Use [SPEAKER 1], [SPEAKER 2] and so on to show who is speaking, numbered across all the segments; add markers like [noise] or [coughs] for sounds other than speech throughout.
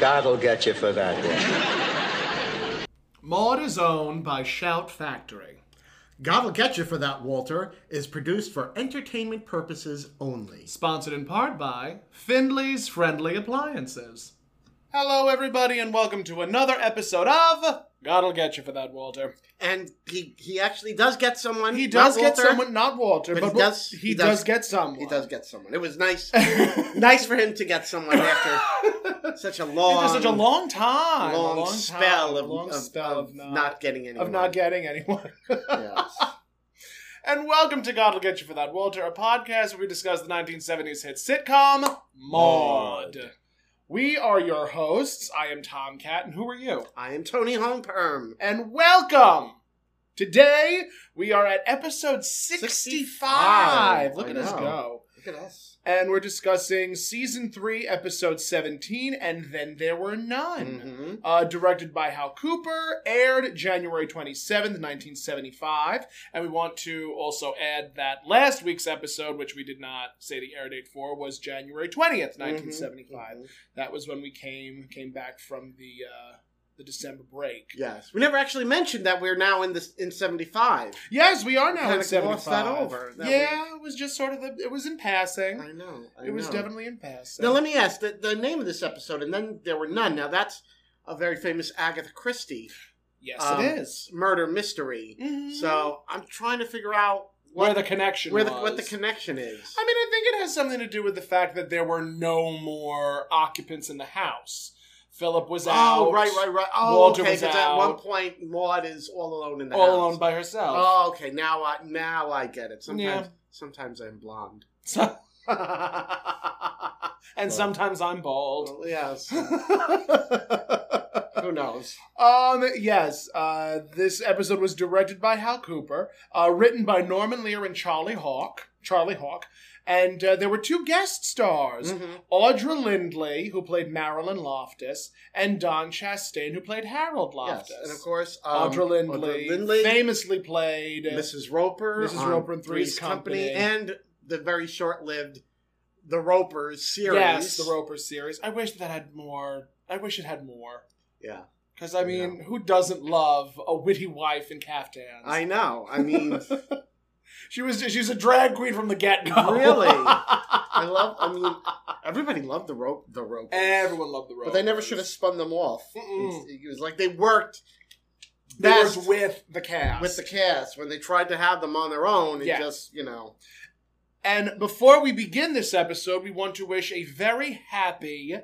[SPEAKER 1] God'll get you for that one.
[SPEAKER 2] Maud is owned by Shout Factory.
[SPEAKER 3] God'll Get You for That, Walter, is produced for entertainment purposes only.
[SPEAKER 2] Sponsored in part by Findley's Friendly Appliances. Hello, everybody, and welcome to another episode of God'll Get You for That, Walter.
[SPEAKER 3] And he, he actually does get someone.
[SPEAKER 2] He
[SPEAKER 3] not
[SPEAKER 2] does get
[SPEAKER 3] Walter,
[SPEAKER 2] someone, not Walter, but,
[SPEAKER 3] but, he
[SPEAKER 2] Wa-
[SPEAKER 3] does.
[SPEAKER 2] he does, get someone.
[SPEAKER 3] He does get someone. It was nice,
[SPEAKER 2] [laughs]
[SPEAKER 3] nice for him to get someone after such a long,
[SPEAKER 2] After such a long time, a
[SPEAKER 3] long
[SPEAKER 2] long
[SPEAKER 3] spell
[SPEAKER 2] time,
[SPEAKER 3] of,
[SPEAKER 2] a long
[SPEAKER 3] of-
[SPEAKER 2] spell
[SPEAKER 3] of
[SPEAKER 2] of
[SPEAKER 3] not,
[SPEAKER 2] not
[SPEAKER 3] getting anyone.
[SPEAKER 2] of not getting anyone.
[SPEAKER 3] Yes.
[SPEAKER 2] And welcome to God'll Get You for That, Walter, a podcast where we discuss the 1970s hit sitcom Maud. We are your hosts. I am Tom Cat, and who are you?
[SPEAKER 3] I am Tony Holmperm.
[SPEAKER 2] And welcome. Today we are at episode 65.
[SPEAKER 3] 65.
[SPEAKER 2] Look
[SPEAKER 3] I
[SPEAKER 2] at us
[SPEAKER 3] know.
[SPEAKER 2] go.
[SPEAKER 3] Look at us.
[SPEAKER 2] And we're discussing season 3, episode 17, and then there were none.
[SPEAKER 3] Mhm.
[SPEAKER 2] Uh, directed by Hal Cooper, aired January 27th, 1975. And we want to also add that last week's episode, which we did not say the air date for, was January 20th,
[SPEAKER 3] Mm-hmm.
[SPEAKER 2] 1975.
[SPEAKER 3] Mhm.
[SPEAKER 2] That was when we came came back from the uh, the December break.
[SPEAKER 3] Yes, we never actually mentioned that we're now in this in seventy five.
[SPEAKER 2] Yes, we are now
[SPEAKER 3] Kinda
[SPEAKER 2] in 75.
[SPEAKER 3] glossed that over, that
[SPEAKER 2] yeah, it was just sort of the. It was in passing.
[SPEAKER 3] I know. I
[SPEAKER 2] it was
[SPEAKER 3] know.
[SPEAKER 2] definitely in passing.
[SPEAKER 3] Now let me ask the, the name of this episode, and then there were none. Now that's a very famous Agatha Christie
[SPEAKER 2] yes,
[SPEAKER 3] um,
[SPEAKER 2] it is.
[SPEAKER 3] murder mystery.
[SPEAKER 2] Mhm.
[SPEAKER 3] So I'm trying to figure out what,
[SPEAKER 2] Mm-hmm. where the connection?
[SPEAKER 3] Mm-hmm. where the,
[SPEAKER 2] was.
[SPEAKER 3] what the connection is.
[SPEAKER 2] I mean, I think it has something to do with the fact that there were no more occupants in the house. Philip was out.
[SPEAKER 3] oh, right, right, right. Oh,
[SPEAKER 2] Walter
[SPEAKER 3] okay.
[SPEAKER 2] was
[SPEAKER 3] Because at one
[SPEAKER 2] out.
[SPEAKER 3] point, Maud is all alone in the
[SPEAKER 2] All
[SPEAKER 3] house.
[SPEAKER 2] alone by herself.
[SPEAKER 3] Oh, okay. Now I now I get it.
[SPEAKER 2] Yeah.
[SPEAKER 3] Sometimes sometimes I'm blonde. [laughs]
[SPEAKER 2] So- and
[SPEAKER 3] Oh.
[SPEAKER 2] sometimes I'm bald.
[SPEAKER 3] Well, yes. Oh. Who knows?
[SPEAKER 2] [laughs] Um, yes, uh, this episode was directed by Hal Cooper, uh, written by Norman Lear and Charlie Hawk, Charlie Hawk, and uh, there were two guest stars,
[SPEAKER 3] Mhm.
[SPEAKER 2] Audra Lindley, who played Marilyn Loftus, and Don Chastain, who played Harold
[SPEAKER 3] Yes,
[SPEAKER 2] Loftus.
[SPEAKER 3] and of course, um,
[SPEAKER 2] Audra Lindley,
[SPEAKER 3] Audra Lindley,
[SPEAKER 2] famously played
[SPEAKER 3] Mrs. Roper,
[SPEAKER 2] Mrs.
[SPEAKER 3] on
[SPEAKER 2] Roper in Three's Company.
[SPEAKER 3] and the very short-lived The Ropers series.
[SPEAKER 2] Yes, the Roper series. I wish that had more. I wish it had more.
[SPEAKER 3] Yeah.
[SPEAKER 2] Because I mean, who doesn't love a witty wife in caftans?
[SPEAKER 3] I know. I mean,
[SPEAKER 2] She was she's a drag queen from the get go.
[SPEAKER 3] Really? I love. I mean, everybody loved the rope. The rope.
[SPEAKER 2] [laughs] Everyone loved the rope.
[SPEAKER 3] But they never should have spun them off.
[SPEAKER 2] Mm-mm.
[SPEAKER 3] It's- It was like they worked
[SPEAKER 2] That
[SPEAKER 3] best
[SPEAKER 2] was with the cast.
[SPEAKER 3] with the cast when they tried to have them on their own. It
[SPEAKER 2] Yes.
[SPEAKER 3] just you know.
[SPEAKER 2] and before we begin this episode, we want to wish a very happy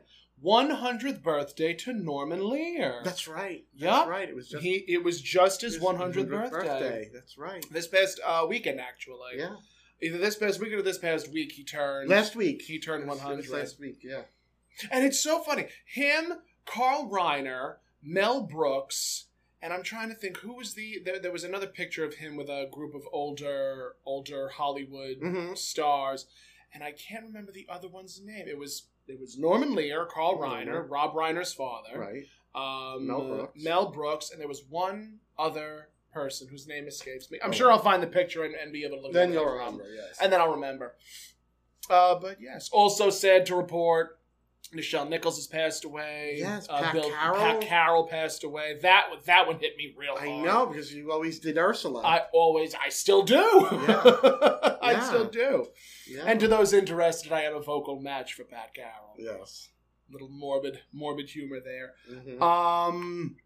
[SPEAKER 2] 100th birthday to Norman Lear.
[SPEAKER 3] That's right.
[SPEAKER 2] Yeah.
[SPEAKER 3] That's right. It was just
[SPEAKER 2] he it was just his
[SPEAKER 3] his
[SPEAKER 2] 100th, birthday.
[SPEAKER 3] That's right.
[SPEAKER 2] This past uh, weekend, actually.
[SPEAKER 3] Yeah.
[SPEAKER 2] Either this past weekend or this past week, he turned.
[SPEAKER 3] Last week
[SPEAKER 2] he turned
[SPEAKER 3] It was- it was
[SPEAKER 2] 100.
[SPEAKER 3] Last week. Yeah.
[SPEAKER 2] And it's so funny. Him, Carl Reiner, Mel Brooks, and I'm trying to think who was the there, there was another picture of him with a group of older older Hollywood
[SPEAKER 3] Mm-hmm.
[SPEAKER 2] stars, and I can't remember the other one's name. It was it was Norman Lear, Carl Reiner, Rob Reiner's father,
[SPEAKER 3] Right.
[SPEAKER 2] um,
[SPEAKER 3] Mel Brooks.
[SPEAKER 2] Mel Brooks, and there was one other person whose name escapes me. I'm
[SPEAKER 3] Oh.
[SPEAKER 2] sure I'll find the picture and, and be able to look.
[SPEAKER 3] Then
[SPEAKER 2] it
[SPEAKER 3] you'll
[SPEAKER 2] up.
[SPEAKER 3] remember. Yes.
[SPEAKER 2] and then I'll remember. Uh, but yes, also sad to report, Nichelle Nichols has passed away.
[SPEAKER 3] Yes,
[SPEAKER 2] uh,
[SPEAKER 3] Pat Carroll.
[SPEAKER 2] Pat Carroll passed away. That one- that one hit me real hard.
[SPEAKER 3] I know because you always did Ursula.
[SPEAKER 2] Oh. I always, I still do. I [laughs]
[SPEAKER 3] Yeah.
[SPEAKER 2] still do.
[SPEAKER 3] yeah.
[SPEAKER 2] And to those interested, I am a vocal match for Pat Carroll.
[SPEAKER 3] yes.
[SPEAKER 2] Little morbid, morbid humor there.
[SPEAKER 3] Mhm.
[SPEAKER 2] Um,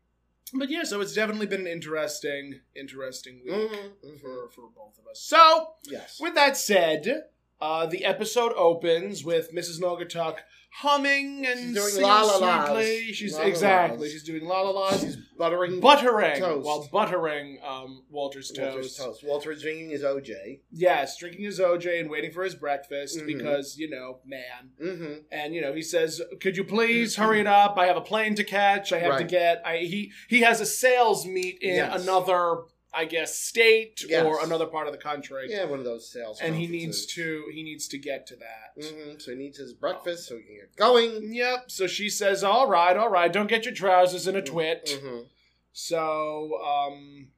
[SPEAKER 2] but yeah, so it's definitely been an interesting, interesting week
[SPEAKER 3] Mhm, mhm.
[SPEAKER 2] for for both of us. So
[SPEAKER 3] Yes.
[SPEAKER 2] With that said, uh, the episode opens with Mrs. Nogatuk humming and
[SPEAKER 3] She's doing
[SPEAKER 2] singing
[SPEAKER 3] la la las.
[SPEAKER 2] sweetly. She's
[SPEAKER 3] La la
[SPEAKER 2] exactly.
[SPEAKER 3] las.
[SPEAKER 2] She's doing la la la's,
[SPEAKER 3] She's buttering
[SPEAKER 2] buttering
[SPEAKER 3] Toast.
[SPEAKER 2] while buttering um, Walter's,
[SPEAKER 3] Walter's
[SPEAKER 2] toast.
[SPEAKER 3] toast. Walter is drinking his OJ.
[SPEAKER 2] Yes, drinking his OJ and waiting for his breakfast
[SPEAKER 3] Mhm.
[SPEAKER 2] because you know, man.
[SPEAKER 3] Mm-hmm.
[SPEAKER 2] And you know, he says, "Could you please hurry it up? I have a plane to catch. I have to
[SPEAKER 3] Right.
[SPEAKER 2] get." I, he he has a sales meet in
[SPEAKER 3] Yes.
[SPEAKER 2] another, I guess, state
[SPEAKER 3] Yes.
[SPEAKER 2] or another part of the country.
[SPEAKER 3] Yeah, one of those sales.
[SPEAKER 2] and he needs to he needs to get to that.
[SPEAKER 3] hmm So he needs his breakfast so he can get going.
[SPEAKER 2] Yep. So she says, "All right, all right, don't get your trousers in a twit."
[SPEAKER 3] hmm
[SPEAKER 2] So, um,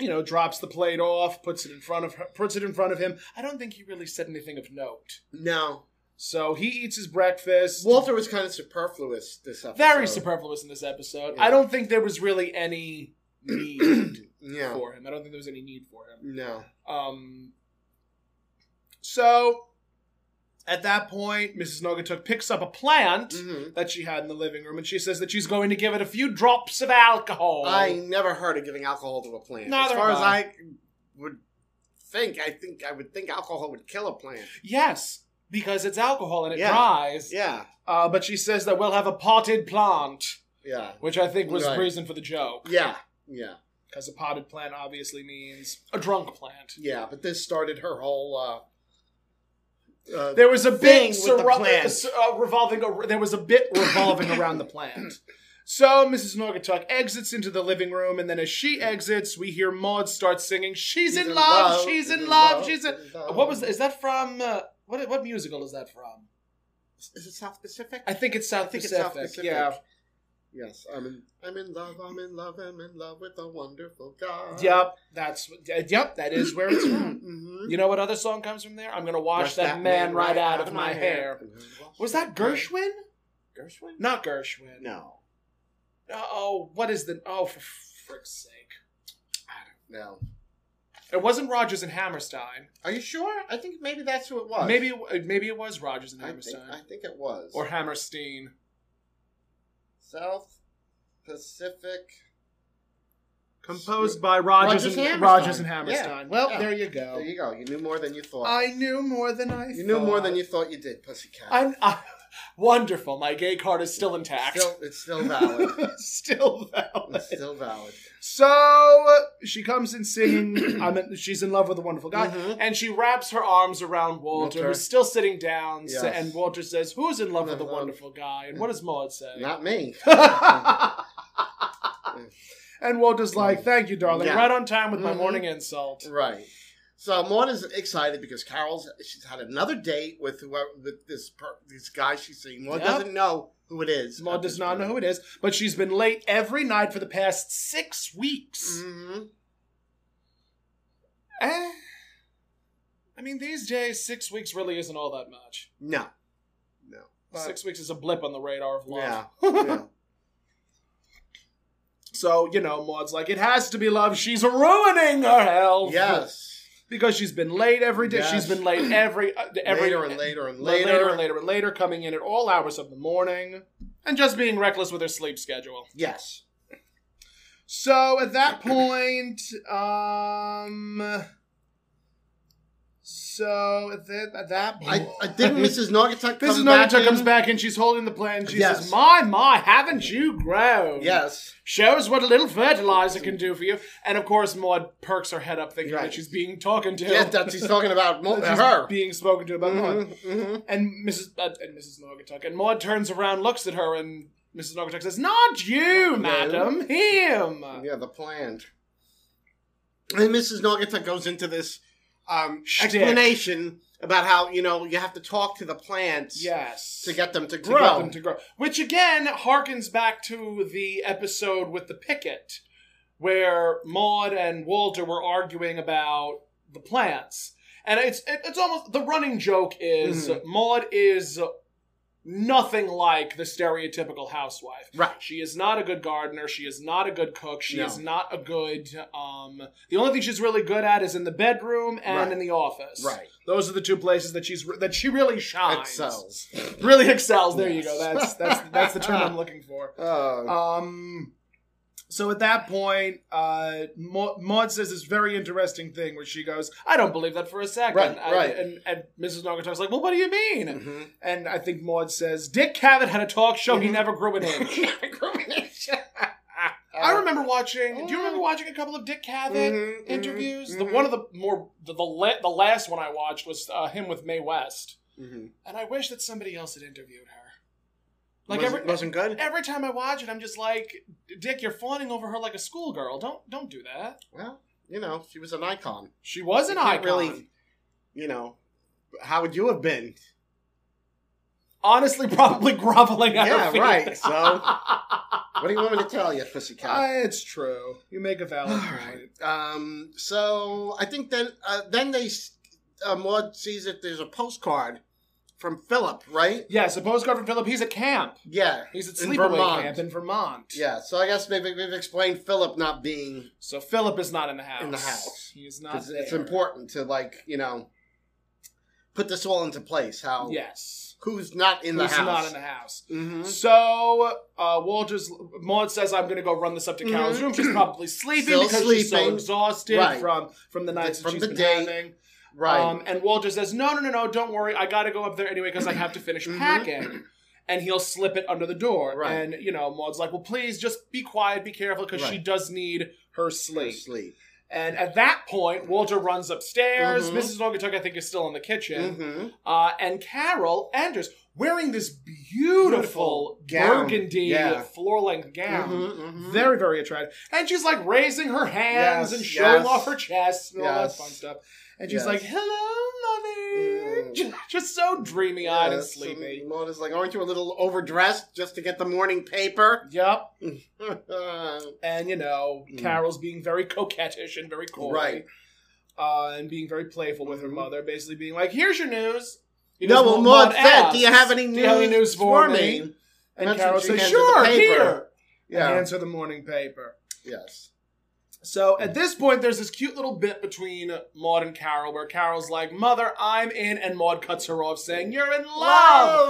[SPEAKER 2] you know, drops the plate off, puts it in front of her, puts it in front of him. I don't think he really said anything of note.
[SPEAKER 3] No,
[SPEAKER 2] So he eats his breakfast.
[SPEAKER 3] Walter was kind of superfluous this episode.
[SPEAKER 2] very superfluous in this episode.
[SPEAKER 3] Yeah.
[SPEAKER 2] I don't think there was really any need
[SPEAKER 3] [clears throat] Yeah.
[SPEAKER 2] for him. I don't think there was any need for him.
[SPEAKER 3] No.
[SPEAKER 2] Um, so at that point, Mrs. Nogatuk picks up a plant
[SPEAKER 3] Mhm.
[SPEAKER 2] that she had in the living room, and she says that she's going to give it a few drops of alcohol.
[SPEAKER 3] I never heard of giving alcohol to a plant.
[SPEAKER 2] Oh. Neither
[SPEAKER 3] as far
[SPEAKER 2] have
[SPEAKER 3] as
[SPEAKER 2] I.
[SPEAKER 3] I would think, I think I would think alcohol would kill a plant.
[SPEAKER 2] yes, because it's alcohol and it
[SPEAKER 3] Yeah.
[SPEAKER 2] dries.
[SPEAKER 3] Yeah.
[SPEAKER 2] Uh, but she says that we'll have a potted plant,
[SPEAKER 3] Yeah.
[SPEAKER 2] which I think was
[SPEAKER 3] Right.
[SPEAKER 2] the reason for the joke,
[SPEAKER 3] Yeah. Yeah.
[SPEAKER 2] because a potted plant obviously means a drunk plant.
[SPEAKER 3] Yeah, but this started her whole uh, uh
[SPEAKER 2] There was a
[SPEAKER 3] thing
[SPEAKER 2] bit surro-
[SPEAKER 3] with the plant.
[SPEAKER 2] s- uh, revolving. Ar- there was a [coughs] bit revolving around the plant. So Mrs. Norgatuck exits into the living room, and then as she exits, we hear Maud start singing, "She's, in, love, she's in love, she's in."
[SPEAKER 3] love.
[SPEAKER 2] What was? Is that from? Uh, what? What musical is that from?
[SPEAKER 3] Is it South Pacific?
[SPEAKER 2] I think it's South,
[SPEAKER 3] I think it's
[SPEAKER 2] Pacific.
[SPEAKER 3] South Pacific.
[SPEAKER 2] Yeah,
[SPEAKER 3] Yes, I'm in. I'm in love. I'm in love. I'm in love with a wonderful God.
[SPEAKER 2] yep. That's uh, yep. That is where it's [coughs]
[SPEAKER 3] [clears throat]
[SPEAKER 2] from.
[SPEAKER 3] Mhm.
[SPEAKER 2] You know what other song comes from there? I'm gonna wash, that, man, right out of my hair. Was that Gershwin?
[SPEAKER 3] Gershwin?
[SPEAKER 2] Not Gershwin.
[SPEAKER 3] No,
[SPEAKER 2] Oh, what is the? Oh, for frick's sake!
[SPEAKER 3] no.
[SPEAKER 2] It wasn't Rogers and Hammerstein.
[SPEAKER 3] Are you sure? I think maybe that's who it was.
[SPEAKER 2] Maybe it, maybe it was Rogers and
[SPEAKER 3] I think,
[SPEAKER 2] Hammerstein
[SPEAKER 3] I think it was.
[SPEAKER 2] or Hammerstein.
[SPEAKER 3] South Pacific.
[SPEAKER 2] Composed by
[SPEAKER 3] Rogers
[SPEAKER 2] Rogers, and
[SPEAKER 3] Rogers and- and Hammerstein.
[SPEAKER 2] Rogers and
[SPEAKER 3] Hammerstein.
[SPEAKER 2] Hammerstein. Well,
[SPEAKER 3] Yeah.
[SPEAKER 2] there you go.
[SPEAKER 3] There you go. You knew more than you thought.
[SPEAKER 2] I knew more than I.
[SPEAKER 3] you knew more
[SPEAKER 2] thought.
[SPEAKER 3] than you thought you did, pussycat.
[SPEAKER 2] I'm I, wonderful. My gay card is still intact.
[SPEAKER 3] Still, it's still valid.
[SPEAKER 2] [laughs] Still valid.
[SPEAKER 3] it's still valid.
[SPEAKER 2] So she comes in [clears throat] singing. I mean, she's in love with a wonderful guy,
[SPEAKER 3] Mhm.
[SPEAKER 2] Mm-hmm. and she wraps her arms around Walter,
[SPEAKER 3] Walter.
[SPEAKER 2] who's still sitting down.
[SPEAKER 3] Yes.
[SPEAKER 2] sa- and Walter says, "Who's in love with a
[SPEAKER 3] Love.
[SPEAKER 2] wonderful guy?" And what does Maud say? [laughs]
[SPEAKER 3] Not me.
[SPEAKER 2] and Walter's like, "Thank you, darling.
[SPEAKER 3] Mm. Yeah.
[SPEAKER 2] Right on time with my
[SPEAKER 3] Mhm.
[SPEAKER 2] morning insult."
[SPEAKER 3] Right. So Maud is excited because Carol's she's had another date with whoever with this per, this guy she's seeing. Maud
[SPEAKER 2] Yep.
[SPEAKER 3] doesn't know who it is.
[SPEAKER 2] Maud does not know who it is, but she's been late every night for the past six weeks.
[SPEAKER 3] Mm-hmm.
[SPEAKER 2] Eh. I mean, these days, six weeks really isn't all that much.
[SPEAKER 3] No. No. But-
[SPEAKER 2] six weeks is a blip on the radar of
[SPEAKER 3] Yeah.
[SPEAKER 2] love.
[SPEAKER 3] yeah.
[SPEAKER 2] [laughs] So, you know, Maud's like, it has to be love. She's ruining her health.
[SPEAKER 3] yes.
[SPEAKER 2] Because she's been late every day.
[SPEAKER 3] Yes.
[SPEAKER 2] She's been
[SPEAKER 3] [clears throat]
[SPEAKER 2] late every, uh, every
[SPEAKER 3] later and later and
[SPEAKER 2] later,
[SPEAKER 3] later.
[SPEAKER 2] later and later and later, coming in at all hours of the morning and just being reckless with her sleep schedule.
[SPEAKER 3] Yes.
[SPEAKER 2] So at that point, um, so at that, at that point,
[SPEAKER 3] I, I
[SPEAKER 2] [laughs]
[SPEAKER 3] think Mrs. Naugatuck
[SPEAKER 2] Mrs. Nugget
[SPEAKER 3] comes back
[SPEAKER 2] Tuck
[SPEAKER 3] in.
[SPEAKER 2] comes back and she's holding the plant. She
[SPEAKER 3] Yes.
[SPEAKER 2] says, "My, my, haven't you grown?
[SPEAKER 3] Yes.
[SPEAKER 2] shows what a little fertilizer can do for you." And of course, Maud perks her head up, thinking
[SPEAKER 3] Right.
[SPEAKER 2] that she's being talking to.
[SPEAKER 3] Yes, that
[SPEAKER 2] [laughs]
[SPEAKER 3] she's talking about Maud,
[SPEAKER 2] that she's
[SPEAKER 3] her.
[SPEAKER 2] being spoken to about Maud.
[SPEAKER 3] Mhm, mhm.
[SPEAKER 2] And Mrs. Uh, and Mrs. Naugatuck. And Maud turns around, looks at her, and Mrs. Naugatuck says, Not you, madam, him.
[SPEAKER 3] Yeah, the plant. And Mrs. Naugatuck goes into this um,
[SPEAKER 2] Shtick.
[SPEAKER 3] explanation about how you know you have to talk to the plants
[SPEAKER 2] Yes.
[SPEAKER 3] to get them to
[SPEAKER 2] To
[SPEAKER 3] grow.
[SPEAKER 2] get them to grow. Which again harkens back to the episode with the picket, where Maud and Walter were arguing about the plants. And it's it, it's almost the running joke is
[SPEAKER 3] Mm-hmm.
[SPEAKER 2] Maud is nothing like the stereotypical housewife.
[SPEAKER 3] right.
[SPEAKER 2] She is not a good gardener. She is not a good cook. She
[SPEAKER 3] No.
[SPEAKER 2] is not a good. Um, the only thing she's really good at is in the bedroom and
[SPEAKER 3] Right.
[SPEAKER 2] in the office.
[SPEAKER 3] Right.
[SPEAKER 2] Those are the two places that she's that she really shines.
[SPEAKER 3] Excels.
[SPEAKER 2] Really excels. There you go. That's
[SPEAKER 3] Yes.
[SPEAKER 2] that's that's the
[SPEAKER 3] [laughs]
[SPEAKER 2] term I'm looking for.
[SPEAKER 3] Uh,
[SPEAKER 2] Um. So at that point, uh, Ma- Maud says this very interesting thing where she goes, "I don't believe that for a second.
[SPEAKER 3] Right,
[SPEAKER 2] I-
[SPEAKER 3] right.
[SPEAKER 2] And, and Mrs. Nogato's like, "Well, what do you mean?"
[SPEAKER 3] mhm.
[SPEAKER 2] And I think Maud says, "Dick Cavett had a talk show. He
[SPEAKER 3] Mhm.
[SPEAKER 2] never grew an
[SPEAKER 3] [laughs]
[SPEAKER 2] inch."
[SPEAKER 3] Mm-hmm.
[SPEAKER 2] [laughs]
[SPEAKER 3] Uh,
[SPEAKER 2] I remember watching. Do you remember watching a couple of Dick Cavett
[SPEAKER 3] Mhm, mhm,
[SPEAKER 2] interviews? The
[SPEAKER 3] mhm.
[SPEAKER 2] one of the more the the, la- the last one I watched was uh, him with Mae West,
[SPEAKER 3] Mhm.
[SPEAKER 2] and I wish that somebody else had interviewed her. Like
[SPEAKER 3] wasn't,
[SPEAKER 2] every
[SPEAKER 3] wasn't good.
[SPEAKER 2] every time I watch it, I'm just like, Dick, you're fawning over her like a schoolgirl. Don't don't do that.
[SPEAKER 3] Well, you know, she was an icon.
[SPEAKER 2] She was an
[SPEAKER 3] You can't
[SPEAKER 2] icon.
[SPEAKER 3] really- You know, how would you
[SPEAKER 2] [laughs]
[SPEAKER 3] have been?
[SPEAKER 2] Honestly, probably [laughs] groveling at her
[SPEAKER 3] yeah,
[SPEAKER 2] feet.
[SPEAKER 3] right.
[SPEAKER 2] [laughs]
[SPEAKER 3] So, what do you want me to tell you, pussycat?
[SPEAKER 2] Uh, it's true. You make a
[SPEAKER 3] All
[SPEAKER 2] valid point.
[SPEAKER 3] right. Um, so I think then uh, then they s- uh, Maud sees that there's a postcard from Philip, right?
[SPEAKER 2] Yes, a postcard from Philip. He's at camp.
[SPEAKER 3] Yeah.
[SPEAKER 2] He's at
[SPEAKER 3] In
[SPEAKER 2] sleepaway
[SPEAKER 3] Vermont.
[SPEAKER 2] camp in Vermont.
[SPEAKER 3] Yeah, so I guess maybe we've explained Philip not being
[SPEAKER 2] So Philip is not in the house.
[SPEAKER 3] In the house.
[SPEAKER 2] He is not.
[SPEAKER 3] because it's
[SPEAKER 2] there.
[SPEAKER 3] important to like you know put this all into place. How
[SPEAKER 2] Yes.
[SPEAKER 3] who's not in
[SPEAKER 2] Who's
[SPEAKER 3] the house?
[SPEAKER 2] not in the house.
[SPEAKER 3] Mhm.
[SPEAKER 2] So uh, Walter's Maud says, "I'm going to go run this up to Carol's
[SPEAKER 3] Mhm.
[SPEAKER 2] room. She's
[SPEAKER 3] [clears throat]
[SPEAKER 2] probably sleeping
[SPEAKER 3] Still
[SPEAKER 2] because she's so
[SPEAKER 3] sleeping.
[SPEAKER 2] exhausted
[SPEAKER 3] Right.
[SPEAKER 2] from from the nights that
[SPEAKER 3] From
[SPEAKER 2] she's
[SPEAKER 3] the
[SPEAKER 2] been
[SPEAKER 3] day.
[SPEAKER 2] having."
[SPEAKER 3] Right.
[SPEAKER 2] Um, and Walter says, "No, no, no, no. Don't worry. I got to go up there anyway because I have to finish
[SPEAKER 3] Mhm.
[SPEAKER 2] packing." And he'll slip it under the door.
[SPEAKER 3] Right.
[SPEAKER 2] And you know, Maud's like, "Well, please just be quiet, be careful, because she
[SPEAKER 3] Right.
[SPEAKER 2] does need her sleep."
[SPEAKER 3] sleep.
[SPEAKER 2] And at that point, Walter runs upstairs.
[SPEAKER 3] Mhm.
[SPEAKER 2] Mrs. Longituck, I think, is still in the kitchen.
[SPEAKER 3] Mhm.
[SPEAKER 2] Uh, and Carol enters wearing this beautiful,
[SPEAKER 3] Beautiful gown.
[SPEAKER 2] burgundy
[SPEAKER 3] Yeah.
[SPEAKER 2] floor length gown.
[SPEAKER 3] Mhm, mhm.
[SPEAKER 2] Very, very attractive. And she's like raising her hands
[SPEAKER 3] Yes,
[SPEAKER 2] and showing
[SPEAKER 3] yes.
[SPEAKER 2] off her chest and all that
[SPEAKER 3] Yes.
[SPEAKER 2] fun stuff. And she's
[SPEAKER 3] Yes.
[SPEAKER 2] like, hello, mother.
[SPEAKER 3] Mm.
[SPEAKER 2] Just so dreamy eyed and
[SPEAKER 3] Yes,
[SPEAKER 2] sleepy.
[SPEAKER 3] and Maud is like, aren't you a little overdressed just to get the morning
[SPEAKER 2] [laughs]
[SPEAKER 3] paper? [laughs]
[SPEAKER 2] Yep.
[SPEAKER 3] right.
[SPEAKER 2] And, you know,
[SPEAKER 3] Mm.
[SPEAKER 2] Carol's being very coquettish and very coy. Uh, and being very playful with her mother, basically being like, here's your news.
[SPEAKER 3] Mm-hmm. No,
[SPEAKER 2] Because
[SPEAKER 3] well, Maud said,
[SPEAKER 2] asks,
[SPEAKER 3] do you have any news,
[SPEAKER 2] "Do you have any news for, me? And
[SPEAKER 3] That's
[SPEAKER 2] Carol
[SPEAKER 3] when she
[SPEAKER 2] says,
[SPEAKER 3] handed the
[SPEAKER 2] sure,
[SPEAKER 3] paper.
[SPEAKER 2] here.
[SPEAKER 3] Yeah.
[SPEAKER 2] and answer the morning paper.
[SPEAKER 3] yes.
[SPEAKER 2] So at this point, there's this cute little bit between Maud and Carol where Carol's like, Mother, I'm in, and Maud cuts her off saying, You're in love,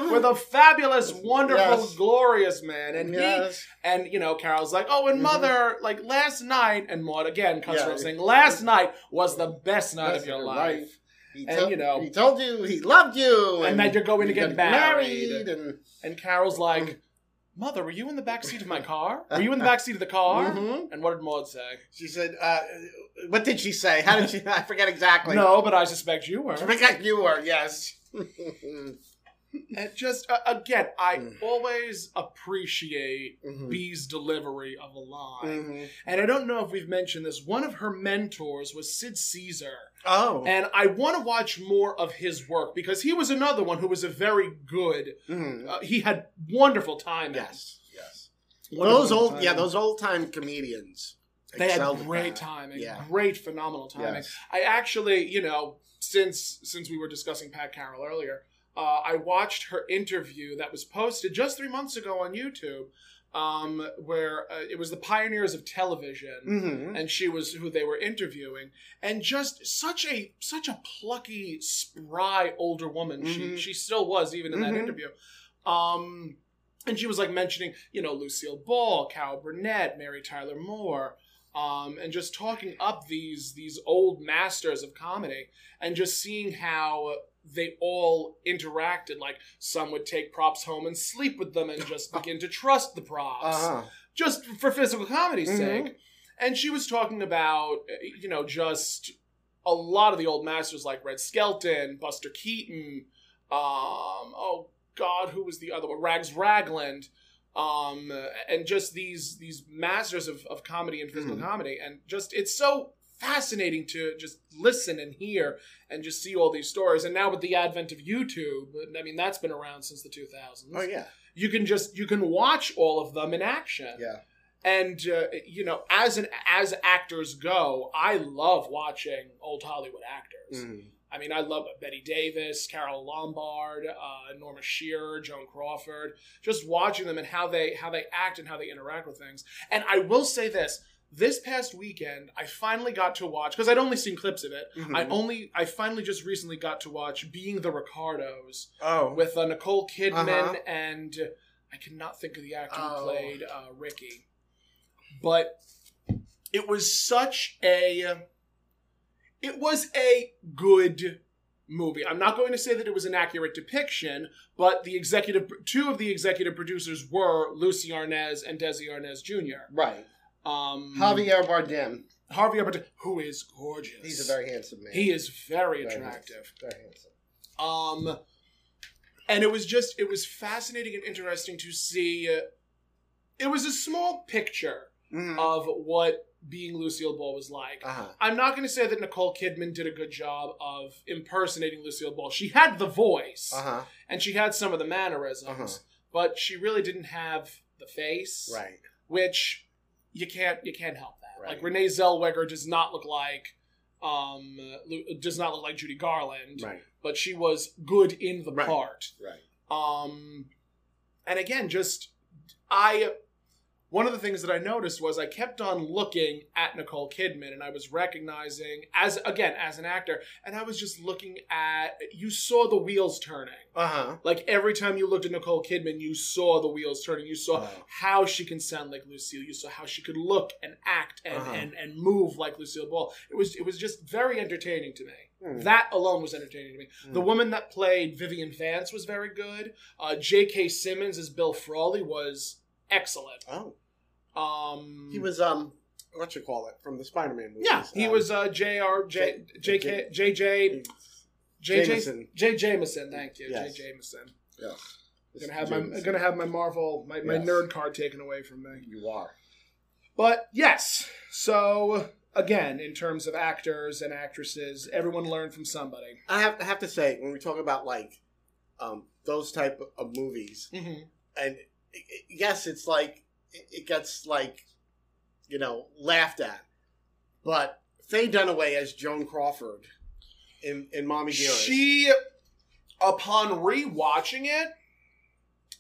[SPEAKER 3] Love.
[SPEAKER 2] with a fabulous, wonderful,
[SPEAKER 3] Yes.
[SPEAKER 2] glorious man. And he
[SPEAKER 3] yes.
[SPEAKER 2] and you know, Carol's like, Oh, and
[SPEAKER 3] Mhm.
[SPEAKER 2] mother, like last night, and Maud again cuts her
[SPEAKER 3] Yeah.
[SPEAKER 2] off saying, Last night was the best night
[SPEAKER 3] Best
[SPEAKER 2] of your
[SPEAKER 3] of your
[SPEAKER 2] life.
[SPEAKER 3] life. He
[SPEAKER 2] And,
[SPEAKER 3] tell-
[SPEAKER 2] you know-
[SPEAKER 3] he told you he loved you,
[SPEAKER 2] And that you're going to
[SPEAKER 3] you're
[SPEAKER 2] get
[SPEAKER 3] gonna
[SPEAKER 2] married.
[SPEAKER 3] and
[SPEAKER 2] And Carol's like, Mother, were you in the back seat of [laughs] my car? Were you in the back seat of the car?
[SPEAKER 3] Mhm.
[SPEAKER 2] And what did Maud say?
[SPEAKER 3] she said, uh, "What did she say? How did she? [laughs] I forget exactly.
[SPEAKER 2] no, but I suspect you were.
[SPEAKER 3] I
[SPEAKER 2] [laughs]
[SPEAKER 3] forget you were yes. [laughs]
[SPEAKER 2] Mm-hmm. And just uh, again, I
[SPEAKER 3] Mm.
[SPEAKER 2] always appreciate
[SPEAKER 3] Mhm.
[SPEAKER 2] Bee's delivery of a line.
[SPEAKER 3] Mhm.
[SPEAKER 2] And I don't know if we've mentioned this. One of her mentors was Sid Caesar,
[SPEAKER 3] Oh,
[SPEAKER 2] and I want to watch more of his work because he was another one who was a very good.
[SPEAKER 3] Mhm.
[SPEAKER 2] Uh, he had wonderful time.
[SPEAKER 3] yes, yes.
[SPEAKER 2] Wonderful
[SPEAKER 3] those old,
[SPEAKER 2] timing.
[SPEAKER 3] yeah, those old time comedians.
[SPEAKER 2] they had
[SPEAKER 3] excelled at
[SPEAKER 2] great
[SPEAKER 3] that.
[SPEAKER 2] timing,
[SPEAKER 3] Yeah.
[SPEAKER 2] great phenomenal timing.
[SPEAKER 3] Yes.
[SPEAKER 2] I actually, you know, since since we were discussing Pat Carroll earlier, uh, I watched her interview that was posted just three months ago on YouTube, um, where uh, it was the pioneers of television,
[SPEAKER 3] Mhm.
[SPEAKER 2] and she was who they were interviewing, and just such a such a plucky, spry older woman. She
[SPEAKER 3] Mhm.
[SPEAKER 2] she still was even in that
[SPEAKER 3] Mhm.
[SPEAKER 2] interview. Um, and she was like mentioning, you know, Lucille Ball, Carol Burnett, Mary Tyler Moore, um, and just talking up these these old masters of comedy, and just seeing how they all interacted. Like some would take props home and sleep with them, and just begin to trust the props
[SPEAKER 3] Uh-huh.
[SPEAKER 2] just for physical comedy's
[SPEAKER 3] Mhm.
[SPEAKER 2] sake. And she was talking about, uh, you know, just a lot of the old masters like Red Skelton, Buster Keaton, um, oh God, who was the other one? Rags Ragland, um, and just these these masters of, of comedy and physical
[SPEAKER 3] Mhm.
[SPEAKER 2] comedy. And just it's so fascinating to just listen and hear and just see all these stories. And now with the advent of YouTube, I mean that's been around since the two thousands
[SPEAKER 3] Oh yeah,
[SPEAKER 2] you can just you can watch all of them in action
[SPEAKER 3] yeah.
[SPEAKER 2] and uh, you know as an as actors go i love watching old hollywood actors
[SPEAKER 3] Mhm.
[SPEAKER 2] i mean i love betty davis carol lombard uh, norma shearer joan crawford just watching them and how they how they act and how they interact with things and i will say this this past weekend i finally got to watch because i'd only seen clips of it i
[SPEAKER 3] Mhm.
[SPEAKER 2] only i finally just recently got to watch being the ricardos
[SPEAKER 3] oh
[SPEAKER 2] with uh, Nicole Kidman
[SPEAKER 3] Uh-huh.
[SPEAKER 2] and I cannot think of the actor who
[SPEAKER 3] Oh.
[SPEAKER 2] played uh, Ricky, but it was such a it was a good movie. I'm not going to say that it was an accurate depiction, but the executive two of the executive producers were Lucy Arnaz and Desi Arnaz Jr.
[SPEAKER 3] right
[SPEAKER 2] Um,
[SPEAKER 3] Javier Bardem.
[SPEAKER 2] Harvey Arbert, who is gorgeous.
[SPEAKER 3] He's a very handsome man.
[SPEAKER 2] he is very
[SPEAKER 3] Very handsome.
[SPEAKER 2] attractive.
[SPEAKER 3] very handsome.
[SPEAKER 2] Um, and it was just it was fascinating and interesting to see. uh, It was a small picture
[SPEAKER 3] Mhm.
[SPEAKER 2] of what being Lucille Ball was like.
[SPEAKER 3] Uh-huh.
[SPEAKER 2] I'm not going to say that Nicole Kidman did a good job of impersonating Lucille Ball. She had the voice
[SPEAKER 3] Uh-huh.
[SPEAKER 2] and she had some of the mannerisms,
[SPEAKER 3] Uh-huh.
[SPEAKER 2] but she really didn't have the face,
[SPEAKER 3] Right.
[SPEAKER 2] which you can't you can't help that.
[SPEAKER 3] Right.
[SPEAKER 2] Like Renee Zellweger does not look like um Lu- does not look like Judy Garland
[SPEAKER 3] Right.
[SPEAKER 2] but she was good in the
[SPEAKER 4] Right.
[SPEAKER 2] part.
[SPEAKER 4] Right.
[SPEAKER 2] Um, and again, just I. One of the things that I noticed was I kept on looking at Nicole Kidman, and I was recognizing as again as an actor, and I was just looking at. You saw the wheels turning.
[SPEAKER 4] Uh huh.
[SPEAKER 3] Uh-huh.
[SPEAKER 2] Like every time you looked at Nicole Kidman, you saw the wheels turning. You saw
[SPEAKER 3] Uh-huh.
[SPEAKER 4] Wow.
[SPEAKER 2] how she can sound like Lucille. You saw how she could look and act and,
[SPEAKER 4] Uh-huh.
[SPEAKER 2] and, and move like Lucille Ball. It was it was just very entertaining to me.
[SPEAKER 4] Hmm.
[SPEAKER 2] That alone was entertaining to me. The
[SPEAKER 4] Hmm.
[SPEAKER 2] woman that played Vivian Vance was very good. Uh, J.K. Simmons as Bill Frawley was excellent.
[SPEAKER 3] Oh,
[SPEAKER 2] Um,
[SPEAKER 3] he was um, what you call it from the Spider-Man movies?
[SPEAKER 2] yeah, he
[SPEAKER 3] um,
[SPEAKER 2] was uh, J.R. J.
[SPEAKER 3] J-
[SPEAKER 2] J.K. J.J. J.
[SPEAKER 3] Jameson.
[SPEAKER 2] J. Jameson. Thank you,
[SPEAKER 3] Yes.
[SPEAKER 2] J. Jameson.
[SPEAKER 4] This
[SPEAKER 2] gonna have
[SPEAKER 4] is
[SPEAKER 2] my
[SPEAKER 4] James.
[SPEAKER 2] gonna have my Marvel my, my
[SPEAKER 4] Yes.
[SPEAKER 2] nerd card taken away from me.
[SPEAKER 4] You are.
[SPEAKER 2] But yes, so again, in terms of actors and actresses, everyone learned from somebody.
[SPEAKER 3] I have I have to say when we talk about like, um, those type of movies,
[SPEAKER 2] Mm-hmm.
[SPEAKER 3] and i- i- yes, it's like it it gets like, you know, laughed at, but Faye Dunaway as Joan Crawford in in Mommy Dearest.
[SPEAKER 2] She, upon rewatching it,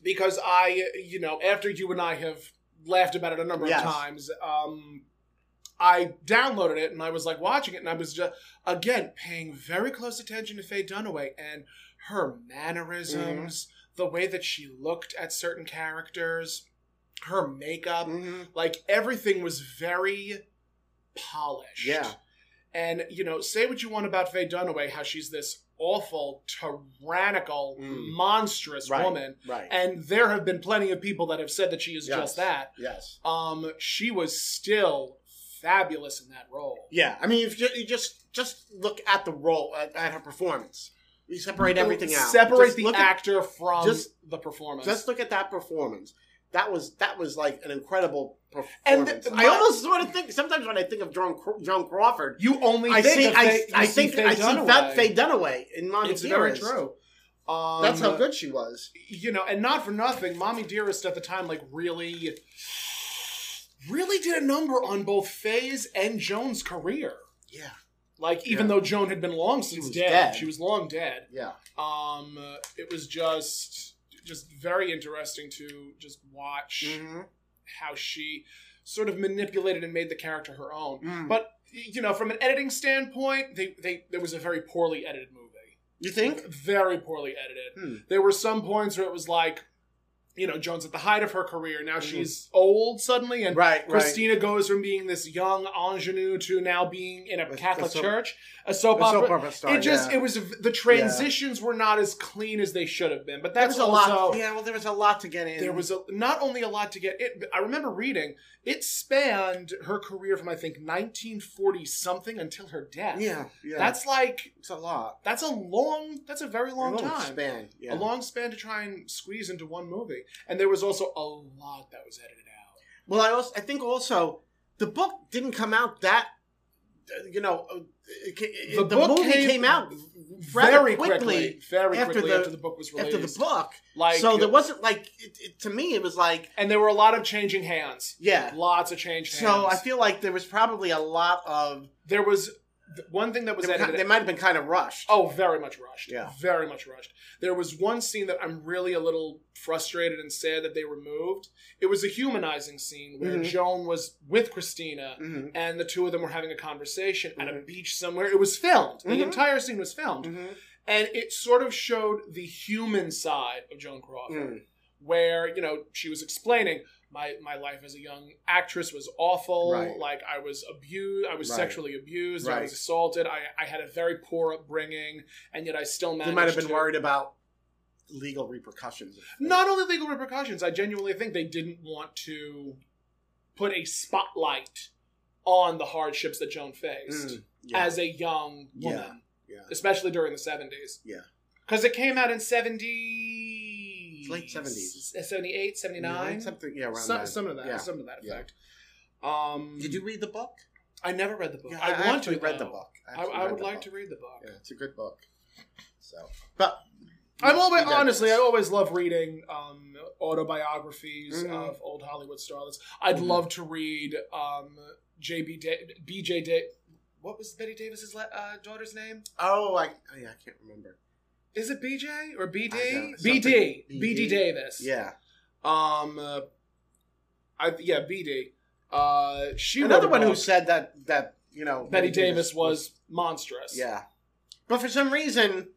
[SPEAKER 2] because I, you know, after you and I have laughed about it a number
[SPEAKER 3] Yes.
[SPEAKER 2] of times, um, I downloaded it and I was like watching it and I was just again paying very close attention to Faye Dunaway and her mannerisms, the way that she looked at certain characters, her makeup.
[SPEAKER 3] Mhm.
[SPEAKER 2] like everything was very polished.
[SPEAKER 3] Yeah.
[SPEAKER 2] And you know, say what you want about Faye Dunaway, how she's this awful, tyrannical,
[SPEAKER 3] Mm.
[SPEAKER 2] monstrous
[SPEAKER 3] Right.
[SPEAKER 2] woman.
[SPEAKER 3] right.
[SPEAKER 2] And there have been plenty of people that have said that she is
[SPEAKER 3] Yes.
[SPEAKER 2] just that.
[SPEAKER 3] yes.
[SPEAKER 2] Um, she was still fabulous in that role.
[SPEAKER 3] Yeah, I mean, if you, you just just look at the role at, at her performance. We separate everything out.
[SPEAKER 2] Mm-hmm. Separate
[SPEAKER 3] Just
[SPEAKER 2] the
[SPEAKER 3] look at-
[SPEAKER 2] actor from
[SPEAKER 3] just-
[SPEAKER 2] the performance.
[SPEAKER 3] Just look at that performance. That was that was like an incredible performance.
[SPEAKER 2] And the-
[SPEAKER 3] I almost sort of think sometimes when I think of John, Cro- John Crawford,
[SPEAKER 2] you only
[SPEAKER 3] I
[SPEAKER 2] think
[SPEAKER 3] see
[SPEAKER 2] of
[SPEAKER 3] I,
[SPEAKER 2] Faye, you
[SPEAKER 3] I
[SPEAKER 2] see
[SPEAKER 3] think
[SPEAKER 2] Faye
[SPEAKER 3] I see
[SPEAKER 2] Dunaway.
[SPEAKER 3] that Faye Dunaway in Mommy
[SPEAKER 2] It's very
[SPEAKER 3] Dearest.
[SPEAKER 2] true. Um,
[SPEAKER 4] That's how good she was.
[SPEAKER 2] you know, and not for nothing, Mommy Dearest at the time, like, really, really did a number on both Faye's and Joan's career.
[SPEAKER 3] Yeah.
[SPEAKER 2] Like, even
[SPEAKER 4] Yeah.
[SPEAKER 2] though Joan had been long since
[SPEAKER 3] was
[SPEAKER 2] dead,
[SPEAKER 3] dead.
[SPEAKER 2] she was long dead.
[SPEAKER 4] Yeah.
[SPEAKER 2] Um, it was just, just very interesting to just watch
[SPEAKER 3] hmm
[SPEAKER 2] how she sort of manipulated and made the character her own.
[SPEAKER 3] Mm.
[SPEAKER 2] But you know, from an editing standpoint, they they there was a very poorly edited movie
[SPEAKER 3] You think?
[SPEAKER 2] very poorly edited.
[SPEAKER 3] Hmm.
[SPEAKER 2] There were some points where it was like, you know, Joan's at the height of her career. Now she's old suddenly, and
[SPEAKER 3] Hmm. Right, right.
[SPEAKER 2] Christina goes from being this young ingenue to now being in a
[SPEAKER 3] A- a
[SPEAKER 2] Catholic
[SPEAKER 3] soap-
[SPEAKER 2] church, a soap
[SPEAKER 3] The soap
[SPEAKER 2] opera.
[SPEAKER 3] opera star,
[SPEAKER 2] it just
[SPEAKER 3] yeah.
[SPEAKER 2] it was the transitions were not as clean as they should have been. But
[SPEAKER 3] there
[SPEAKER 2] that's
[SPEAKER 3] was a
[SPEAKER 2] also
[SPEAKER 3] lot. Yeah, well, there was a lot to get in.
[SPEAKER 2] there was a, not only a lot to get. It, I remember reading it spanned her career from I think 1940 something until her death.
[SPEAKER 3] yeah, yeah.
[SPEAKER 2] that's like
[SPEAKER 3] it's a lot.
[SPEAKER 2] that's a long that's a very long
[SPEAKER 3] Long
[SPEAKER 2] time
[SPEAKER 3] span. Yeah.
[SPEAKER 2] a long span to try and squeeze into one movie and there was also a lot that was edited out
[SPEAKER 3] Well, I also I think also the book didn't come out that you know uh, it, ca- it-
[SPEAKER 2] The
[SPEAKER 3] the,
[SPEAKER 2] book
[SPEAKER 3] movie
[SPEAKER 2] came
[SPEAKER 3] came, out rather
[SPEAKER 2] very quickly, very
[SPEAKER 3] after
[SPEAKER 2] quickly
[SPEAKER 3] the-
[SPEAKER 2] after the book was released
[SPEAKER 3] after the book,
[SPEAKER 2] like uh,
[SPEAKER 3] so there wasn't like it, it, to me it was like
[SPEAKER 2] and there were a lot of changing hands
[SPEAKER 3] yeah.
[SPEAKER 2] lots of changed hands
[SPEAKER 3] So I feel like there was probably a lot of
[SPEAKER 2] there was th- one thing that was
[SPEAKER 3] they, were
[SPEAKER 2] edited
[SPEAKER 3] ki- they might have been kind of rushed.
[SPEAKER 2] Oh, very much rushed.
[SPEAKER 3] Yeah.
[SPEAKER 2] Very much rushed. There was one scene that I'm really a little frustrated and sad that they removed. It was a humanizing scene where
[SPEAKER 3] Mhm.
[SPEAKER 2] Joan was with Christina
[SPEAKER 3] Mhm,
[SPEAKER 2] and the two of them were having a conversation at a
[SPEAKER 3] Mhm.
[SPEAKER 2] beach somewhere. It was filmed. The
[SPEAKER 3] Mhm.
[SPEAKER 2] entire scene was filmed.
[SPEAKER 3] mhm,
[SPEAKER 2] And it sort of showed the human side of Joan Crawford,
[SPEAKER 3] mm,
[SPEAKER 2] where, you know, she was explaining my, my life as a young actress was awful.
[SPEAKER 3] Right.
[SPEAKER 2] Like, I was abused. I was
[SPEAKER 3] Right.
[SPEAKER 2] sexually abused. I
[SPEAKER 3] Right.
[SPEAKER 2] was assaulted. I, I had a very poor upbringing, and yet I still managed
[SPEAKER 3] They might have been
[SPEAKER 2] to-
[SPEAKER 3] worried about legal repercussions.
[SPEAKER 2] Not only legal repercussions, I genuinely think they didn't want to put a spotlight on the hardships that Joan faced
[SPEAKER 3] Mm, yeah.
[SPEAKER 2] as a young woman,
[SPEAKER 3] Yeah, yeah.
[SPEAKER 2] especially during the seventies.
[SPEAKER 3] Yeah.
[SPEAKER 2] because it came out in seventy
[SPEAKER 3] It's late 70s.
[SPEAKER 2] 78, 79,
[SPEAKER 3] something yeah around
[SPEAKER 2] some,
[SPEAKER 3] that.
[SPEAKER 2] some of that,
[SPEAKER 3] Yeah.
[SPEAKER 2] some of that
[SPEAKER 3] Yeah.
[SPEAKER 2] effect. Um,
[SPEAKER 3] Did you read the book?
[SPEAKER 2] I never read the book.
[SPEAKER 3] Yeah,
[SPEAKER 2] I, want to
[SPEAKER 3] actually read
[SPEAKER 2] though.
[SPEAKER 3] the book.
[SPEAKER 2] I,
[SPEAKER 3] actually
[SPEAKER 2] I
[SPEAKER 3] read
[SPEAKER 2] would
[SPEAKER 3] the
[SPEAKER 2] like
[SPEAKER 3] book.
[SPEAKER 2] to read the book.
[SPEAKER 3] Yeah, it's a good book. So,
[SPEAKER 4] But
[SPEAKER 2] I'm always
[SPEAKER 4] We digress.
[SPEAKER 2] honestly, I always love reading um, autobiographies
[SPEAKER 3] Mhm.
[SPEAKER 2] of old Hollywood starlets. I'd
[SPEAKER 3] Mhm.
[SPEAKER 2] love to read um, J.B. Da- B.J. Da- what was Betty Davis's la- uh, daughter's name?
[SPEAKER 3] oh, I, oh yeah, I can't remember.
[SPEAKER 2] Is it BJ or
[SPEAKER 5] I
[SPEAKER 2] BD?
[SPEAKER 5] don't-
[SPEAKER 2] BD.
[SPEAKER 5] something-
[SPEAKER 2] BD
[SPEAKER 5] BD.
[SPEAKER 2] Davis.
[SPEAKER 5] Yeah.
[SPEAKER 2] Um. Uh, I yeah BD. Uh, she
[SPEAKER 5] Another
[SPEAKER 2] wrote a
[SPEAKER 5] one who
[SPEAKER 2] book.
[SPEAKER 5] said that that you know
[SPEAKER 2] Betty Davis was monstrous.
[SPEAKER 5] Yeah.
[SPEAKER 3] But for some reason,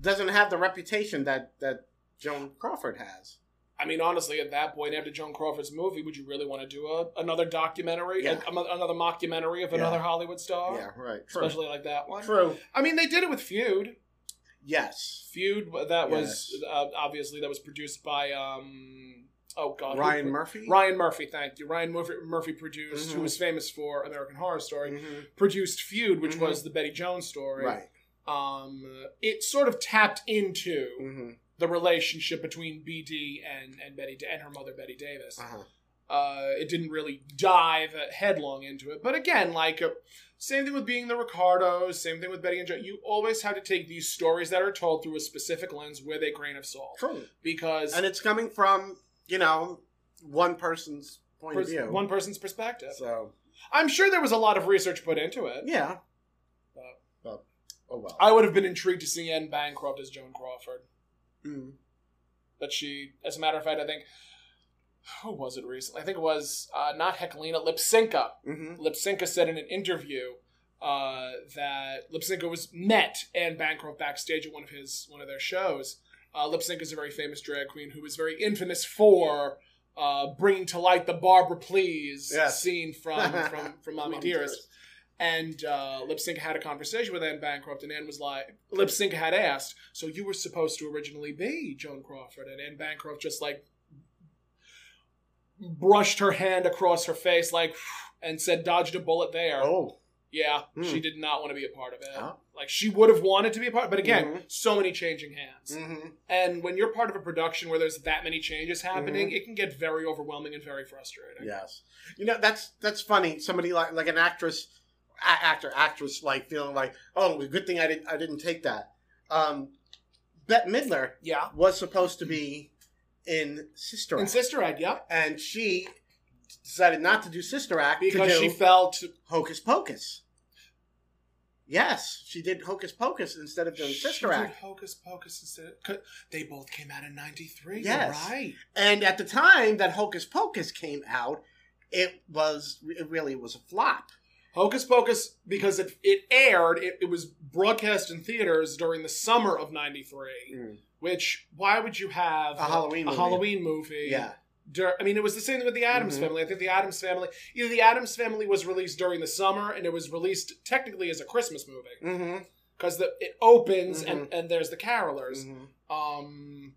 [SPEAKER 3] doesn't have the reputation that that Joan Crawford has.
[SPEAKER 2] I mean, honestly, at that point, after Joan Crawford's movie, would you really want to do a, another documentary,
[SPEAKER 5] Yeah.
[SPEAKER 2] a- another mockumentary of
[SPEAKER 5] Yeah.
[SPEAKER 2] another Hollywood star?
[SPEAKER 5] Yeah. Right. True.
[SPEAKER 2] Especially like that one.
[SPEAKER 3] True.
[SPEAKER 2] I mean, they did it with Feud.
[SPEAKER 5] Yes.
[SPEAKER 2] Feud that was uh, obviously that was produced by um oh god who-
[SPEAKER 5] Ryan Murphy.
[SPEAKER 2] Ryan Murphy, thank you. Ryan Murphy, Murphy produced, who
[SPEAKER 5] Mhm.
[SPEAKER 2] was famous for American Horror Story,
[SPEAKER 3] Mm-hmm.
[SPEAKER 5] Mhm.
[SPEAKER 2] produced Feud, which
[SPEAKER 5] Mhm.
[SPEAKER 2] was the Betty Jones story.
[SPEAKER 5] Right.
[SPEAKER 2] Um, it sort of tapped into
[SPEAKER 3] Mm-hmm.
[SPEAKER 5] hmm
[SPEAKER 2] the relationship between BD and and Betty Da- and her mother Betty Davis.
[SPEAKER 5] Uh-huh.
[SPEAKER 2] Uh, it didn't really dive headlong into it, but again, like uh, same thing with being the Ricardos, same thing with Betty and Joe. You always have to take these stories that are told through a specific lens with a grain of salt
[SPEAKER 5] True.
[SPEAKER 2] because
[SPEAKER 3] And it's coming from you know one person's point
[SPEAKER 2] pers-
[SPEAKER 3] of view.
[SPEAKER 2] one person's perspective.
[SPEAKER 5] So
[SPEAKER 2] I'm sure there was a lot of research put into it.
[SPEAKER 3] yeah.
[SPEAKER 5] oh well.
[SPEAKER 2] Uh, I would have been intrigued to see Anne Bancroft as Joan Crawford.
[SPEAKER 3] Mm.
[SPEAKER 2] But she, as a matter of fact, I think who was it recently? I think it was uh, not Heckelina Lipsinka.
[SPEAKER 3] Mm-hmm.
[SPEAKER 2] Lipsinka said in an interview uh, that Lipsinka was met Anne Bancroft backstage at one of his one of their shows. Uh, Lipsinka is a very famous drag queen who was very infamous for uh, bringing to light the Barbara Please
[SPEAKER 3] Yes.
[SPEAKER 2] scene from from from Mommy,
[SPEAKER 3] Mommy
[SPEAKER 2] Dearest.
[SPEAKER 3] Dearest.
[SPEAKER 2] And uh, Lipsinka had a conversation with Anne Bancroft, and Anne was like, Lipsinka had asked, "So you were supposed to originally be Joan Crawford?" And Anne Bancroft just like brushed her hand across her face, like, and said, "Dodged a bullet there."
[SPEAKER 3] Oh.
[SPEAKER 2] Yeah,
[SPEAKER 3] Hmm.
[SPEAKER 2] she did not want to be a part of it.
[SPEAKER 3] Oh.
[SPEAKER 2] Like she would have wanted to be a part, but again,
[SPEAKER 3] Mhm.
[SPEAKER 2] so many changing hands.
[SPEAKER 3] Mm-hmm.
[SPEAKER 2] And when you're part of a production where there's that many changes
[SPEAKER 3] Mm-hmm.
[SPEAKER 2] happening, it can get very overwhelming and very frustrating.
[SPEAKER 3] Yes. You know that's that's funny. Somebody like like an actress, a- actor, actress, like feeling like, oh, good thing I didn't I didn't take that. Um, Bette Midler
[SPEAKER 2] Yeah.
[SPEAKER 3] was supposed to be in Sister
[SPEAKER 2] And
[SPEAKER 3] Act,
[SPEAKER 2] Sister Ed, yeah,
[SPEAKER 3] and she decided not to do Sister Act
[SPEAKER 2] because
[SPEAKER 3] to do
[SPEAKER 2] she felt
[SPEAKER 3] Hocus Pocus. Yes, she did Hocus Pocus instead of doing
[SPEAKER 2] She
[SPEAKER 3] Sister
[SPEAKER 2] did
[SPEAKER 3] Act.
[SPEAKER 2] Hocus Pocus instead. of- 'cause They both came out in '93.
[SPEAKER 3] Yes.
[SPEAKER 2] right.
[SPEAKER 3] And at the time that Hocus Pocus came out, it was it really was a flop.
[SPEAKER 2] Hocus Pocus because it it aired. It, it was broadcast in theaters during the summer of '93.
[SPEAKER 3] Mm.
[SPEAKER 2] Which why would you have
[SPEAKER 3] A Halloween
[SPEAKER 2] a
[SPEAKER 3] movie.
[SPEAKER 2] Halloween movie?
[SPEAKER 3] Yeah.
[SPEAKER 2] dur- I mean, it was the same thing with the Adams
[SPEAKER 3] Mhm.
[SPEAKER 2] Family. I think the Adams Family, either the Adams Family was released during the summer, and it was released technically as a Christmas movie
[SPEAKER 3] Mm-hmm.
[SPEAKER 2] because it opens and, and there's the Carolers.
[SPEAKER 3] Mhm.
[SPEAKER 2] Um,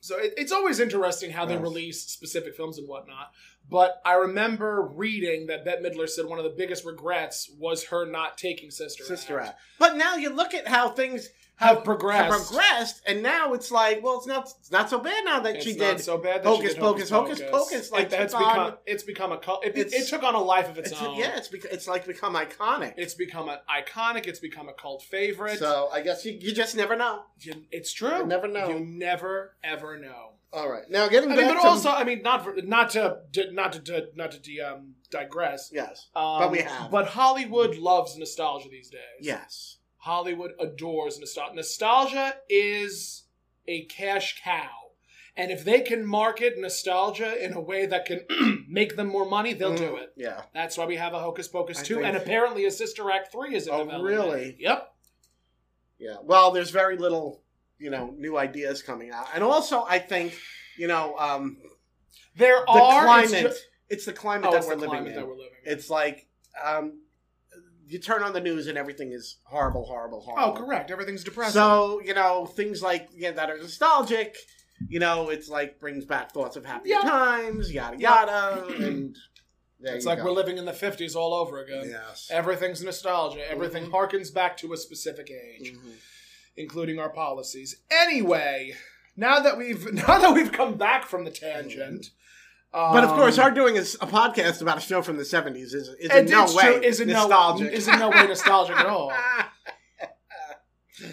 [SPEAKER 2] so it, it's always interesting how they
[SPEAKER 3] Yes.
[SPEAKER 2] release specific films and whatnot. But I remember reading that Bette Midler said one of the biggest regrets was her not taking Sister
[SPEAKER 3] Sister
[SPEAKER 2] Act.
[SPEAKER 3] Act. But now you look at how things
[SPEAKER 2] Have
[SPEAKER 3] have
[SPEAKER 2] progressed.
[SPEAKER 3] progressed, and now it's like, well, it's not it's not so bad now that
[SPEAKER 2] It's
[SPEAKER 3] she
[SPEAKER 2] not
[SPEAKER 3] did.
[SPEAKER 2] so bad that
[SPEAKER 3] Hocus
[SPEAKER 2] she did Hocus
[SPEAKER 3] Pocus, Hocus Pocus, like,
[SPEAKER 2] It- that's
[SPEAKER 3] took on-
[SPEAKER 2] become it's become a cult. It, it, it
[SPEAKER 3] It's-
[SPEAKER 2] took on a life of its,
[SPEAKER 3] It's,
[SPEAKER 2] own.
[SPEAKER 3] yeah, it's become, it's like become iconic.
[SPEAKER 2] It's become an iconic. It's become a cult favorite.
[SPEAKER 3] so I guess you, you just never know.
[SPEAKER 2] You- it's true.
[SPEAKER 3] You never know.
[SPEAKER 2] You never ever know.
[SPEAKER 3] All right, now getting
[SPEAKER 2] I
[SPEAKER 3] back
[SPEAKER 2] mean, but
[SPEAKER 3] to
[SPEAKER 2] also, I mean, not for, not to di- not to di- not to di- um, digress.
[SPEAKER 3] yes,
[SPEAKER 2] Um,
[SPEAKER 3] But we have.
[SPEAKER 2] But Hollywood loves nostalgia these days.
[SPEAKER 3] yes,
[SPEAKER 2] Hollywood adores nostalgia. Nostalgia is a cash cow. And if they can market nostalgia in a way that can [clears throat] make them more money, they'll
[SPEAKER 3] Mm.
[SPEAKER 2] do it.
[SPEAKER 3] yeah.
[SPEAKER 2] That's why we have a Hocus Pocus
[SPEAKER 3] I
[SPEAKER 2] 2,
[SPEAKER 3] think-
[SPEAKER 2] and apparently a Sister Act 3 is in
[SPEAKER 3] Oh,
[SPEAKER 2] development.
[SPEAKER 3] really?
[SPEAKER 2] Yep.
[SPEAKER 3] Yeah. Well, there's very little, you know, new ideas coming out, and also I think, you know, um,
[SPEAKER 2] There
[SPEAKER 3] the
[SPEAKER 2] are
[SPEAKER 3] climate.
[SPEAKER 2] it's
[SPEAKER 3] It's,
[SPEAKER 2] ju-
[SPEAKER 3] the climate
[SPEAKER 2] oh,
[SPEAKER 3] that
[SPEAKER 2] it's
[SPEAKER 3] we're
[SPEAKER 2] the
[SPEAKER 3] living
[SPEAKER 2] climate
[SPEAKER 3] in.
[SPEAKER 2] that we're living in.
[SPEAKER 3] It's like um, you turn on the news and everything is horrible, horrible,
[SPEAKER 2] oh,
[SPEAKER 3] horrible.
[SPEAKER 2] correct. Everything's depressing.
[SPEAKER 3] So you know things like yeah that are nostalgic. You know, it's like brings back thoughts of happy
[SPEAKER 2] Yeah.
[SPEAKER 3] times, yada
[SPEAKER 2] Yeah.
[SPEAKER 3] yada, and there
[SPEAKER 2] it's
[SPEAKER 3] you
[SPEAKER 2] like
[SPEAKER 3] go.
[SPEAKER 2] we're living in the 50s all over again.
[SPEAKER 3] yes.
[SPEAKER 2] Everything's nostalgia. Everything
[SPEAKER 3] Mhm.
[SPEAKER 2] harkens back to a specific age,
[SPEAKER 3] Mhm.
[SPEAKER 2] including our policies. Anyway, now that we've [laughs] now that we've come back from the tangent, um,
[SPEAKER 3] But of course, our doing is a podcast about a show from the seventies is, is in
[SPEAKER 2] and
[SPEAKER 3] no
[SPEAKER 2] it's
[SPEAKER 3] way [laughs]
[SPEAKER 2] true, is in
[SPEAKER 3] nostalgic. [laughs]
[SPEAKER 2] No, is in no way nostalgic at all.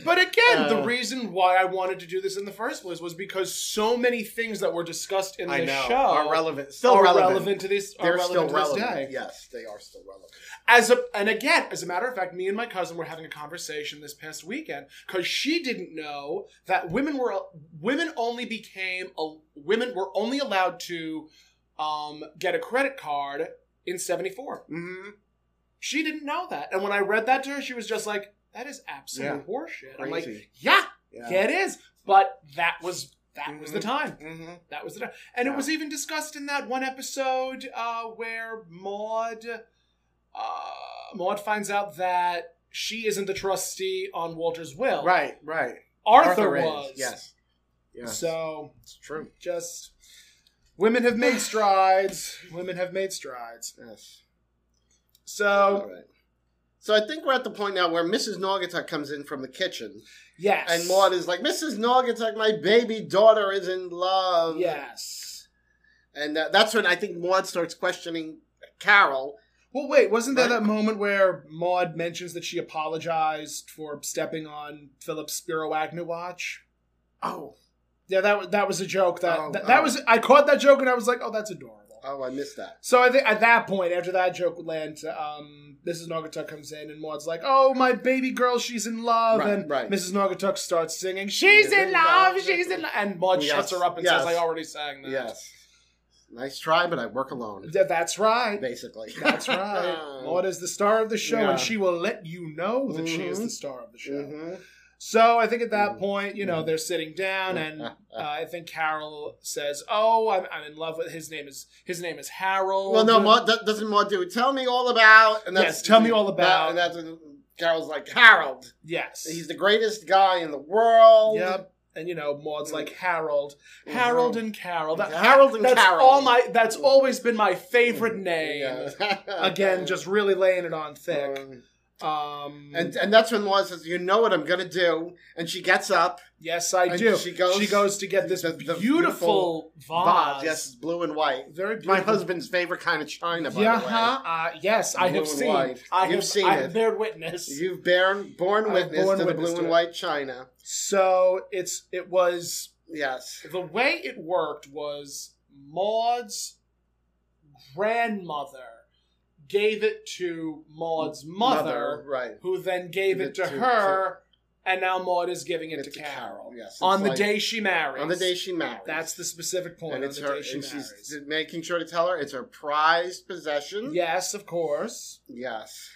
[SPEAKER 2] But again, the
[SPEAKER 3] Oh.
[SPEAKER 2] reason why I wanted to do this in the first place was because so many things that were discussed in
[SPEAKER 3] I
[SPEAKER 2] the
[SPEAKER 3] know.
[SPEAKER 2] show
[SPEAKER 3] Are relevant. Still
[SPEAKER 2] are
[SPEAKER 3] relevant.
[SPEAKER 2] to this. are
[SPEAKER 3] They're still
[SPEAKER 2] relevant to this
[SPEAKER 3] relevant.
[SPEAKER 2] day.
[SPEAKER 3] Yes, they are still relevant.
[SPEAKER 2] As a, and again, as a matter of fact, me and my cousin were having a conversation this past weekend because she didn't know that women were women only became a, women were only allowed to um, get a credit card in '74.
[SPEAKER 3] Mm-hmm.
[SPEAKER 2] She didn't know that, and when I read that to her, she was just like, "That is absolute
[SPEAKER 3] Yeah.
[SPEAKER 2] horseshit." I'm like,
[SPEAKER 3] Crazy.
[SPEAKER 2] "Yeah,
[SPEAKER 3] Yeah.
[SPEAKER 2] yeah, it is," but that was that was the
[SPEAKER 3] Mhm.
[SPEAKER 2] time.
[SPEAKER 3] Mm-hmm.
[SPEAKER 2] That was the and it
[SPEAKER 3] Yeah.
[SPEAKER 2] was even discussed in that one episode uh, where Maud uh, Maud finds out that she isn't the trustee on Walter's will.
[SPEAKER 3] Right, right.
[SPEAKER 2] Arthur,
[SPEAKER 3] is,
[SPEAKER 2] was.
[SPEAKER 3] Yes. Yeah.
[SPEAKER 2] So
[SPEAKER 3] it's true.
[SPEAKER 2] just women have
[SPEAKER 3] [sighs]
[SPEAKER 2] made strides. Women have made strides.
[SPEAKER 3] Yes. All
[SPEAKER 2] So
[SPEAKER 3] right. So I think we're at the point now where Mrs. Naugatuck comes in from the kitchen,
[SPEAKER 2] yes,
[SPEAKER 3] and Maud is like, "Mrs. Naugatuck, my baby daughter is in love."
[SPEAKER 2] yes.
[SPEAKER 3] and uh, that's when I think Maud starts questioning Carol.
[SPEAKER 2] Well, wait, wasn't there
[SPEAKER 3] Right.
[SPEAKER 2] that moment where Maud mentions that she apologized for stepping on Philip's Spiro Agnew watch?
[SPEAKER 3] Oh,
[SPEAKER 2] Yeah, that was that was a joke. That
[SPEAKER 3] Oh,
[SPEAKER 2] that, that
[SPEAKER 3] oh.
[SPEAKER 2] was I caught that joke and I was like, oh, that's adorable.
[SPEAKER 3] oh, I missed that.
[SPEAKER 2] So I think at that point, after that joke would land, um, Mrs. Naugatuck comes in and Maud's like, "Oh, my baby girl, she's in love."
[SPEAKER 3] Right,
[SPEAKER 2] and
[SPEAKER 3] right.
[SPEAKER 2] Mrs. Naugatuck starts singing, "She's in love, she's in love," and Maud
[SPEAKER 3] Yes,
[SPEAKER 2] shuts her up and
[SPEAKER 3] yes.
[SPEAKER 2] says, "I already sang that."
[SPEAKER 3] Yes, nice try, but I work alone,
[SPEAKER 2] Yeah, that's
[SPEAKER 3] [laughs]
[SPEAKER 2] right.
[SPEAKER 3] basically. Um,
[SPEAKER 2] That's
[SPEAKER 3] [laughs]
[SPEAKER 2] right. Maud is the star of the show,
[SPEAKER 3] Oh. Yeah.
[SPEAKER 2] and she will let you know that she is
[SPEAKER 3] Mhm.
[SPEAKER 2] the star of the show.
[SPEAKER 3] Mhm.
[SPEAKER 2] So I think at that
[SPEAKER 3] Mhm.
[SPEAKER 2] point, you know,
[SPEAKER 3] Mhm.
[SPEAKER 2] they're sitting down,
[SPEAKER 3] Mm-hmm.
[SPEAKER 2] and
[SPEAKER 3] Ah.
[SPEAKER 2] uh, I think Carol says, "Oh, I'm, I'm in love with his name is his name is Harold."
[SPEAKER 3] [laughs] Well, no, Maud do- doesn't Maud do it. Tell me all about. And
[SPEAKER 2] Yes, tell me all about.
[SPEAKER 3] and that's when Carol's like Harold.
[SPEAKER 2] Yes,
[SPEAKER 3] He's the greatest guy in the world.
[SPEAKER 2] yep. And you know, Maud's like Harold,
[SPEAKER 3] Mhm.
[SPEAKER 2] Harold and Carol. That-
[SPEAKER 3] Harold and
[SPEAKER 2] that's
[SPEAKER 3] Carol. Mm-hmm.
[SPEAKER 2] all my. That's always been my favorite name.
[SPEAKER 3] Yeah. [laughs]
[SPEAKER 2] Again, just really laying it on thick.
[SPEAKER 3] Um,
[SPEAKER 2] Um,
[SPEAKER 3] and and that's when Maud says, "You know what I'm gonna do," and she gets up.
[SPEAKER 2] yes, I
[SPEAKER 3] and
[SPEAKER 2] do.
[SPEAKER 3] she goes-
[SPEAKER 2] to get this
[SPEAKER 3] the- the
[SPEAKER 2] beautiful, vase.
[SPEAKER 3] Vase, yes, it's blue and white.
[SPEAKER 2] very beautiful.
[SPEAKER 3] My husband's favorite kind of china, by
[SPEAKER 2] Yeah,
[SPEAKER 3] the way.
[SPEAKER 2] huh? Uh, yes, I
[SPEAKER 3] Blue
[SPEAKER 2] have
[SPEAKER 3] and
[SPEAKER 2] seen.
[SPEAKER 3] white.
[SPEAKER 2] I
[SPEAKER 3] You've
[SPEAKER 2] have
[SPEAKER 3] seen
[SPEAKER 2] I
[SPEAKER 3] it.
[SPEAKER 2] have bared witness.
[SPEAKER 3] You've borne, borne
[SPEAKER 2] I've
[SPEAKER 3] witness
[SPEAKER 2] borne
[SPEAKER 3] to the
[SPEAKER 2] witness
[SPEAKER 3] blue
[SPEAKER 2] to
[SPEAKER 3] and
[SPEAKER 2] it.
[SPEAKER 3] white china.
[SPEAKER 2] So it's it was
[SPEAKER 3] Yes.
[SPEAKER 2] the way it worked was Maud's grandmother gave it to Maud's mother,
[SPEAKER 3] right.
[SPEAKER 2] who then gave
[SPEAKER 3] Give
[SPEAKER 2] it
[SPEAKER 3] it
[SPEAKER 2] to,
[SPEAKER 3] to-
[SPEAKER 2] her, and now Maud is giving it, to,
[SPEAKER 3] It's
[SPEAKER 2] Carol
[SPEAKER 3] Yes.
[SPEAKER 2] on
[SPEAKER 3] it's
[SPEAKER 2] the
[SPEAKER 3] like-
[SPEAKER 2] day she marries.
[SPEAKER 3] On the day she married.
[SPEAKER 2] that's the specific point.
[SPEAKER 3] and
[SPEAKER 2] on
[SPEAKER 3] it's
[SPEAKER 2] the
[SPEAKER 3] her.
[SPEAKER 2] day she
[SPEAKER 3] and
[SPEAKER 2] marries. Hmm?
[SPEAKER 3] she's making sure to tell her it's her prized possession.
[SPEAKER 2] Yes, of course.
[SPEAKER 3] Yes.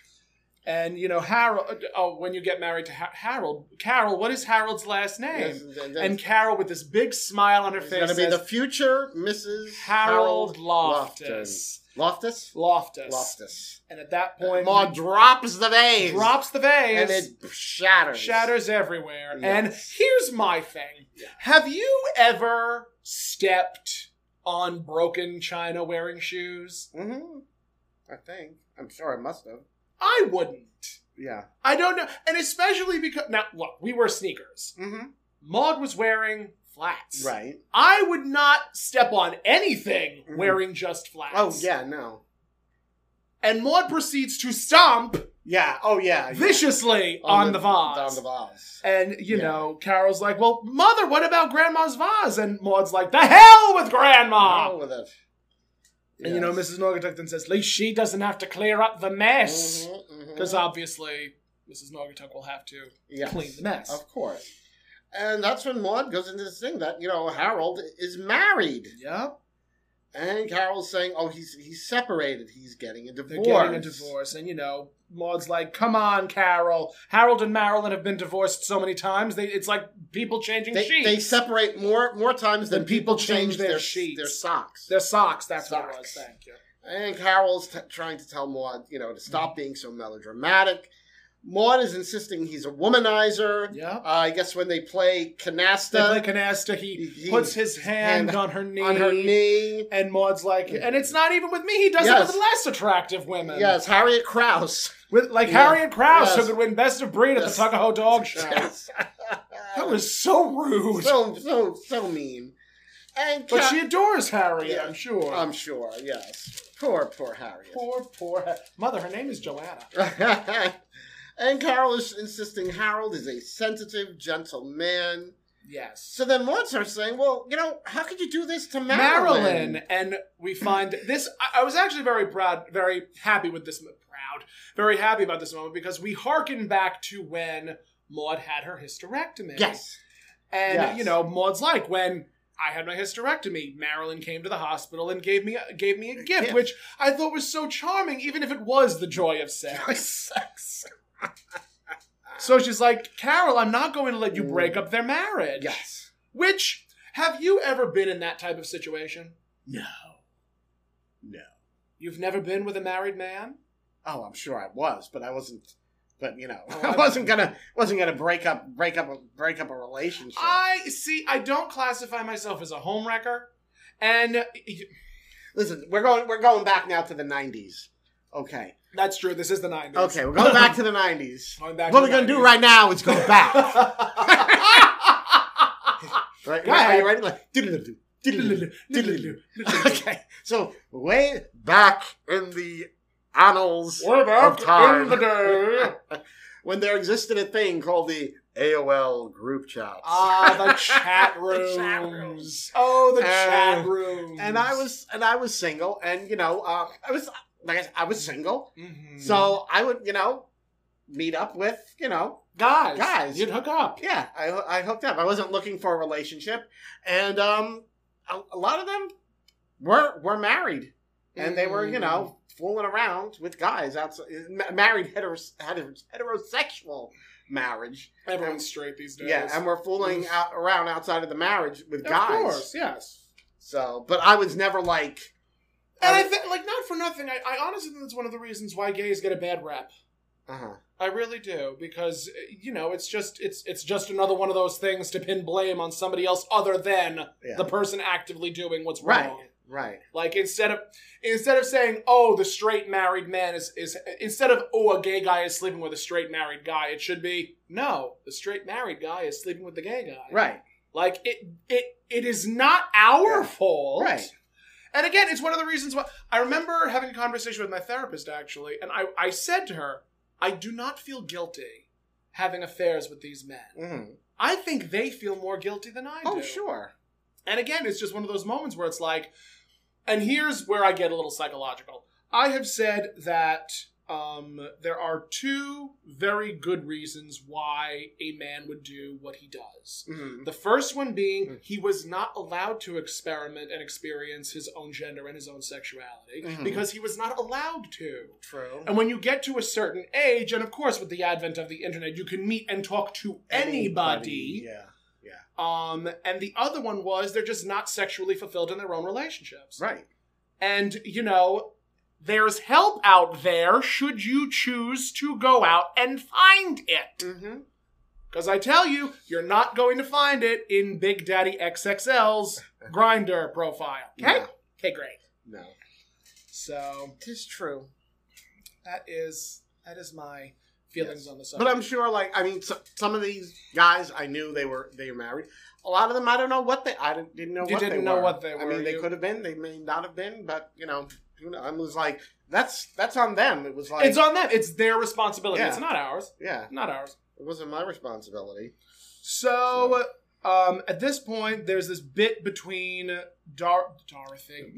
[SPEAKER 2] And you know Harold. Oh, when you get married to ha- Harold, Carol. What is Harold's last name?
[SPEAKER 3] Yes, and, then
[SPEAKER 2] And Carol, with this big smile on her
[SPEAKER 3] it's
[SPEAKER 2] face,
[SPEAKER 3] going to be
[SPEAKER 2] says,
[SPEAKER 3] the future Mrs.
[SPEAKER 2] Harold,
[SPEAKER 3] Harold
[SPEAKER 2] Loftus.
[SPEAKER 3] Loftus.
[SPEAKER 2] Loftus.
[SPEAKER 3] Loftus.
[SPEAKER 2] And at that point,
[SPEAKER 3] Maud drops the
[SPEAKER 2] he
[SPEAKER 3] vase.
[SPEAKER 2] drops the vase,
[SPEAKER 3] and it shatters.
[SPEAKER 2] shatters everywhere.
[SPEAKER 3] Yes.
[SPEAKER 2] And here's my thing Have you ever stepped on broken china wearing shoes?
[SPEAKER 3] hmm I think. I'm sure I must have.
[SPEAKER 2] I wouldn't.
[SPEAKER 3] Yeah.
[SPEAKER 2] I don't know. And especially because, now, look, we wear sneakers.
[SPEAKER 3] Mm-hmm.
[SPEAKER 2] Maud was wearing flats.
[SPEAKER 3] Right.
[SPEAKER 2] I would not step on anything
[SPEAKER 3] Mhm.
[SPEAKER 2] wearing just flats.
[SPEAKER 3] Oh yeah. No.
[SPEAKER 2] And Maud proceeds to stomp
[SPEAKER 3] Yeah. Oh yeah. yeah.
[SPEAKER 2] viciously on, the, vase.
[SPEAKER 3] On the vase.
[SPEAKER 2] And you
[SPEAKER 3] Yeah.
[SPEAKER 2] know, Carol's like, "Well, mother, what about Grandma's vase?" And Maud's like, "The hell with Grandma!"
[SPEAKER 3] Hell with it.
[SPEAKER 2] And you know, Mrs. Naugatuck then says, "At least she doesn't have to clear up the
[SPEAKER 3] Mm-hmm.
[SPEAKER 2] mess," because obviously, Mrs. Naugatuck will have to clean the mess.
[SPEAKER 3] Of course. And that's when Maud goes into this thing that, you know, Harold is married.
[SPEAKER 2] Yep,
[SPEAKER 3] And Carol's saying, oh, he's he's separated. He's getting a
[SPEAKER 2] they're
[SPEAKER 3] divorce.
[SPEAKER 2] getting a divorce, and you know, Maud's like, "Come on, Carol. Harold and Marilyn have been divorced so many times; they, it's like people changing
[SPEAKER 3] They,
[SPEAKER 2] sheets,
[SPEAKER 3] they separate more more times than
[SPEAKER 2] Than people
[SPEAKER 3] people
[SPEAKER 2] change
[SPEAKER 3] change
[SPEAKER 2] their
[SPEAKER 3] their
[SPEAKER 2] sheets.
[SPEAKER 3] their socks.
[SPEAKER 2] their socks." That's what it was.
[SPEAKER 3] Socks.
[SPEAKER 2] Thank you.
[SPEAKER 3] And Carol's t- trying to tell Maud, you know, to stop
[SPEAKER 2] Mm-hmm.
[SPEAKER 3] being so melodramatic. Maud is insisting he's a womanizer.
[SPEAKER 2] Yeah.
[SPEAKER 3] Uh, I guess when they play
[SPEAKER 2] They
[SPEAKER 3] canasta
[SPEAKER 2] play canasta. He,
[SPEAKER 3] He-
[SPEAKER 2] puts his hand,
[SPEAKER 3] hand
[SPEAKER 2] on her knee.
[SPEAKER 3] on her knee.
[SPEAKER 2] And Maud's like, and it's not even with me. He does it
[SPEAKER 3] Yes.
[SPEAKER 2] with less attractive women.
[SPEAKER 3] Yes, Harriet Krause.
[SPEAKER 2] with like
[SPEAKER 3] Yeah.
[SPEAKER 2] Harriet Krause, who
[SPEAKER 3] Yes.
[SPEAKER 2] could win Best of Breed
[SPEAKER 3] Yes.
[SPEAKER 2] at the Tuckahoe Dog Show.
[SPEAKER 3] [laughs] Yes.
[SPEAKER 2] That was so rude.
[SPEAKER 3] so so so mean. And
[SPEAKER 2] but
[SPEAKER 3] Ca-
[SPEAKER 2] she adores Harriet,
[SPEAKER 3] Yeah.
[SPEAKER 2] I'm sure.
[SPEAKER 3] I'm sure, yes. Poor, poor Harriet.
[SPEAKER 2] poor, poor Ha- mother. Her name is Joanna.
[SPEAKER 3] [laughs] and
[SPEAKER 6] And Carol is insisting Harold is a sensitive, gentle man.
[SPEAKER 2] Yes.
[SPEAKER 6] So then Maud starts saying, well, you know, how could you do this to Marilyn?
[SPEAKER 2] Marilyn, and we find this. I, I was actually very proud, very happy with this. mo- Proud, very happy about this moment because we hearken back to when Maud had her hysterectomy.
[SPEAKER 6] Yes.
[SPEAKER 2] And
[SPEAKER 6] Yes.
[SPEAKER 2] you know, Maud's like when I had my hysterectomy, Marilyn came to the hospital and gave me gave me a gift,
[SPEAKER 6] gift.
[SPEAKER 2] which I thought was so charming, even if it was the joy of sex. [laughs] so she's like, Carol, I'm not going to let you break up their marriage.
[SPEAKER 6] Yes.
[SPEAKER 2] Which have you ever been in that type of situation?
[SPEAKER 3] No.
[SPEAKER 2] You've never been with a married man?
[SPEAKER 3] Oh, I'm sure I was, but I wasn't. But you know, [laughs]
[SPEAKER 2] Oh, I-
[SPEAKER 3] I wasn't gonna wasn't gonna break up break up a break up a relationship.
[SPEAKER 2] I see. I don't classify myself as a homewrecker, and
[SPEAKER 3] Listen, we're going we're going back now to the '90s. Okay,
[SPEAKER 2] that's true. This is the nineties.
[SPEAKER 3] okay, we're going back to the '90s.
[SPEAKER 2] Going back
[SPEAKER 3] what
[SPEAKER 2] to
[SPEAKER 3] we're
[SPEAKER 2] the
[SPEAKER 3] gonna do
[SPEAKER 2] 90s.
[SPEAKER 3] right now is go
[SPEAKER 2] [laughs]
[SPEAKER 3] back. right,
[SPEAKER 2] Go
[SPEAKER 3] right,
[SPEAKER 2] ahead.
[SPEAKER 3] are you ready? Like, diddle-diddle, diddle-diddle, diddle-diddle. [laughs] okay, so way
[SPEAKER 6] Back in the annals
[SPEAKER 2] We're
[SPEAKER 6] back in the
[SPEAKER 2] day.
[SPEAKER 3] [laughs]
[SPEAKER 6] when there existed a thing called the AOL group chats.
[SPEAKER 2] Ah,
[SPEAKER 3] [laughs]
[SPEAKER 2] the chat
[SPEAKER 6] The
[SPEAKER 2] rooms.
[SPEAKER 6] chat
[SPEAKER 2] Oh, the
[SPEAKER 3] Uh,
[SPEAKER 2] chat rooms.
[SPEAKER 3] and I was and I was single, and you know, uh, I was like I, said, I was single,
[SPEAKER 2] Mhm.
[SPEAKER 3] so I would you know meet up with you know
[SPEAKER 2] guys,
[SPEAKER 3] guys.
[SPEAKER 2] you'd hook up.
[SPEAKER 3] yeah I I hooked up. I wasn't looking for a relationship, and um a, a lot of them were were married, and they were you know
[SPEAKER 2] Mm-hmm.
[SPEAKER 3] fooling around with guys outside ma- married heteros, heteros, heterosexual marriage.
[SPEAKER 2] everyone's straight these days.
[SPEAKER 3] Yeah, and we're fooling
[SPEAKER 2] Mm.
[SPEAKER 3] out, around outside of the marriage with
[SPEAKER 2] of
[SPEAKER 3] guys.
[SPEAKER 2] course, yes.
[SPEAKER 3] So, but I was never like.
[SPEAKER 2] And I think, like, not for nothing. I, I honestly think that's one of the reasons why gays get a bad rap.
[SPEAKER 3] Uh-huh.
[SPEAKER 2] I really do because uh, you know it's just it's it's just another one of those things to pin blame on somebody else other than
[SPEAKER 3] Yeah.
[SPEAKER 2] the person actively doing what's
[SPEAKER 3] Right.
[SPEAKER 2] wrong.
[SPEAKER 3] Right.
[SPEAKER 2] Like instead of instead of saying, "Oh, the straight married man is is," instead of "Oh, a gay guy is sleeping with a straight married guy," it should be, "No, the straight married guy is sleeping with the gay guy."
[SPEAKER 3] Right.
[SPEAKER 2] Like it it it is not our
[SPEAKER 3] Yeah.
[SPEAKER 2] fault.
[SPEAKER 3] Right.
[SPEAKER 2] And again, it's one of the reasons why I remember having a conversation with my therapist actually, and I I said to her, "I do not feel guilty having affairs with these men.
[SPEAKER 3] Mm-hmm.
[SPEAKER 2] I think they feel more guilty than I do."
[SPEAKER 3] Oh, sure.
[SPEAKER 2] And again, it's just one of those moments where it's like, and here's where I get a little psychological. I have said that um, there are two very good reasons why a man would do what he does.
[SPEAKER 3] Mm-hmm.
[SPEAKER 2] The first one being
[SPEAKER 3] Mm.
[SPEAKER 2] he was not allowed to experiment and experience his own gender and his own sexuality
[SPEAKER 3] Mhm.
[SPEAKER 2] because he was not allowed to.
[SPEAKER 3] True.
[SPEAKER 2] And when you get to a certain age, and of course, with the advent of the internet, you can meet and talk to anybody.
[SPEAKER 3] Yeah.
[SPEAKER 2] Um, and the other one was they're just not sexually fulfilled in their own relationships.
[SPEAKER 3] Right.
[SPEAKER 2] And, you know, there's help out there should you choose to go out and find it.
[SPEAKER 3] Mm-hmm.
[SPEAKER 2] Because I tell you, you're not going to find it in Big Daddy
[SPEAKER 3] [laughs]
[SPEAKER 2] XXL's grinder profile. Okay?
[SPEAKER 3] Yeah.
[SPEAKER 2] Okay, great.
[SPEAKER 3] No.
[SPEAKER 2] So
[SPEAKER 3] Tis true.
[SPEAKER 2] that is that is my feelings
[SPEAKER 3] Yes.
[SPEAKER 2] on the subject.
[SPEAKER 3] But I'm sure, like, I mean, so, some of these guys, I knew they were they were married. A lot of them, I don't know what they. I didn't, didn't know.
[SPEAKER 2] You
[SPEAKER 3] what
[SPEAKER 2] didn't
[SPEAKER 3] they
[SPEAKER 2] know
[SPEAKER 3] were.
[SPEAKER 2] what they
[SPEAKER 3] I
[SPEAKER 2] were,
[SPEAKER 3] mean, they
[SPEAKER 2] you-
[SPEAKER 3] could have been. They may not have been. But you know, who know? I was like, that's that's on them. It was like,
[SPEAKER 2] it's on them. It's their responsibility.
[SPEAKER 3] Yeah.
[SPEAKER 2] It's not ours.
[SPEAKER 3] yeah,
[SPEAKER 2] Not ours.
[SPEAKER 3] it wasn't my responsibility. [laughs]
[SPEAKER 2] So, um, at this point, there's this bit between Dar-
[SPEAKER 3] [laughs]
[SPEAKER 2] Dorothy,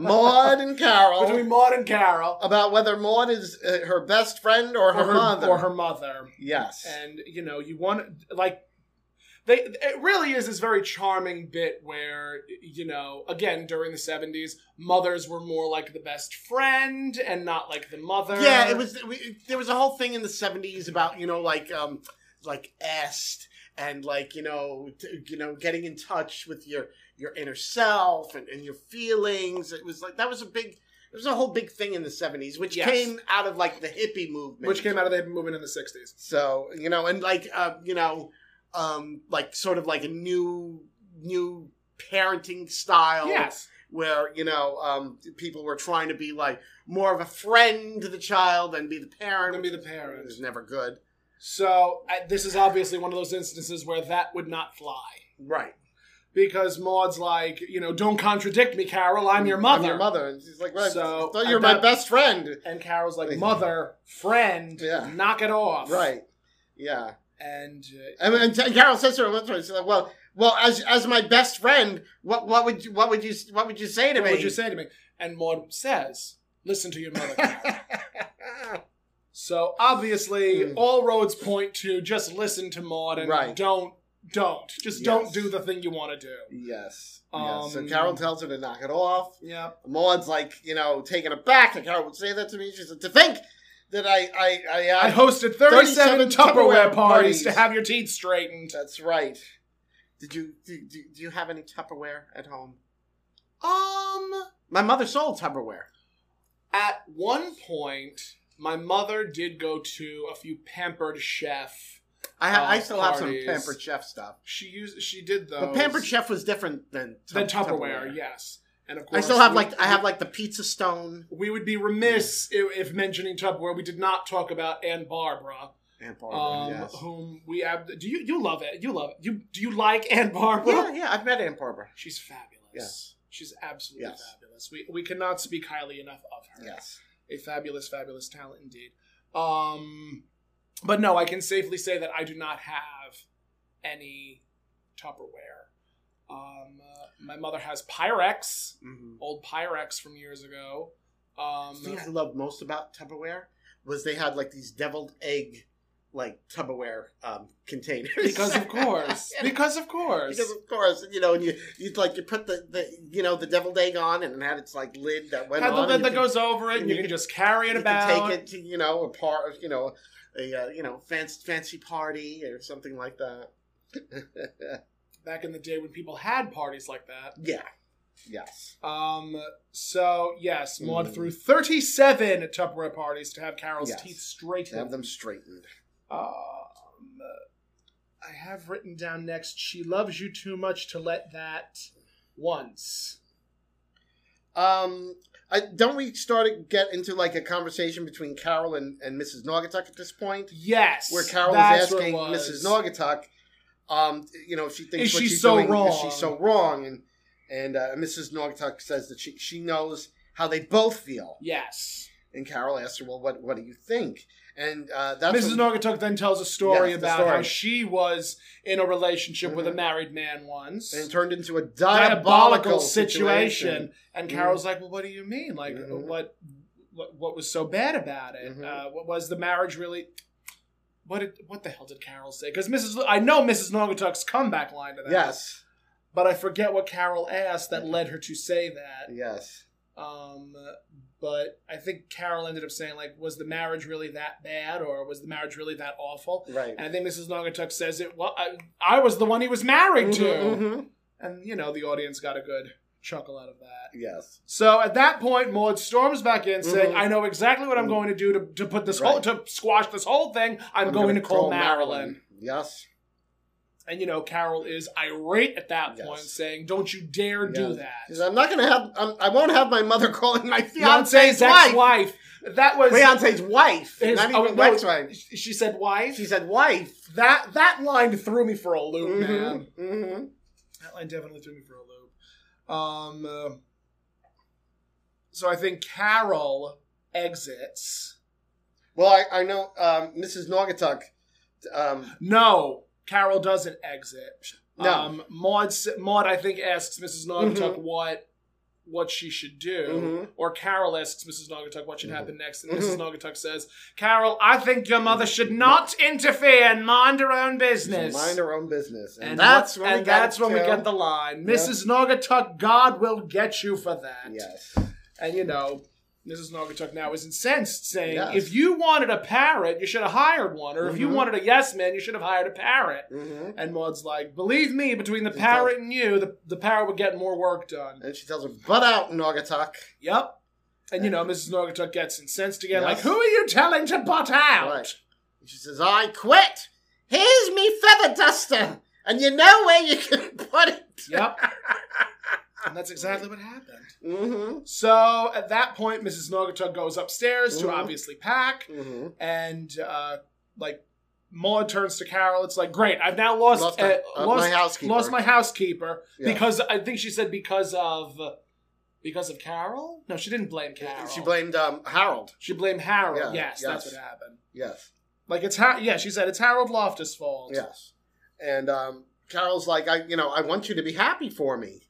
[SPEAKER 3] Maud and Carol
[SPEAKER 2] between Maud and Carol,
[SPEAKER 3] about whether Maud is uh, her best friend or her, mother.
[SPEAKER 2] or her mother,
[SPEAKER 3] Yes.
[SPEAKER 2] and you know, you want like they. It really is this very charming bit where you know, again, during the '70s, mothers were more like the best friend and not like the mother.
[SPEAKER 3] yeah, it was. We, there was a whole thing in the seventies about you know like um like est and like you know t- you know getting in touch with your your inner self and, and your feelings. It was like that was a big. It was a whole big thing in the seventies, which
[SPEAKER 2] Yes.
[SPEAKER 3] came out of like the hippie movement,
[SPEAKER 2] which came out of the movement in the '60s.
[SPEAKER 3] So you know, and like uh, you know, um, like sort of like a new new parenting style.
[SPEAKER 2] Yes,
[SPEAKER 3] where you know um, people were trying to be like more of a friend to the child than be the parent.
[SPEAKER 2] Than be the parent.
[SPEAKER 3] It was never good.
[SPEAKER 2] so uh, this is obviously one of those instances where that would not fly.
[SPEAKER 3] Right.
[SPEAKER 2] because Maud's like, you know, don't contradict me, Carol. I'm your mother.
[SPEAKER 3] I'm your mother. And she's like, well,
[SPEAKER 2] So,
[SPEAKER 3] I thought
[SPEAKER 2] at
[SPEAKER 3] you were my
[SPEAKER 2] that-
[SPEAKER 3] best friend.
[SPEAKER 2] And Carol's like,
[SPEAKER 3] Yeah.
[SPEAKER 2] mother, friend,
[SPEAKER 3] Yeah.
[SPEAKER 2] knock it off.
[SPEAKER 3] Right. Yeah.
[SPEAKER 2] And uh,
[SPEAKER 3] And, and T- Carol says to her, what's her- she's like, well, well, as as my best friend, what what would you what would you what would you say to
[SPEAKER 2] what
[SPEAKER 3] me?
[SPEAKER 2] would you
[SPEAKER 3] [laughs]
[SPEAKER 2] say to me? And Maud says, listen to your mother, Carol. So obviously,
[SPEAKER 7] Hmm.
[SPEAKER 3] Mm.
[SPEAKER 2] all roads point to just listen to Maud and
[SPEAKER 3] Right.
[SPEAKER 2] don't, don't, just
[SPEAKER 3] Yes.
[SPEAKER 2] don't do the thing you want to do.
[SPEAKER 3] yes.
[SPEAKER 2] Um,
[SPEAKER 3] yes. So Carol tells her to knock it off.
[SPEAKER 2] Yeah.
[SPEAKER 3] Maud's like, you know, taken aback that Carol would say that to me. She said, to think that I I I, uh,
[SPEAKER 2] I hosted 37,
[SPEAKER 3] 37
[SPEAKER 2] Tupperware, parties
[SPEAKER 3] Tupperware parties.
[SPEAKER 2] to have your teeth straightened.
[SPEAKER 3] That's right. Did you do, do, do you have any Tupperware at home?
[SPEAKER 2] Um,
[SPEAKER 7] My mother sold Tupperware.
[SPEAKER 2] at one point, my mother did go to a few pampered chef.
[SPEAKER 7] I have.
[SPEAKER 2] Oh,
[SPEAKER 7] I still have some
[SPEAKER 2] parties.
[SPEAKER 7] pampered chef stuff.
[SPEAKER 2] She used, she did those.
[SPEAKER 7] But pampered chef was different than
[SPEAKER 2] than
[SPEAKER 7] Tup-
[SPEAKER 2] Tupperware, yes. And of
[SPEAKER 7] I
[SPEAKER 2] course,
[SPEAKER 7] still have
[SPEAKER 2] we-
[SPEAKER 7] like I have like the pizza stone
[SPEAKER 2] We would be remiss if, if mentioning Tupperware. We did not talk about Anne Barbara,
[SPEAKER 7] and
[SPEAKER 2] um,
[SPEAKER 7] Barbara. yes.
[SPEAKER 2] whom we ab- do you you love it? You love it. You do you like Anne Barbara?
[SPEAKER 7] Yeah, yeah. I've met Aunt Barbara.
[SPEAKER 2] She's fabulous.
[SPEAKER 7] Yes.
[SPEAKER 2] She's absolutely
[SPEAKER 7] Yes.
[SPEAKER 2] fabulous. We we cannot speak highly enough of her.
[SPEAKER 7] Yes.
[SPEAKER 2] a fabulous, fabulous talent indeed. Um, but no, I can safely say that I do not have any Tupperware. Um, uh, my mother has Pyrex,
[SPEAKER 7] Mhm.
[SPEAKER 2] old Pyrex from years ago. Um,
[SPEAKER 7] The thing I loved most about Tupperware was they had like these deviled egg like Tupperware um, containers.
[SPEAKER 2] [laughs] because
[SPEAKER 7] [laughs]
[SPEAKER 2] of
[SPEAKER 3] [laughs]
[SPEAKER 2] course, because of course,
[SPEAKER 7] Because of course, you know, and you you like you put the, the you know the deviled egg on and it had its like lid that went
[SPEAKER 2] had the
[SPEAKER 7] on.
[SPEAKER 2] lid
[SPEAKER 7] you
[SPEAKER 2] that
[SPEAKER 7] could-
[SPEAKER 2] goes over it, and you,
[SPEAKER 7] you
[SPEAKER 2] can
[SPEAKER 7] can-
[SPEAKER 2] just carry it
[SPEAKER 7] you
[SPEAKER 2] about.
[SPEAKER 7] could take it to you know a part, you know, a uh, you know fancy fancy party or something like that.
[SPEAKER 2] Back in the day when people had parties like that.
[SPEAKER 7] Yeah. Yes.
[SPEAKER 2] Um, so yes, Maud
[SPEAKER 3] Mm.
[SPEAKER 2] threw thirty-seven Tupperware parties to have Carol's
[SPEAKER 3] Yes.
[SPEAKER 2] teeth straightened.
[SPEAKER 3] To have them straightened.
[SPEAKER 2] Um, I have written down next. She loves you too much to let that once.
[SPEAKER 3] Um, I, don't we start to get into like a conversation between Carol and, and Mrs. Naugatuck at this point,
[SPEAKER 2] Yes,
[SPEAKER 3] where Carol
[SPEAKER 2] that's
[SPEAKER 3] is
[SPEAKER 2] where it
[SPEAKER 3] asking
[SPEAKER 2] was.
[SPEAKER 3] Mrs. Naugatuck, um, you know, if she thinks
[SPEAKER 2] Is
[SPEAKER 3] what
[SPEAKER 2] she
[SPEAKER 3] she's
[SPEAKER 2] so
[SPEAKER 3] doing
[SPEAKER 2] wrong?
[SPEAKER 3] is she so wrong, and and uh, Mrs. Naugatuck says that she she knows how they both feel,
[SPEAKER 2] Yes,
[SPEAKER 3] and Carol asks her, well, what what do you think? And uh, that's
[SPEAKER 2] Mrs.
[SPEAKER 3] when-
[SPEAKER 2] Naugatuck then tells a story
[SPEAKER 3] Yes, the
[SPEAKER 2] about how
[SPEAKER 3] story.
[SPEAKER 2] she was in a relationship with a
[SPEAKER 3] Mhm.
[SPEAKER 2] married man once.
[SPEAKER 3] and it turned into a
[SPEAKER 2] Diabolical,
[SPEAKER 3] diabolical, situation.
[SPEAKER 2] situation. And
[SPEAKER 3] Mhm.
[SPEAKER 2] Carol's like, "Well, what do you mean? Like,
[SPEAKER 3] Mhm.
[SPEAKER 2] what, what, what was so bad about it?
[SPEAKER 3] Mhm.
[SPEAKER 2] Uh, what was the marriage really?" What did, what the hell did Carol say? Because Mrs. L- I know Mrs. Naugatuck's comeback line to that.
[SPEAKER 3] Yes,
[SPEAKER 2] but I forget what Carol asked
[SPEAKER 3] Mm-hmm.
[SPEAKER 2] that led her to say that.
[SPEAKER 3] yes,
[SPEAKER 2] Um, but I think Carol ended up saying like, "Was the marriage really that bad, or was the marriage really that awful?"
[SPEAKER 3] right.
[SPEAKER 2] And I think Mrs. Naugatuck says it. Well, I, I was the one he was married to,
[SPEAKER 3] Mhm, mhm.
[SPEAKER 2] and you know the audience got a good chuckle out of that.
[SPEAKER 3] Yes.
[SPEAKER 2] So at that point, Maud storms back in, saying,
[SPEAKER 3] Mhm.
[SPEAKER 2] "I know exactly what I'm
[SPEAKER 3] Mhm.
[SPEAKER 2] going to do to, to put this
[SPEAKER 3] Right.
[SPEAKER 2] whole to squash this whole thing. I'm, going
[SPEAKER 3] gonna
[SPEAKER 2] to call
[SPEAKER 3] call
[SPEAKER 2] Marilyn."
[SPEAKER 3] Yes.
[SPEAKER 2] And you know Carol is irate at that
[SPEAKER 3] Yes.
[SPEAKER 2] point, saying, "Don't you dare do
[SPEAKER 3] Yes.
[SPEAKER 2] that."
[SPEAKER 3] Because I'm not gonna have. I'm, I won't have my mother [laughs] calling my
[SPEAKER 2] Beyonce's
[SPEAKER 3] fiance's
[SPEAKER 2] ex-wife.
[SPEAKER 3] wife.
[SPEAKER 2] That was
[SPEAKER 7] Beyonce's wife,
[SPEAKER 2] His-
[SPEAKER 7] not
[SPEAKER 2] oh,
[SPEAKER 7] even
[SPEAKER 2] no.
[SPEAKER 7] ex-wife.
[SPEAKER 2] she said wife.
[SPEAKER 7] She said wife.
[SPEAKER 2] that that line threw me for a loop,
[SPEAKER 3] Mm-hmm.
[SPEAKER 2] man.
[SPEAKER 7] Mhm,
[SPEAKER 2] mm-hmm.
[SPEAKER 7] mhm.
[SPEAKER 2] That line definitely threw me for a loop. Um, uh, so I think Carol exits.
[SPEAKER 3] Well, I, I know um, Mrs. Naugatuck. Um,
[SPEAKER 2] No, Carol doesn't exit.
[SPEAKER 3] No.
[SPEAKER 2] Um, Maud s- Maud I think asks Mrs. Naugatuck
[SPEAKER 3] Mhm.
[SPEAKER 2] what what she should do.
[SPEAKER 3] Mhm.
[SPEAKER 2] Or Carol asks Mrs. Naugatuck what should happen next, and
[SPEAKER 3] Mhm.
[SPEAKER 2] Mrs. Naugatuck says, "Carol, I think your mother should not interfere and mind her own business."
[SPEAKER 3] mind her own business, and,
[SPEAKER 2] and
[SPEAKER 3] that's
[SPEAKER 2] what-
[SPEAKER 3] when we
[SPEAKER 2] and
[SPEAKER 3] got
[SPEAKER 2] that's
[SPEAKER 3] it
[SPEAKER 2] when we
[SPEAKER 3] to-
[SPEAKER 2] get the line,
[SPEAKER 3] Yeah.
[SPEAKER 2] Mrs. Naugatuck. God will get you for that.
[SPEAKER 3] yes,
[SPEAKER 2] And you know, Mrs. Naugatuck now is incensed, saying,
[SPEAKER 3] Yes.
[SPEAKER 2] "If you wanted a parrot, you should have hired one, or if you
[SPEAKER 3] Mhm.
[SPEAKER 2] wanted a yes man, you should have hired a parrot."
[SPEAKER 3] hmm
[SPEAKER 2] And Maud's like, "Believe me, between the
[SPEAKER 3] It's
[SPEAKER 2] parrot and you, the, the parrot would get more work done."
[SPEAKER 3] and she tells her, "Butt out, Naugatuck."
[SPEAKER 2] Yep. And you know, Mrs. Norgatuck gets incensed again, like,
[SPEAKER 3] Yes.
[SPEAKER 2] who are you telling to butt out?
[SPEAKER 3] Right. And she says, "I quit. Here's me feather duster, and you know where you can [laughs] put it." [laughs]
[SPEAKER 2] Yep. and that's exactly what happened.
[SPEAKER 3] Mm-hmm.
[SPEAKER 2] So at that point, Mrs. Norgatuck goes upstairs
[SPEAKER 3] Mhm.
[SPEAKER 2] to obviously pack,
[SPEAKER 3] Mm-hmm.
[SPEAKER 2] and uh, like Maud turns to Carol. It's like, great, I've now lost
[SPEAKER 3] Lost,
[SPEAKER 2] uh,
[SPEAKER 3] my- uh,
[SPEAKER 2] lost,
[SPEAKER 3] my housekeeper.
[SPEAKER 2] lost my housekeeper
[SPEAKER 3] Yeah.
[SPEAKER 2] because I think she said because of because of Carol. No, she didn't blame Carol.
[SPEAKER 3] She blamed um, Harold.
[SPEAKER 2] She blamed Harold.
[SPEAKER 3] Yeah,
[SPEAKER 2] yes, that's
[SPEAKER 3] yes.
[SPEAKER 2] what happened.
[SPEAKER 3] Yes.
[SPEAKER 2] Like it's Har- yeah. She said it's Harold Loftus' fault.
[SPEAKER 3] Yes. And um, Carol's like, I, you know, I want you to be happy for me.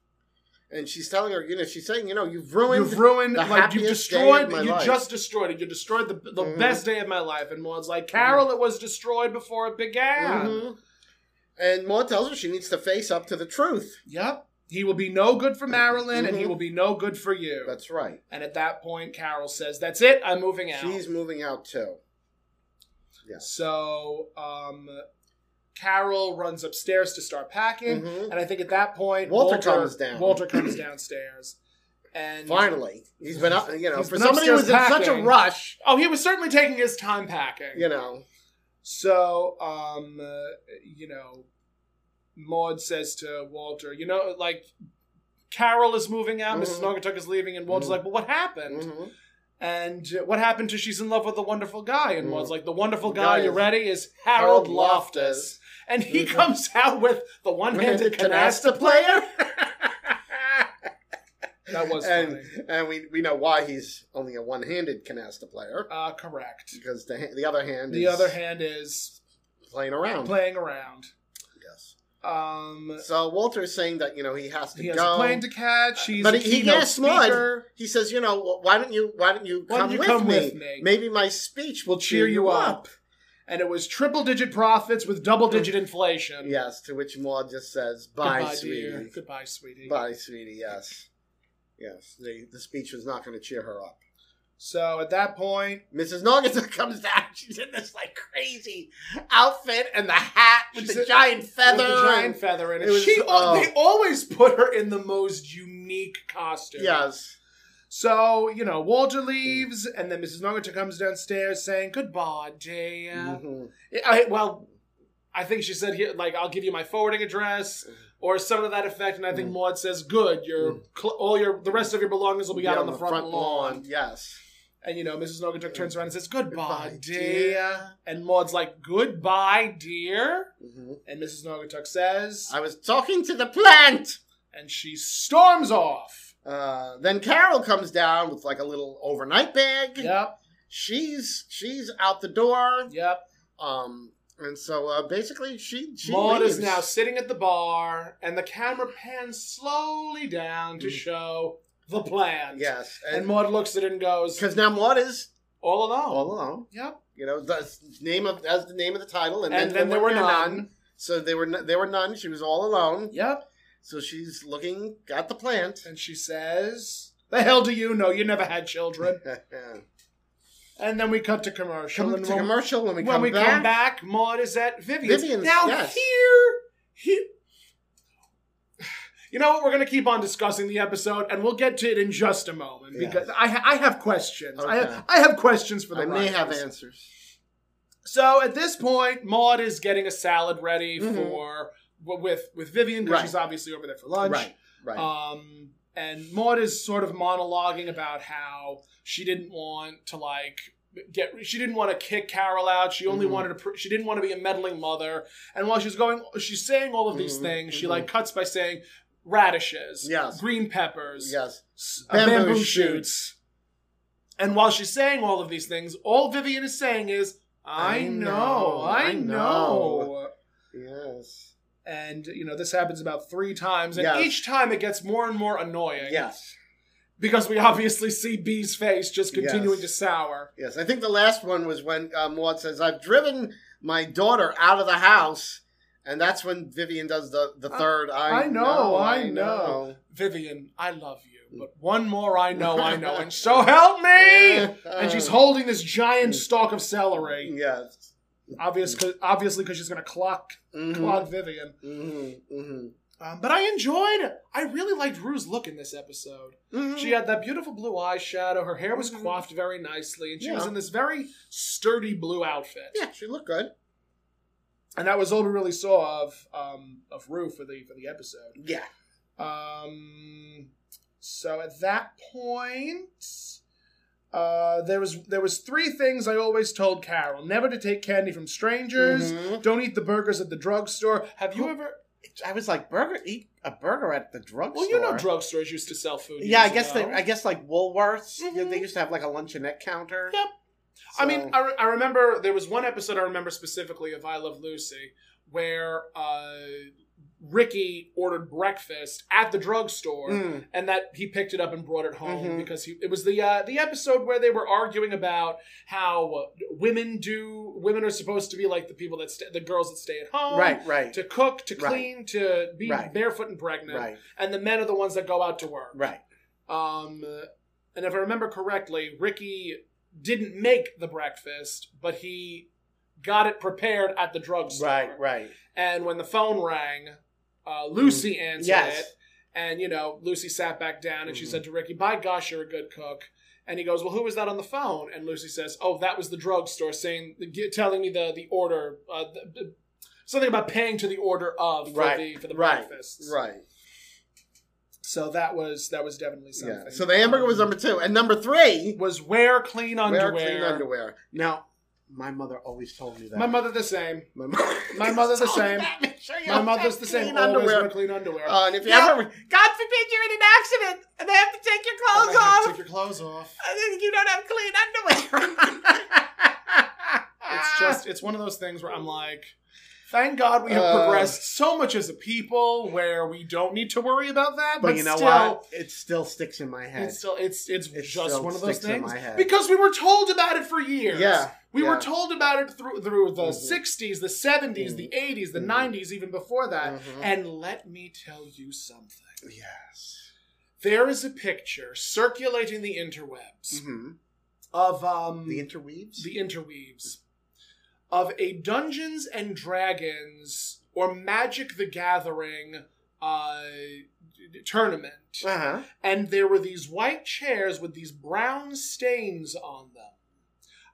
[SPEAKER 3] And she's telling her, you know, she's saying, you know, you've ruined.
[SPEAKER 2] You've ruined,
[SPEAKER 3] the
[SPEAKER 2] like you've
[SPEAKER 3] happiest day
[SPEAKER 2] destroyed,
[SPEAKER 3] of my
[SPEAKER 2] you
[SPEAKER 3] life.
[SPEAKER 2] just destroyed it. You destroyed the the
[SPEAKER 3] Mhm.
[SPEAKER 2] best day of my life. And Maud's like, Carol,
[SPEAKER 3] Mm-hmm.
[SPEAKER 2] it was destroyed before it began.
[SPEAKER 3] Mhm. And Maud tells her she needs to face up to the truth.
[SPEAKER 2] Yep. He will be no good for Marilyn, and he
[SPEAKER 3] Mhm.
[SPEAKER 2] will be no good for you.
[SPEAKER 3] That's right.
[SPEAKER 2] and at that point, Carol says, "That's it. I'm moving out."
[SPEAKER 3] She's moving out too.
[SPEAKER 2] So, um, Carol runs upstairs to start packing,
[SPEAKER 3] Mhm.
[SPEAKER 2] and I think at that point,
[SPEAKER 3] Walter comes down.
[SPEAKER 2] Walter comes downstairs, and
[SPEAKER 3] Finally, he's been up. You know,
[SPEAKER 2] He's
[SPEAKER 3] for
[SPEAKER 2] been
[SPEAKER 3] somebody who was
[SPEAKER 2] upstairs
[SPEAKER 3] in such a
[SPEAKER 2] packing.
[SPEAKER 3] rush,
[SPEAKER 2] oh, he was certainly taking his time packing.
[SPEAKER 3] you know,
[SPEAKER 2] So, um, uh, you know, Maud says to Walter, you know, like Carol is moving out, Mrs.
[SPEAKER 3] Mhm.
[SPEAKER 2] Nogatuk is leaving, and Walter's
[SPEAKER 3] Mhm.
[SPEAKER 2] like, but what happened?
[SPEAKER 3] mhm.
[SPEAKER 2] And uh, what happened to she's in love with the wonderful guy? And
[SPEAKER 3] Mhm.
[SPEAKER 2] Maud's like, the wonderful
[SPEAKER 3] The
[SPEAKER 2] guy,
[SPEAKER 3] guy
[SPEAKER 2] you
[SPEAKER 3] is
[SPEAKER 2] ready is Harold
[SPEAKER 3] Harold
[SPEAKER 2] Loftus.
[SPEAKER 3] Loftus.
[SPEAKER 2] And he
[SPEAKER 3] Mhm.
[SPEAKER 2] comes out with the one-handed canasta player.
[SPEAKER 3] [laughs]
[SPEAKER 2] That was
[SPEAKER 3] and
[SPEAKER 2] funny.
[SPEAKER 3] and we we know why he's only a one-handed canasta player
[SPEAKER 2] Uh, correct.
[SPEAKER 3] because the ha- the other hand
[SPEAKER 2] The
[SPEAKER 3] is
[SPEAKER 2] other hand is
[SPEAKER 3] playing around.
[SPEAKER 2] playing around.
[SPEAKER 3] Yes.
[SPEAKER 2] Um,
[SPEAKER 3] So Walter's saying that you know he has to
[SPEAKER 2] he has
[SPEAKER 3] go.
[SPEAKER 2] a plane to catch. He's
[SPEAKER 3] Uh, but
[SPEAKER 2] a
[SPEAKER 3] he, he
[SPEAKER 2] keynote
[SPEAKER 3] asks Maud.
[SPEAKER 2] speaker.
[SPEAKER 3] He says, you know, wh- why don't you why don't you
[SPEAKER 2] Why
[SPEAKER 3] come,
[SPEAKER 2] don't you
[SPEAKER 3] with,
[SPEAKER 2] come
[SPEAKER 3] me?
[SPEAKER 2] with me?
[SPEAKER 3] Maybe my speech will
[SPEAKER 2] will cheer you up. And it was triple digit profits with double digit inflation.
[SPEAKER 3] Yes. To which Maud just says, Mm. "Bye,
[SPEAKER 2] Goodbye, dear.
[SPEAKER 3] sweetie.
[SPEAKER 2] Goodbye, sweetie.
[SPEAKER 3] Bye, sweetie." Yes. Yes. The the speech was not going to cheer her up.
[SPEAKER 2] So at that point,
[SPEAKER 3] Mrs. Noggins [laughs] comes down. She's in this like crazy outfit and the hat with
[SPEAKER 2] She's
[SPEAKER 3] the
[SPEAKER 2] in-
[SPEAKER 3] giant feather.
[SPEAKER 2] with the giant
[SPEAKER 3] and-
[SPEAKER 2] feather in it.
[SPEAKER 3] It was-
[SPEAKER 2] she, al-
[SPEAKER 3] oh.
[SPEAKER 2] they always put her in the most unique costume.
[SPEAKER 3] yes.
[SPEAKER 2] So you know, Walter leaves, and then Mrs. Nogata comes downstairs saying goodbye, dear.
[SPEAKER 3] Mhm.
[SPEAKER 2] I, well, I think she said here, like, I'll give you my forwarding address or some of that effect. And I think
[SPEAKER 3] Mm.
[SPEAKER 2] Maud says, "Good, your cl- all your the rest of your belongings will Mm-hmm. be out
[SPEAKER 3] Yeah,
[SPEAKER 2] on the, front, lawn.
[SPEAKER 3] Yes.
[SPEAKER 2] And you know, Mrs. Nogatuk turns around and says, "Goodbye,
[SPEAKER 3] Goodbye,
[SPEAKER 2] dear.
[SPEAKER 3] dear.
[SPEAKER 2] And Maud's like, "Goodbye, dear."
[SPEAKER 3] Mhm.
[SPEAKER 2] And Mrs. Nogatuk says,
[SPEAKER 3] I was talking to the plant.
[SPEAKER 2] and she storms off.
[SPEAKER 3] Uh, then Carol comes down with like a little overnight bag.
[SPEAKER 2] Yep,
[SPEAKER 3] She's she's out the door.
[SPEAKER 2] yep.
[SPEAKER 3] Um, and so uh, basically she she
[SPEAKER 2] Maud
[SPEAKER 3] leaves.
[SPEAKER 2] is now sitting at the bar, and the camera pans slowly down to
[SPEAKER 3] Mm.
[SPEAKER 2] show the plan.
[SPEAKER 3] yes,
[SPEAKER 2] And
[SPEAKER 3] and
[SPEAKER 2] Maud looks at it and goes,
[SPEAKER 3] because now Maud is
[SPEAKER 2] "All alone."
[SPEAKER 3] all alone.
[SPEAKER 2] Yep.
[SPEAKER 3] You know, the name of as the name of the title, and,
[SPEAKER 2] And, then, there, were none.
[SPEAKER 3] So they were n- there were none. She was all alone.
[SPEAKER 2] Yep.
[SPEAKER 3] So she's looking at the plant. [laughs]
[SPEAKER 2] And she says, "The hell do you know? You never had children." and then we cut to commercial.
[SPEAKER 3] come
[SPEAKER 2] and
[SPEAKER 3] to
[SPEAKER 2] when-
[SPEAKER 3] commercial when we
[SPEAKER 2] when
[SPEAKER 3] come
[SPEAKER 2] we
[SPEAKER 3] back.
[SPEAKER 2] come back, Maud is at Vivian's.
[SPEAKER 3] Vivian's,
[SPEAKER 2] now
[SPEAKER 3] yes.
[SPEAKER 2] here, here. [sighs] You know what? We're going to keep on discussing the episode, and we'll get to it in just a moment
[SPEAKER 3] Yes.
[SPEAKER 2] because I, ha- I have questions. I,
[SPEAKER 3] Okay.
[SPEAKER 2] have, I have questions for the
[SPEAKER 3] I may have
[SPEAKER 2] writers.
[SPEAKER 3] answers.
[SPEAKER 2] So at this point, Maud is getting a salad ready
[SPEAKER 3] Mhm.
[SPEAKER 2] for with with Vivian because
[SPEAKER 3] Right.
[SPEAKER 2] she's obviously over there for lunch.
[SPEAKER 3] Right, right.
[SPEAKER 2] Um, and Maud is sort of monologuing about how she didn't want to like get she didn't want to kick Carol out. She only
[SPEAKER 3] Mhm.
[SPEAKER 2] wanted to pr- she didn't want to be a meddling mother. And while she's going, she's saying all of these
[SPEAKER 3] Mhm,
[SPEAKER 2] things. She
[SPEAKER 3] mhm.
[SPEAKER 2] like cuts by saying radishes,
[SPEAKER 3] Yes.
[SPEAKER 2] green peppers,
[SPEAKER 3] yes,
[SPEAKER 2] s- uh, bamboo,
[SPEAKER 3] Bamboo
[SPEAKER 2] shoots. And while she's saying all of these things, all Vivian is saying is, "I,
[SPEAKER 3] I
[SPEAKER 2] know,
[SPEAKER 3] know,
[SPEAKER 2] I
[SPEAKER 3] I
[SPEAKER 2] know."
[SPEAKER 3] know. yes,
[SPEAKER 2] And you know this happens about three times, and
[SPEAKER 3] Yes.
[SPEAKER 2] each time it gets more and more annoying
[SPEAKER 3] yes,
[SPEAKER 2] because we [laughs] obviously see B's face just continuing
[SPEAKER 3] Yes.
[SPEAKER 2] to sour.
[SPEAKER 3] yes. I think the last one was when uh, Maud says, "I've driven my daughter out of the house," and that's when Vivian does the the
[SPEAKER 7] Uh,
[SPEAKER 2] I-
[SPEAKER 3] third. I,
[SPEAKER 2] I know, I
[SPEAKER 7] [laughs]
[SPEAKER 2] know." Vivian, I love
[SPEAKER 3] Mm.
[SPEAKER 2] you, but one more I know, I know,
[SPEAKER 3] [laughs]
[SPEAKER 2] and so help me. And she's holding this
[SPEAKER 3] Mm.
[SPEAKER 2] giant stalk of celery,
[SPEAKER 3] Yes.
[SPEAKER 2] obvious, obviously, because she's gonna clock
[SPEAKER 3] Mm. Mm-hmm.
[SPEAKER 2] clog Vivian.
[SPEAKER 3] Mm-hmm. Mm-hmm.
[SPEAKER 2] Um, but I enjoyed. it. I really liked Rue's look in this episode.
[SPEAKER 7] mm-hmm.
[SPEAKER 2] She
[SPEAKER 3] Mm.
[SPEAKER 2] had that beautiful blue eyeshadow. Her hair was
[SPEAKER 3] Mhm.
[SPEAKER 2] coiffed very nicely, and she was
[SPEAKER 3] Yeah.
[SPEAKER 2] in this very sturdy blue outfit.
[SPEAKER 3] yeah, she looked good.
[SPEAKER 2] And that was all we really saw of um, of Rue for the for the episode.
[SPEAKER 3] Yeah.
[SPEAKER 2] Um, so at that point, Uh, there was there was three things I always told Carol: never to take candy from strangers,
[SPEAKER 3] Mm-hmm.
[SPEAKER 7] Mhm.
[SPEAKER 2] don't eat the burgers at the drugstore. Have you
[SPEAKER 7] Who-
[SPEAKER 2] ever?
[SPEAKER 7] I was like, burger, eat a burger at the drugstore.
[SPEAKER 2] Well, you know, drugstores used to sell food.
[SPEAKER 7] Yeah, I
[SPEAKER 2] years
[SPEAKER 7] guess they,
[SPEAKER 2] ago.
[SPEAKER 7] I guess like Woolworths. you know,
[SPEAKER 2] Mhm.
[SPEAKER 3] Mm-hmm.
[SPEAKER 7] they used to have like a luncheonette counter.
[SPEAKER 2] Yep. I mean,
[SPEAKER 7] So-
[SPEAKER 2] I, re- I remember there was one episode I remember specifically of I Love Lucy where uh, Ricky ordered breakfast at the drugstore
[SPEAKER 7] Mm.
[SPEAKER 2] and that he picked it up and brought it home
[SPEAKER 7] Mhm.
[SPEAKER 2] because he, it was the uh, the episode where they were arguing about how uh, women do women are supposed to be like the people that st- the girls that stay at home
[SPEAKER 7] right, right,
[SPEAKER 2] to cook to
[SPEAKER 7] Right.
[SPEAKER 2] clean to be
[SPEAKER 7] Right.
[SPEAKER 2] barefoot and pregnant
[SPEAKER 7] right,
[SPEAKER 2] and the men are the ones that go out to work
[SPEAKER 7] right.
[SPEAKER 2] um, and if I remember correctly, Ricky didn't make the breakfast, but he got it prepared at the drugstore.
[SPEAKER 7] Right, right.
[SPEAKER 2] And when the phone rang, uh, Lucy answered it.
[SPEAKER 7] Yes.
[SPEAKER 2] And, you know, Lucy sat back down and she
[SPEAKER 3] Mm-hmm.
[SPEAKER 7] Mhm.
[SPEAKER 2] said to Ricky, By gosh, you're a good cook. And he goes, Well, who was that on the phone? And Lucy says, Oh, that was the drugstore saying, g- telling me the, the order, uh, the, the- something about paying to the order of for
[SPEAKER 7] Right,
[SPEAKER 2] the, for the
[SPEAKER 7] right,
[SPEAKER 2] breakfast.
[SPEAKER 3] Right.
[SPEAKER 2] So that was that was definitely something.
[SPEAKER 3] Yeah. So the hamburger was
[SPEAKER 2] Um,
[SPEAKER 3] number two, and number three,
[SPEAKER 2] was wear clean underwear.
[SPEAKER 3] wear clean underwear.
[SPEAKER 7] Now, my mother always told me that.
[SPEAKER 2] My mother the
[SPEAKER 3] [laughs]
[SPEAKER 2] same.
[SPEAKER 3] My mom.
[SPEAKER 2] My mother's the same.
[SPEAKER 7] Make sure you
[SPEAKER 2] My
[SPEAKER 7] always
[SPEAKER 2] mother's
[SPEAKER 7] have
[SPEAKER 2] the same.
[SPEAKER 7] clean
[SPEAKER 2] Always
[SPEAKER 7] underwear.
[SPEAKER 2] wear clean underwear.
[SPEAKER 3] Uh, and if you
[SPEAKER 7] Yeah.
[SPEAKER 3] ever,
[SPEAKER 7] God forbid you're in an accident and they have to take your
[SPEAKER 2] I
[SPEAKER 3] Oh,
[SPEAKER 7] clothes
[SPEAKER 2] might have
[SPEAKER 7] off,
[SPEAKER 2] to Take your clothes off.
[SPEAKER 7] and then you don't have clean [laughs] underwear.
[SPEAKER 3] Ah.
[SPEAKER 2] It's [laughs] just it's one of those things where I'm like, thank God we have
[SPEAKER 3] Uh,
[SPEAKER 2] progressed so much as a people where we don't need to worry about that.
[SPEAKER 7] but, you know
[SPEAKER 2] still,
[SPEAKER 7] what? It still sticks in my head.
[SPEAKER 2] It's still it's it's
[SPEAKER 7] It
[SPEAKER 2] just
[SPEAKER 7] still
[SPEAKER 2] one of those
[SPEAKER 7] sticks in
[SPEAKER 2] things
[SPEAKER 7] my head.
[SPEAKER 2] because we were told about it for years.
[SPEAKER 3] yeah,
[SPEAKER 2] We were
[SPEAKER 3] yeah.
[SPEAKER 2] told about it through through the
[SPEAKER 3] Mhm.
[SPEAKER 7] Mm-hmm.
[SPEAKER 2] 60s, the 70s, the 80s, the
[SPEAKER 3] Mhm.
[SPEAKER 2] 90s, even before that.
[SPEAKER 7] Uh-huh.
[SPEAKER 3] Mhm.
[SPEAKER 2] And let me tell you something.
[SPEAKER 7] yes.
[SPEAKER 2] There is a picture circulating the interwebs
[SPEAKER 7] Mhm.
[SPEAKER 2] of um
[SPEAKER 7] The interweaves.
[SPEAKER 2] the interweaves of a Dungeons and Dragons or Magic the Gathering uh tournament.
[SPEAKER 7] uh huh.
[SPEAKER 2] And there were these white chairs with these brown stains on them.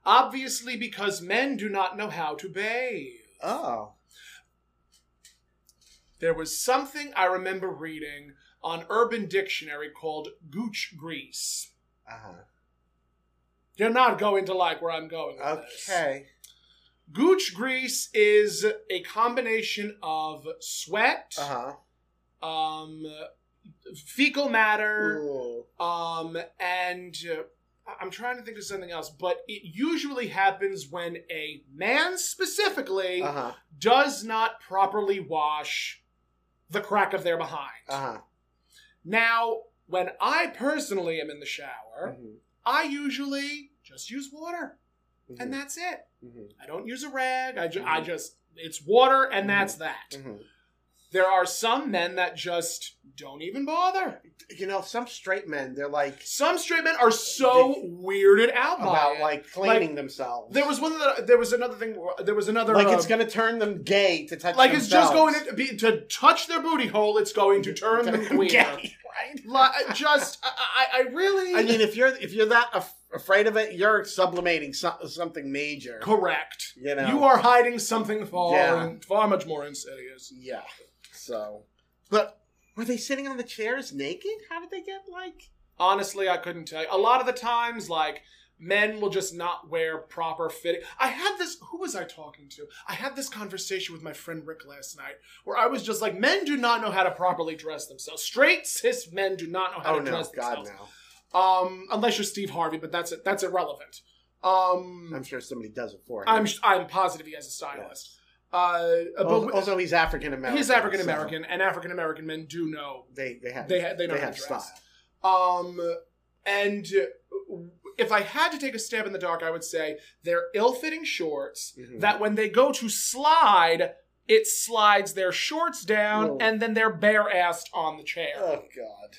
[SPEAKER 2] Obviously because men do not know how to bathe.
[SPEAKER 7] Oh.
[SPEAKER 2] There was something I remember reading on Urban Dictionary called gooch grease.
[SPEAKER 7] Uh-huh.
[SPEAKER 2] You're not going to like where I'm going. With this.
[SPEAKER 7] Okay.
[SPEAKER 2] Gooch grease is a combination of sweat,
[SPEAKER 7] Uh
[SPEAKER 2] um, fecal matter,
[SPEAKER 7] huh.
[SPEAKER 2] um, and uh, I- I'm trying to think of something else, but it usually happens when a man specifically
[SPEAKER 3] Uh-huh.
[SPEAKER 7] Uh huh.
[SPEAKER 2] does not properly wash the crack of their behind.
[SPEAKER 3] Uh-huh.
[SPEAKER 7] Uh
[SPEAKER 2] Now, when I personally am in the
[SPEAKER 7] huh.
[SPEAKER 2] shower,
[SPEAKER 3] Mm.
[SPEAKER 7] Mm-hmm.
[SPEAKER 2] I usually just use water,
[SPEAKER 7] Mm-hmm.
[SPEAKER 3] Mm.
[SPEAKER 2] and that's it. I don't use a rag. I, ju- I
[SPEAKER 7] Mhm.
[SPEAKER 2] just, it's water and
[SPEAKER 7] Mhm.
[SPEAKER 2] that's that. There are some men that just don't even bother.
[SPEAKER 7] You know, some straight men, they're like
[SPEAKER 2] Some straight men are so weirded out by
[SPEAKER 7] about
[SPEAKER 2] it.
[SPEAKER 7] like cleaning themselves.
[SPEAKER 2] There was one that, there was another thing, where- there was another.
[SPEAKER 7] like
[SPEAKER 2] uh,
[SPEAKER 7] it's gonna turn them gay to touch.
[SPEAKER 2] like it's just going
[SPEAKER 7] themselves.
[SPEAKER 2] to, be, to touch their booty hole, it's going to turn them queer.
[SPEAKER 7] [laughs] gay, right?
[SPEAKER 2] Like, just, I, I, I really.
[SPEAKER 7] I mean, if you're if you're that af- afraid of it, you're sublimating so- something major.
[SPEAKER 2] correct.
[SPEAKER 7] You know.
[SPEAKER 2] You are hiding something far,
[SPEAKER 7] Yeah.
[SPEAKER 2] far much more insidious.
[SPEAKER 7] Yeah.
[SPEAKER 3] So
[SPEAKER 7] But were they sitting on the chairs naked? How did they get like?
[SPEAKER 2] Honestly, I couldn't tell you. A lot of the times, like, men will just not wear proper fitting. I had this, who was I talking to? I had this conversation with my friend Rick last night where I was just like, men do not know how to properly dress themselves. Straight cis men do not know how
[SPEAKER 7] Oh
[SPEAKER 2] to
[SPEAKER 7] no,
[SPEAKER 2] dress
[SPEAKER 7] God
[SPEAKER 2] themselves.
[SPEAKER 7] no!
[SPEAKER 2] Um, unless you're Steve Harvey, but that's it. That's irrelevant.
[SPEAKER 7] I'm
[SPEAKER 2] Um,
[SPEAKER 7] sure somebody does it for him.
[SPEAKER 2] I'm, I'm positive he has a stylist. Uh, but
[SPEAKER 7] also,
[SPEAKER 2] we-
[SPEAKER 7] also, he's African American.
[SPEAKER 2] he's African American, and African American men do know
[SPEAKER 7] They they have
[SPEAKER 2] They ha- they know how
[SPEAKER 7] have
[SPEAKER 2] to
[SPEAKER 7] style.
[SPEAKER 2] dress. Um, and uh, if I had to take a stab in the dark, I would say they're ill-fitting shorts
[SPEAKER 3] Hmm.
[SPEAKER 7] Mhm.
[SPEAKER 2] that when they go to slide, it slides their shorts down,
[SPEAKER 7] Whoa.
[SPEAKER 2] and then they're bare-assed on the chair.
[SPEAKER 3] oh god,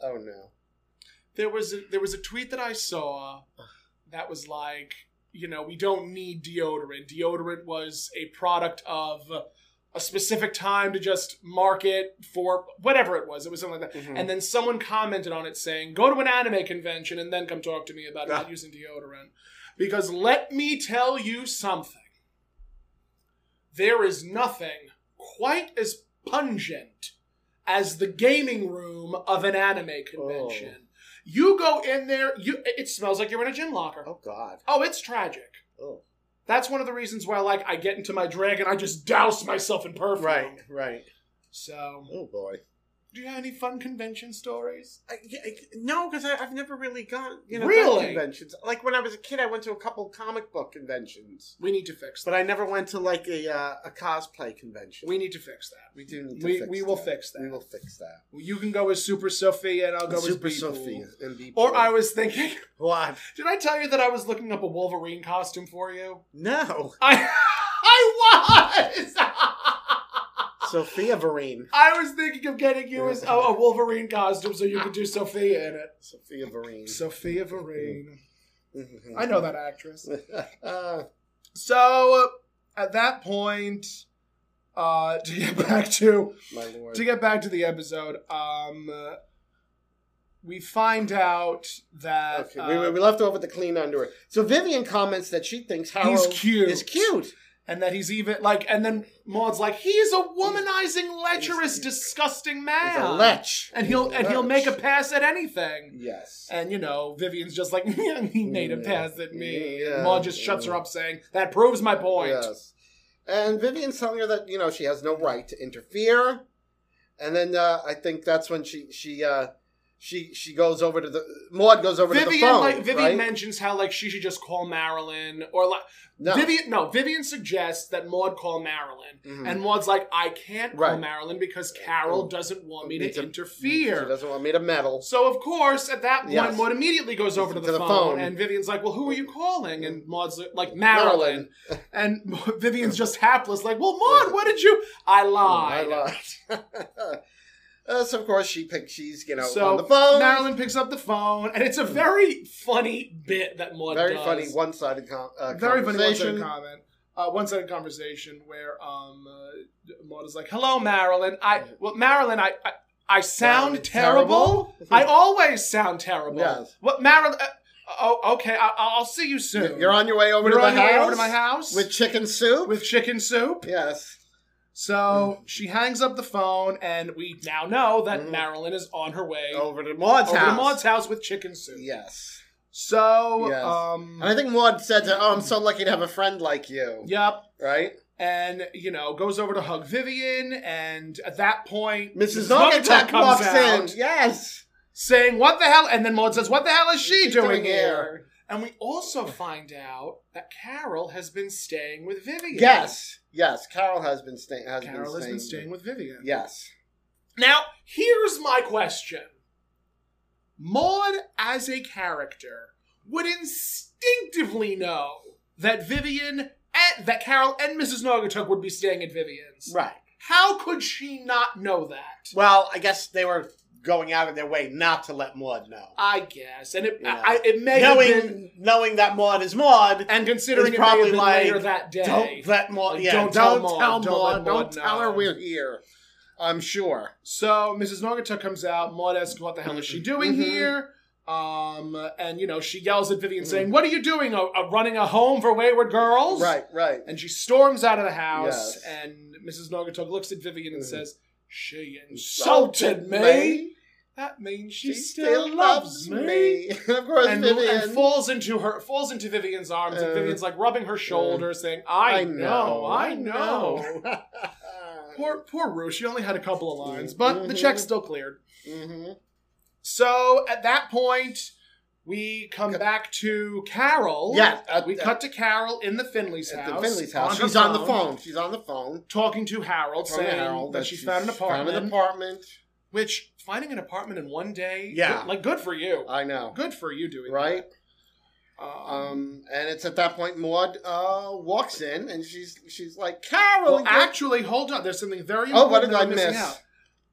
[SPEAKER 3] oh no.
[SPEAKER 2] There was a, there was a tweet that I saw that was like, you know, we don't need deodorant. Deodorant was a product of a specific time to just market for whatever it was. It was something like that.
[SPEAKER 7] Mhm.
[SPEAKER 2] And then someone commented on it saying, go to an anime convention and then come talk to me about
[SPEAKER 7] Ah.
[SPEAKER 2] not using deodorant. Because let me tell you something. There is nothing quite as
[SPEAKER 7] Oh.
[SPEAKER 2] pungent as the gaming room of an anime convention. You go in there, you it smells like you're in a gym locker.
[SPEAKER 3] Oh God.
[SPEAKER 2] Oh, it's tragic.
[SPEAKER 3] Oh.
[SPEAKER 2] That's one of the reasons why like I get into my drag and I just douse myself in perfume.
[SPEAKER 7] Right, right.
[SPEAKER 2] So,
[SPEAKER 3] Oh boy.
[SPEAKER 2] do you have any fun convention stories?
[SPEAKER 7] I, I, no, because I've never really gone. You know,
[SPEAKER 2] Really?
[SPEAKER 7] gone to conventions. Like when I was a kid, I went to a couple comic book conventions,
[SPEAKER 2] We need to fix that.
[SPEAKER 7] but I never went to like a uh, a cosplay convention.
[SPEAKER 2] We need to fix that.
[SPEAKER 3] We do need to
[SPEAKER 2] We,
[SPEAKER 3] fix
[SPEAKER 2] we will
[SPEAKER 3] that.
[SPEAKER 2] fix that.
[SPEAKER 3] We will fix that.
[SPEAKER 2] You can go as Super Sophia and I'll go
[SPEAKER 3] Super
[SPEAKER 2] as Beeple.
[SPEAKER 3] Sophia and be
[SPEAKER 2] Or
[SPEAKER 3] poor.
[SPEAKER 2] I was thinking, [laughs]
[SPEAKER 7] what?
[SPEAKER 2] did I tell you that I was looking up a Wolverine costume for you?
[SPEAKER 7] No,
[SPEAKER 2] I [laughs] I was. [laughs]
[SPEAKER 7] Sophia Vereen.
[SPEAKER 2] I was thinking of getting you as a, a Wolverine costume so you could do Sophia in it.
[SPEAKER 3] Sophia Vereen.
[SPEAKER 2] Sophia Vereen.
[SPEAKER 7] Mm-hmm.
[SPEAKER 2] I know that actress.
[SPEAKER 3] uh,
[SPEAKER 2] So at that point, uh, to get [laughs] back to
[SPEAKER 3] my lord.
[SPEAKER 2] to get back to the episode, um, we find out that
[SPEAKER 3] Okay,
[SPEAKER 2] uh,
[SPEAKER 3] we, we left off with the clean underwear. So Vivian comments that she thinks Harold
[SPEAKER 2] he's cute.
[SPEAKER 3] is cute.
[SPEAKER 2] uh, and that he's even like, and then Maud's like, he's a womanizing, lecherous,
[SPEAKER 3] he's-
[SPEAKER 2] disgusting
[SPEAKER 3] He's
[SPEAKER 2] man,
[SPEAKER 3] a lech.
[SPEAKER 2] and he'll
[SPEAKER 3] He's a
[SPEAKER 2] and he'll make
[SPEAKER 3] lech.
[SPEAKER 2] a pass at anything.
[SPEAKER 3] Yes.
[SPEAKER 2] And you know, Vivian's just like, [laughs] "Yeah, he made a
[SPEAKER 3] Yeah.
[SPEAKER 2] pass at me.
[SPEAKER 3] Yeah.
[SPEAKER 2] And Maud just shuts her up, saying, "That proves my point."
[SPEAKER 3] Yes. And Vivian's telling her that you know she has no right to interfere, and then uh, I think that's when she she uh, she she goes over to the Maud goes over to the
[SPEAKER 2] Vivian,
[SPEAKER 3] phone.
[SPEAKER 2] like Vivian
[SPEAKER 3] right?
[SPEAKER 2] mentions how like she should just call Marilyn or like
[SPEAKER 3] no.
[SPEAKER 2] Vivian. No, Vivian suggests that Maud call Marilyn,
[SPEAKER 3] Mhm.
[SPEAKER 2] and Maud's like, "I can't call
[SPEAKER 3] Right.
[SPEAKER 2] Marilyn because Carol
[SPEAKER 3] Mm.
[SPEAKER 2] doesn't want me
[SPEAKER 3] It's
[SPEAKER 2] to
[SPEAKER 3] a- she
[SPEAKER 2] interfere."
[SPEAKER 3] doesn't want me to meddle.
[SPEAKER 2] So of course, at that point,
[SPEAKER 3] Yes.
[SPEAKER 2] Maud immediately goes over to the, phone, and Vivian's like, "Well, who are you calling?"
[SPEAKER 3] Mm-hmm.
[SPEAKER 2] And Maud's like, "Marilyn,",
[SPEAKER 3] [laughs]
[SPEAKER 2] and Vivian's just hapless, like, "Well, Maud, what did you? I
[SPEAKER 3] Mm-hmm. I
[SPEAKER 2] lied."
[SPEAKER 3] lied. [laughs] Uh, so of course she picks. She's you know
[SPEAKER 2] So,
[SPEAKER 3] on the phone. Mm-hmm.
[SPEAKER 2] Marilyn picks up the phone, and it's a very funny bit that Maud
[SPEAKER 3] very
[SPEAKER 2] does.
[SPEAKER 3] funny one-sided com- uh,
[SPEAKER 2] very funny
[SPEAKER 3] conversation.
[SPEAKER 2] one-sided comment. Uh, one-sided conversation where um, uh, Maud is like, "Hello, Marilyn. I well, Marilyn, I I, I sound
[SPEAKER 3] Sound
[SPEAKER 2] terrible.
[SPEAKER 3] terrible?
[SPEAKER 2] I always sound terrible.
[SPEAKER 3] Yes.
[SPEAKER 2] What, Marilyn? Uh, oh, okay. I, I'll see you soon.
[SPEAKER 3] You're on your way over
[SPEAKER 2] You're
[SPEAKER 3] to the
[SPEAKER 2] on your
[SPEAKER 3] house
[SPEAKER 2] way over to my house
[SPEAKER 3] with chicken soup.
[SPEAKER 2] with chicken soup."
[SPEAKER 3] yes.
[SPEAKER 2] So
[SPEAKER 3] Mm.
[SPEAKER 2] she hangs up the phone, and we now know that
[SPEAKER 3] Mhm.
[SPEAKER 2] Marilyn is on her way
[SPEAKER 3] Over to Oh, Maud's
[SPEAKER 2] over to
[SPEAKER 3] house.
[SPEAKER 2] Maud's house with chicken soup.
[SPEAKER 3] Yes.
[SPEAKER 2] So,
[SPEAKER 3] Yes.
[SPEAKER 2] um,
[SPEAKER 3] And I think Maud said to, "Oh, I'm so lucky to have a friend like you."
[SPEAKER 2] yep.
[SPEAKER 3] Right?
[SPEAKER 2] And, you know, goes over to hug Vivian. And at that point,
[SPEAKER 3] Mrs.
[SPEAKER 2] Zongtak
[SPEAKER 3] Zogatek walks
[SPEAKER 2] out
[SPEAKER 3] in. Yes.
[SPEAKER 2] saying, What the hell? And then Maud says, What the hell is she
[SPEAKER 3] She's
[SPEAKER 2] doing, here? And we also find out that Carol has been staying with Vivian.
[SPEAKER 3] Yes. Yes. Carol has been staying. Has
[SPEAKER 2] Carol
[SPEAKER 3] been
[SPEAKER 2] has
[SPEAKER 3] staying.
[SPEAKER 2] been staying with Vivian.
[SPEAKER 3] Yes.
[SPEAKER 2] Now, here's my question Maud, as a character, would instinctively know that Vivian. And, that Carol and Mrs. Nogatuk would be staying at Vivian's.
[SPEAKER 7] Right.
[SPEAKER 2] How could she not know that?
[SPEAKER 7] Well, I guess they were going out of their way not to let Maud know,
[SPEAKER 2] I guess, and it
[SPEAKER 7] Yeah.
[SPEAKER 2] I, it may have been,
[SPEAKER 7] knowing knowing that Maud is Maud.
[SPEAKER 2] and considering
[SPEAKER 7] it's
[SPEAKER 2] it may have
[SPEAKER 7] probably
[SPEAKER 2] been
[SPEAKER 7] like,
[SPEAKER 2] later that day.
[SPEAKER 7] Don't let Maud.
[SPEAKER 2] Like,
[SPEAKER 7] yeah,
[SPEAKER 2] don't
[SPEAKER 7] don't,
[SPEAKER 2] tell
[SPEAKER 7] tell
[SPEAKER 2] Maud,
[SPEAKER 7] Maud.
[SPEAKER 2] don't let Maud
[SPEAKER 3] Don't tell
[SPEAKER 2] know.
[SPEAKER 3] her we're here. I'm sure.
[SPEAKER 2] so Mrs. Nogatuk comes out. Maud asks, "What the hell is she doing
[SPEAKER 3] Mhm.
[SPEAKER 2] here?" Um, and you know she yells at Vivian, saying, "What are you doing? A, a running a home for wayward girls?"
[SPEAKER 3] Right. Right.
[SPEAKER 2] And she storms out of the house,
[SPEAKER 3] Yes.
[SPEAKER 2] and Mrs. Nogatuk looks at Vivian and
[SPEAKER 3] Mhm.
[SPEAKER 2] says, "She Mm-hmm. insulted me. That means she, still, loves me. [laughs]
[SPEAKER 3] And of course,
[SPEAKER 2] and,
[SPEAKER 3] Vivian.
[SPEAKER 2] and falls into her falls into Vivian's arms, and
[SPEAKER 3] Uh,
[SPEAKER 2] Vivian's like rubbing her shoulder, saying, "I, know, I know." [laughs]
[SPEAKER 3] [laughs]
[SPEAKER 2] poor poor Rue. She only had a couple of lines, but the
[SPEAKER 3] Mhm.
[SPEAKER 2] check's still cleared.
[SPEAKER 3] hmm
[SPEAKER 2] So at that point, we come
[SPEAKER 3] Cut.
[SPEAKER 2] back to Carol.
[SPEAKER 3] Yeah. at-
[SPEAKER 2] we cut to Carol in the Finley's
[SPEAKER 3] at
[SPEAKER 2] house.
[SPEAKER 3] the Finley's house.
[SPEAKER 2] her
[SPEAKER 3] She's on the phone. She's on the phone.
[SPEAKER 2] talking to Harold,
[SPEAKER 3] Telling
[SPEAKER 2] saying
[SPEAKER 3] Harold
[SPEAKER 2] that, she found an
[SPEAKER 3] she's
[SPEAKER 2] apartment.
[SPEAKER 3] Found an apartment.
[SPEAKER 2] Which finding an apartment in one day,
[SPEAKER 7] Yeah.
[SPEAKER 2] good- like good for you.
[SPEAKER 3] I know.
[SPEAKER 2] Good for you doing
[SPEAKER 3] Uh, Right?
[SPEAKER 2] that. Um,
[SPEAKER 3] Um, and it's at that point Maud uh, walks in and she's she's like, Carol,
[SPEAKER 2] well,
[SPEAKER 3] you're-
[SPEAKER 2] actually, hold on. There's something very
[SPEAKER 3] oh,
[SPEAKER 2] important.
[SPEAKER 3] what did
[SPEAKER 2] that
[SPEAKER 3] I
[SPEAKER 2] I'm missing
[SPEAKER 3] miss?
[SPEAKER 2] out.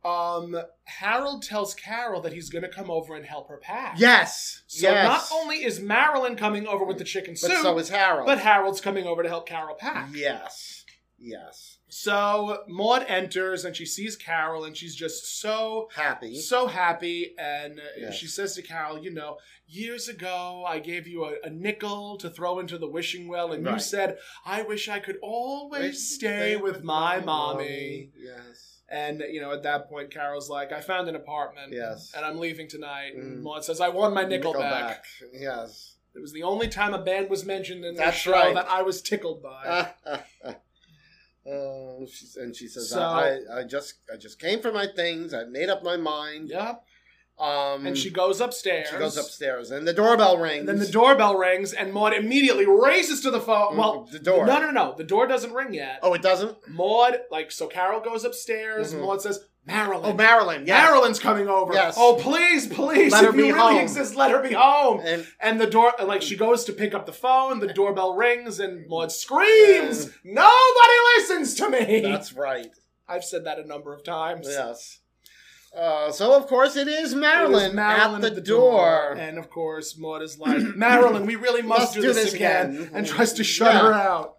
[SPEAKER 2] Um, Harold tells Carol that he's going to come over and help her pack.
[SPEAKER 3] Yes.
[SPEAKER 2] So
[SPEAKER 3] yes.
[SPEAKER 2] not only is Marilyn coming over with the chicken
[SPEAKER 3] but
[SPEAKER 2] soup,
[SPEAKER 3] so is Harold.
[SPEAKER 2] but Harold's coming over to help Carol pack.
[SPEAKER 3] yes. Yes.
[SPEAKER 2] So Maud enters and she sees Carol and she's just so
[SPEAKER 3] Happy.
[SPEAKER 2] so happy and uh,
[SPEAKER 3] Yes.
[SPEAKER 2] she says to Carol, you know, years ago I gave you a, a nickel to throw into the wishing well and you
[SPEAKER 3] Right.
[SPEAKER 2] said, I wish I could always stay with my mommy.
[SPEAKER 3] Yes.
[SPEAKER 2] And you know, at that point, Carol's like, "I found an apartment,
[SPEAKER 3] Yes.
[SPEAKER 2] and I'm leaving tonight." And
[SPEAKER 3] Mm.
[SPEAKER 2] Maud says, "I won my nickel, back.
[SPEAKER 3] Yes.
[SPEAKER 2] It was the only time a band was mentioned in that
[SPEAKER 3] That's
[SPEAKER 2] show
[SPEAKER 3] right. Uh,
[SPEAKER 2] that I was tickled by."
[SPEAKER 3] [laughs]
[SPEAKER 2] [laughs]
[SPEAKER 3] Oh, she's, and she says,
[SPEAKER 2] So-
[SPEAKER 3] I, I just, I just came for my things. I made up my mind.
[SPEAKER 2] yep.
[SPEAKER 3] Um,
[SPEAKER 2] And she goes upstairs.
[SPEAKER 3] she goes upstairs, and the doorbell rings.
[SPEAKER 2] And then the doorbell rings, and Maud immediately races to the phone.
[SPEAKER 3] Mm,
[SPEAKER 2] Well,
[SPEAKER 3] the door.
[SPEAKER 2] No, no, no. The door doesn't ring yet.
[SPEAKER 3] Oh, it doesn't.
[SPEAKER 2] Maud, like, so Carol goes upstairs.
[SPEAKER 3] Mhm.
[SPEAKER 2] Maud says, Marilyn.
[SPEAKER 7] Oh, Marilyn. Yes.
[SPEAKER 2] Marilyn's coming over.
[SPEAKER 3] Yes.
[SPEAKER 2] Oh, please, please.
[SPEAKER 7] Let
[SPEAKER 2] if
[SPEAKER 7] her
[SPEAKER 2] you
[SPEAKER 7] be
[SPEAKER 2] really
[SPEAKER 7] home.
[SPEAKER 2] exist, let her be home.
[SPEAKER 3] And
[SPEAKER 2] And the door, like, she goes to pick up the phone. The doorbell rings, and Maud screams, Nobody listens to [laughs] me.
[SPEAKER 3] that's right.
[SPEAKER 2] I've said that a number of times.
[SPEAKER 3] Yes. Uh, so of course it is Marilyn,
[SPEAKER 2] It was Marilyn
[SPEAKER 3] at the, door.
[SPEAKER 2] And of course, Maud is like, [clears throat] Marilyn, we really must, do, this, again. And tries to shut
[SPEAKER 3] Yeah.
[SPEAKER 2] her out.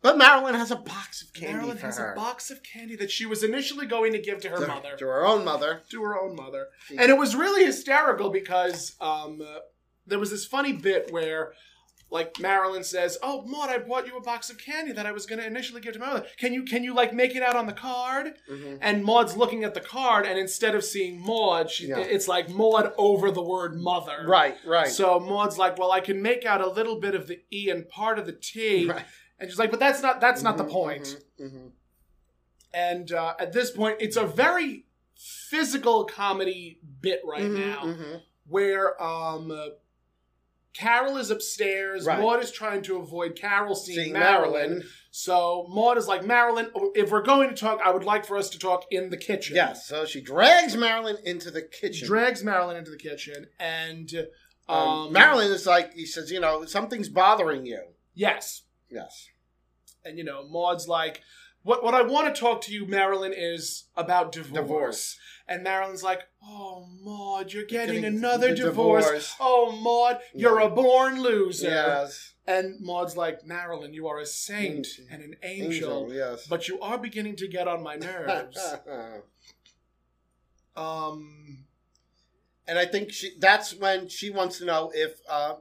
[SPEAKER 7] But Marilyn has a box of candy
[SPEAKER 2] Marilyn
[SPEAKER 7] for
[SPEAKER 2] has
[SPEAKER 7] her.
[SPEAKER 2] a box of candy that she was initially going to give to her
[SPEAKER 3] to,
[SPEAKER 2] mother,
[SPEAKER 3] to her own mother.
[SPEAKER 2] to her own mother.
[SPEAKER 3] She-
[SPEAKER 2] And it was really hysterical because um, uh, there was this funny bit where, like, Marilyn says, "Oh, Maud, I bought you a box of candy that I was going to initially give to my mother. Can you can you like make it out on the card?"
[SPEAKER 3] Mhm.
[SPEAKER 2] And Maud's looking at the card, and instead of seeing Maud, she,
[SPEAKER 3] Yeah.
[SPEAKER 2] it's like Maud over the word mother.
[SPEAKER 3] Right, right.
[SPEAKER 2] So Maud's like, "Well, I can make out a little bit of the e and part of the t,"
[SPEAKER 3] Right.
[SPEAKER 2] and she's like, "But that's not that's not the
[SPEAKER 3] Mhm,
[SPEAKER 2] point."
[SPEAKER 3] mhm, mhm.
[SPEAKER 2] and uh, at this point it's a very physical comedy bit right
[SPEAKER 3] Mhm,
[SPEAKER 2] now
[SPEAKER 3] mhm.
[SPEAKER 2] where um uh, carol is upstairs
[SPEAKER 3] Right.
[SPEAKER 2] maud is trying to avoid carol seeing,
[SPEAKER 3] Seeing
[SPEAKER 2] marilyn.
[SPEAKER 3] Marilyn.
[SPEAKER 2] so maud is like marilyn if we're going to talk i would like for us to talk in the kitchen
[SPEAKER 3] Yes. So she drags Marilyn into the kitchen.
[SPEAKER 2] drags marilyn into the kitchen and um,
[SPEAKER 3] um, Marilyn is like, he says, you know, something's bothering you.
[SPEAKER 2] yes
[SPEAKER 3] Yes.
[SPEAKER 2] and you know maud's like what what i want to talk to you marilyn is about divorce,
[SPEAKER 3] Divorce.
[SPEAKER 2] and marilyn's like oh maud you're getting,
[SPEAKER 3] Getting
[SPEAKER 2] another
[SPEAKER 3] the
[SPEAKER 2] divorce.
[SPEAKER 3] divorce.
[SPEAKER 2] oh maud you're
[SPEAKER 3] Yeah.
[SPEAKER 2] a born loser
[SPEAKER 3] Yes.
[SPEAKER 2] and maud's like marilyn you are a saint
[SPEAKER 3] Mm.
[SPEAKER 2] and an angel,
[SPEAKER 3] yes.
[SPEAKER 2] but uh, you are beginning to get on my [laughs] nerves
[SPEAKER 3] [laughs]
[SPEAKER 2] um
[SPEAKER 3] and I think she, that's when she wants to know if uh,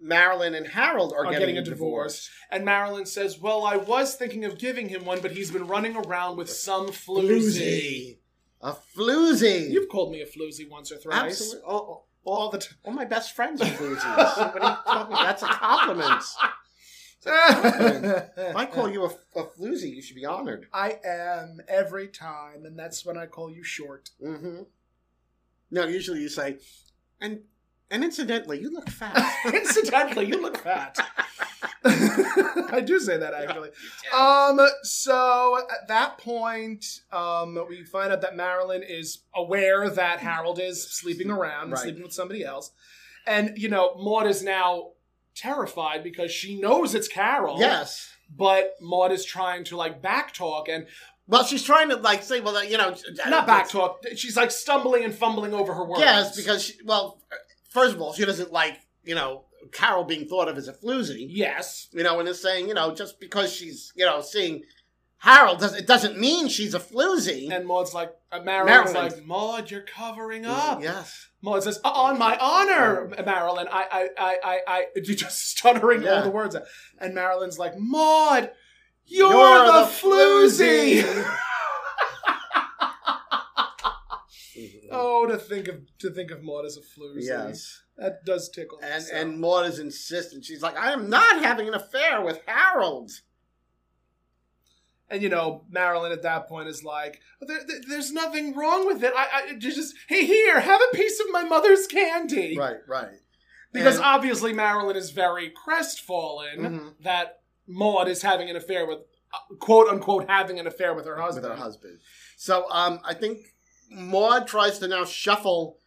[SPEAKER 3] Marilyn and Harold are,
[SPEAKER 2] Are
[SPEAKER 3] getting, a divorce.
[SPEAKER 2] divorce. and Marilyn says, Well, I was thinking of giving him one, but he's been running around with some floozy.
[SPEAKER 3] Floozy. A floozy.
[SPEAKER 2] You've called me a floozy once or thrice.
[SPEAKER 7] Absolutely. All, all,
[SPEAKER 2] All
[SPEAKER 7] all,
[SPEAKER 2] the
[SPEAKER 7] all my best friends are floozies. [laughs] What are you talking- That's a compliment.
[SPEAKER 2] time.
[SPEAKER 3] If [laughs] I call you a, a floozy, you should be honored.
[SPEAKER 2] I am every time, and that's when I call you
[SPEAKER 3] [laughs]
[SPEAKER 2] short.
[SPEAKER 3] Mm-hmm.
[SPEAKER 7] No, usually you say, and and incidentally, you look fat. [laughs]
[SPEAKER 2] Incidentally, you look fat.
[SPEAKER 3] [laughs]
[SPEAKER 2] I do say that actually. Um, so at that point, um, we find out that Marilyn is aware that Harold is sleeping around,
[SPEAKER 3] Right.
[SPEAKER 2] sleeping with somebody else, and you know Maud is now terrified because she knows it's Carol.
[SPEAKER 3] [laughs] Yes.
[SPEAKER 2] but Maud is trying to like backtalk and
[SPEAKER 7] well, she's trying to like say, well, you know,
[SPEAKER 2] not backtalk. She's like stumbling and fumbling over her words.
[SPEAKER 7] Yes, because she, well, first of all, she doesn't like you know Carol being thought of as a floozy.
[SPEAKER 2] yes.
[SPEAKER 7] You know, and is saying you know just because she's you know seeing Harold does it doesn't mean she's a floozy.
[SPEAKER 2] And Maud's like, uh, Marilyn's
[SPEAKER 7] Marilyn.
[SPEAKER 2] like, Maud, you're covering
[SPEAKER 3] Mm,
[SPEAKER 2] up.
[SPEAKER 7] Yes.
[SPEAKER 2] Maud says, "Uh, on my honor, Marilyn, I, I, I, I, I, [laughs] you're just stuttering all
[SPEAKER 3] Yeah.
[SPEAKER 2] the words. out. And Marilyn's like, Maud, you're,
[SPEAKER 3] You're
[SPEAKER 2] the,
[SPEAKER 3] the
[SPEAKER 2] [laughs] floozy.
[SPEAKER 7] Mm-hmm.
[SPEAKER 3] floozy.
[SPEAKER 2] oh, to think of to think of Maud as a floozy.
[SPEAKER 3] Yes.
[SPEAKER 2] that does tickle. me,
[SPEAKER 3] And
[SPEAKER 2] so.
[SPEAKER 3] and Maud is insistent. She's like, I am not having an affair with Harold.
[SPEAKER 2] and you know, Marilyn at that point is like, there, there- "There's nothing wrong with it. I, I just hey, here, have a piece of my mother's candy."
[SPEAKER 3] Right, right.
[SPEAKER 2] Because
[SPEAKER 3] And-
[SPEAKER 2] obviously Marilyn is very crestfallen
[SPEAKER 3] Mhm.
[SPEAKER 2] that Maud is having an affair with, uh, quote unquote, having an affair with her
[SPEAKER 3] with
[SPEAKER 2] husband.
[SPEAKER 3] her husband. So um, I think Maud tries to now shuffle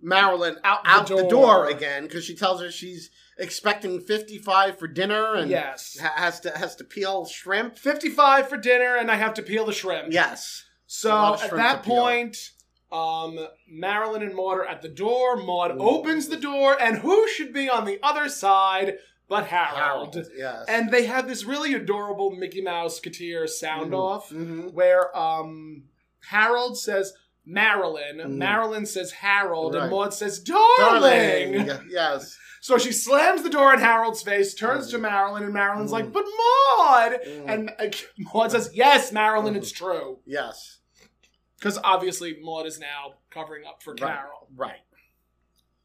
[SPEAKER 3] Marilyn out,
[SPEAKER 2] The
[SPEAKER 3] out the, door.
[SPEAKER 2] door.
[SPEAKER 3] again because she tells her she's expecting fifty five for dinner and
[SPEAKER 2] Yes.
[SPEAKER 3] ha- has to has to peel shrimp.
[SPEAKER 2] 55 for dinner, and I have to peel the shrimp.
[SPEAKER 3] Yes,
[SPEAKER 2] So
[SPEAKER 3] A lot of
[SPEAKER 2] at
[SPEAKER 3] shrimp
[SPEAKER 2] that
[SPEAKER 3] to peel.
[SPEAKER 2] point, um, Marilyn and Maud are at the door. Maud opens the door, and who should be on the other side but Harold?
[SPEAKER 3] Yes,
[SPEAKER 2] And they have this really adorable Mickey Mouse Katir sound
[SPEAKER 3] Mhm.
[SPEAKER 2] off.
[SPEAKER 3] Mhm.
[SPEAKER 2] where um Harold says Marilyn,
[SPEAKER 3] Mm.
[SPEAKER 2] Marilyn says Harold, and
[SPEAKER 3] Right.
[SPEAKER 2] Maud says darling.
[SPEAKER 3] Darling. Yes.
[SPEAKER 2] So she slams the door in Harold's face, turns to Marilyn, and Marilyn's
[SPEAKER 3] Mm.
[SPEAKER 2] like, "But Maud,"
[SPEAKER 3] Mm.
[SPEAKER 2] [laughs] and uh, Maud says, "Yes, Marilyn, it's true."
[SPEAKER 3] yes.
[SPEAKER 2] Because obviously Maud is now covering up for
[SPEAKER 7] Right.
[SPEAKER 2] Carol.
[SPEAKER 7] Right.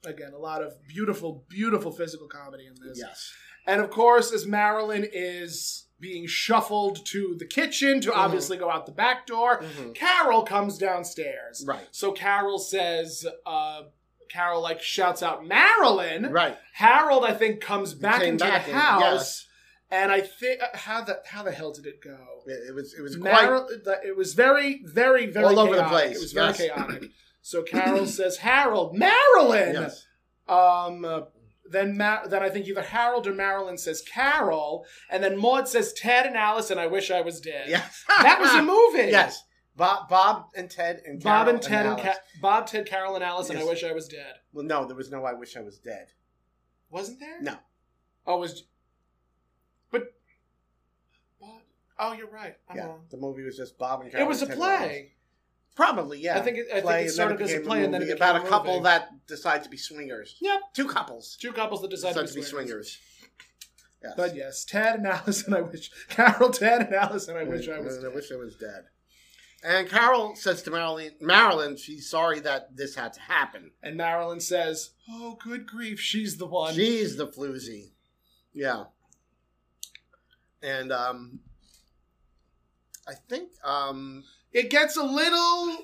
[SPEAKER 2] Again, a lot of beautiful, beautiful physical comedy in this.
[SPEAKER 7] Yes.
[SPEAKER 2] And of course, as Marilyn is being shuffled to the kitchen
[SPEAKER 3] Mm.
[SPEAKER 2] to obviously go out the back door, Carol comes downstairs.
[SPEAKER 7] Right.
[SPEAKER 2] So Carol says, uh, Carol like shouts out Marilyn.
[SPEAKER 7] Right.
[SPEAKER 2] Harold, I think, comes back
[SPEAKER 3] Came
[SPEAKER 2] into
[SPEAKER 3] back
[SPEAKER 2] the
[SPEAKER 3] in,
[SPEAKER 2] house,
[SPEAKER 3] yes.
[SPEAKER 2] and I think how the how the hell did it go?
[SPEAKER 7] It, it was. It was quite.
[SPEAKER 2] Mar- the- it was very, very, very
[SPEAKER 3] All over the
[SPEAKER 2] chaotic.
[SPEAKER 3] place,
[SPEAKER 2] It was very
[SPEAKER 3] yes. [coughs]
[SPEAKER 2] chaotic. So Carol says, "Harold, Marilyn."
[SPEAKER 7] Yes.
[SPEAKER 2] Um, uh, then Ma- then I think either Harold or Marilyn says Carol, and then Maud says Ted and Alice, and I wish I was dead.
[SPEAKER 3] [laughs]
[SPEAKER 7] Yes.
[SPEAKER 2] that was
[SPEAKER 7] [laughs]
[SPEAKER 2] a [laughs] movie.
[SPEAKER 7] Yes. Bob, Bob and Ted and
[SPEAKER 2] Bob
[SPEAKER 7] Carol
[SPEAKER 2] and Ted and,
[SPEAKER 7] Alice.
[SPEAKER 2] Ca- Bob, Ted, Carol, and Alice, and I
[SPEAKER 7] Yes.
[SPEAKER 2] wish I was dead.
[SPEAKER 7] Well, no, there was no. I wish I was dead.
[SPEAKER 2] Wasn't there?
[SPEAKER 7] No.
[SPEAKER 2] Oh, it was. But. Bob- Oh, you're right. I'm
[SPEAKER 7] Yeah,
[SPEAKER 2] wrong.
[SPEAKER 7] the movie was just Bob and Carol.
[SPEAKER 2] It was a
[SPEAKER 7] and Ted Wallace.
[SPEAKER 2] play.
[SPEAKER 7] Probably, yeah.
[SPEAKER 2] I think it- I think it
[SPEAKER 7] Play, and then
[SPEAKER 2] started as a
[SPEAKER 7] became
[SPEAKER 2] play, and then it
[SPEAKER 7] movie
[SPEAKER 2] became
[SPEAKER 7] about
[SPEAKER 2] a
[SPEAKER 7] a couple
[SPEAKER 2] movie.
[SPEAKER 7] that decide to be swingers.
[SPEAKER 2] Yep.
[SPEAKER 7] Two couples
[SPEAKER 2] Two couples that decided
[SPEAKER 7] decide
[SPEAKER 2] to
[SPEAKER 7] to be swingers. Yes.
[SPEAKER 2] But yes, Ted and Alice, [laughs] and I wish Carol, Ted and Alice, and I wish I was.
[SPEAKER 3] I wish I was dead. And Carol says to Marilyn, Marilyn, she's sorry that this had to happen.
[SPEAKER 2] And Marilyn says, "Oh, good grief, she's the one."
[SPEAKER 3] She's the floozy. Yeah. And um I think um
[SPEAKER 2] it gets a little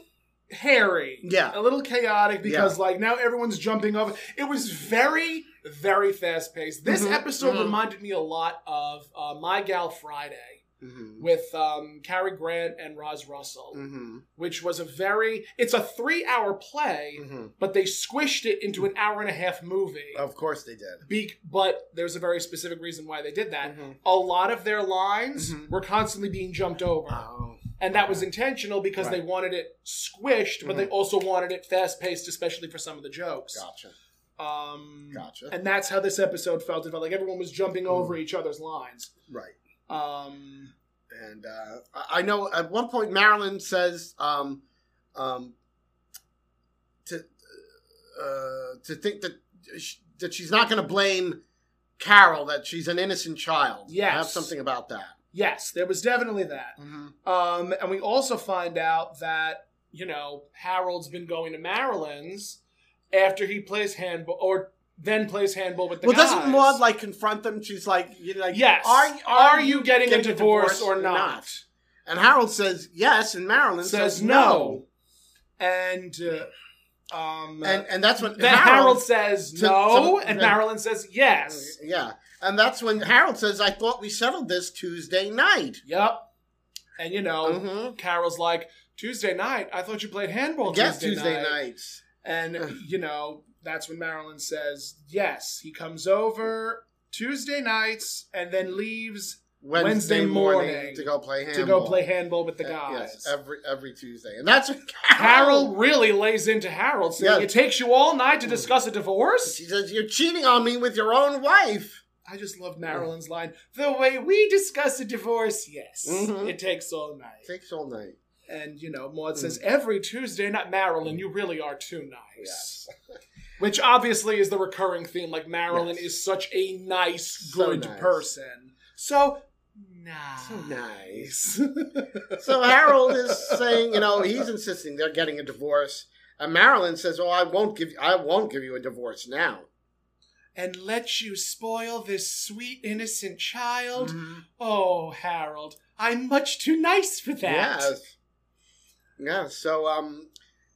[SPEAKER 2] hairy.
[SPEAKER 3] Yeah.
[SPEAKER 2] A little chaotic because like now everyone's jumping over. It was very, very fast paced. This
[SPEAKER 3] Mhm,
[SPEAKER 2] episode
[SPEAKER 3] mhm.
[SPEAKER 2] reminded me a lot of uh, My Gal Friday
[SPEAKER 3] mm-hmm.
[SPEAKER 2] with um, Cary Grant and Roz Russell,
[SPEAKER 3] Mm.
[SPEAKER 2] which was a very it's a three hour play,
[SPEAKER 3] Mm.
[SPEAKER 2] but they squished it into an hour and a half movie.
[SPEAKER 3] Mm-hmm. of course they did. Mm-hmm.
[SPEAKER 2] Be- but there's a very specific reason why they did that. A lot of their lines
[SPEAKER 7] Mm-hmm.
[SPEAKER 3] Mhm.
[SPEAKER 2] were constantly being jumped over
[SPEAKER 7] Oh.
[SPEAKER 2] and that was intentional because
[SPEAKER 7] Right. Mm-hmm.
[SPEAKER 2] they wanted it squished, but they also wanted it fast paced, especially for some of the jokes.
[SPEAKER 3] Gotcha.
[SPEAKER 2] Um,
[SPEAKER 3] Gotcha.
[SPEAKER 2] Mm-hmm. And that's how this episode felt. It felt like everyone was jumping over
[SPEAKER 7] Mm-hmm.
[SPEAKER 2] each other's lines.
[SPEAKER 3] Right.
[SPEAKER 2] Um,
[SPEAKER 3] And uh I- I know at one point Marilyn says um um to uh to think that sh- that she's not going to blame Carol that she's an innocent child. I have
[SPEAKER 2] Yes.
[SPEAKER 3] something about that. Mm-hmm.
[SPEAKER 2] yes, there was definitely that. Um, and we also find out that you know Harold's been going to Maryland's after he plays handball, or then plays handball with the
[SPEAKER 7] Well,
[SPEAKER 2] guys.
[SPEAKER 7] doesn't Maud like confront them? She's like, you know, like,
[SPEAKER 2] Yes.
[SPEAKER 7] Are
[SPEAKER 2] Are you getting, a divorce, or not?
[SPEAKER 7] And Harold says yes, and Marilyn
[SPEAKER 2] says,
[SPEAKER 7] says,
[SPEAKER 2] no. And uh, um,
[SPEAKER 3] And and that's when
[SPEAKER 2] then Harold, says
[SPEAKER 3] to-
[SPEAKER 2] no,
[SPEAKER 3] to-
[SPEAKER 2] and
[SPEAKER 3] then-
[SPEAKER 2] Marilyn says yes.
[SPEAKER 3] Yeah. And that's when Harold says, I thought we settled this Tuesday night.
[SPEAKER 2] Yep. And you know,
[SPEAKER 3] Mm-hmm.
[SPEAKER 2] Carol's like Tuesday night. I thought you played handball
[SPEAKER 3] Yes,
[SPEAKER 2] Tuesday,
[SPEAKER 3] Tuesday
[SPEAKER 2] night.
[SPEAKER 3] nights.
[SPEAKER 2] And you know, that's when Marilyn says yes. He comes over Tuesday nights and then leaves
[SPEAKER 3] Wednesday,
[SPEAKER 2] Wednesday
[SPEAKER 3] morning,
[SPEAKER 2] morning
[SPEAKER 3] to go play
[SPEAKER 2] to
[SPEAKER 3] handball.
[SPEAKER 2] go play handball with the
[SPEAKER 3] Uh,
[SPEAKER 2] guys.
[SPEAKER 3] Yes, every every Tuesday. And that's when [laughs] Oh.
[SPEAKER 2] Harold really lays into Harold, saying
[SPEAKER 3] Yes.
[SPEAKER 2] it takes you all night to
[SPEAKER 3] Mm.
[SPEAKER 2] discuss a divorce.
[SPEAKER 3] She says, You're cheating on me with your own wife.
[SPEAKER 2] I just
[SPEAKER 3] Mm.
[SPEAKER 2] love Marilyn's line. The way we discuss a divorce, yes,
[SPEAKER 3] Mhm.
[SPEAKER 2] it takes all night.
[SPEAKER 3] Takes all night.
[SPEAKER 2] And you know, Maud
[SPEAKER 3] Mm.
[SPEAKER 2] says every Tuesday. Not Marilyn. You really are too nice. [laughs] Which obviously is the recurring theme. Like Marilyn
[SPEAKER 3] Yes.
[SPEAKER 2] is such a nice,
[SPEAKER 3] So
[SPEAKER 2] good
[SPEAKER 3] nice.
[SPEAKER 2] person. So Ah, nice.
[SPEAKER 3] So nice.
[SPEAKER 2] nice.
[SPEAKER 3] So Harold is saying, you know, he's insisting they're getting a divorce. And Marilyn says, Oh, I won't give I won't give you a divorce now.
[SPEAKER 2] [laughs] and let you spoil this sweet, innocent child. Oh, Harold, I'm much too nice for that.
[SPEAKER 3] Yes. Yeah. So um,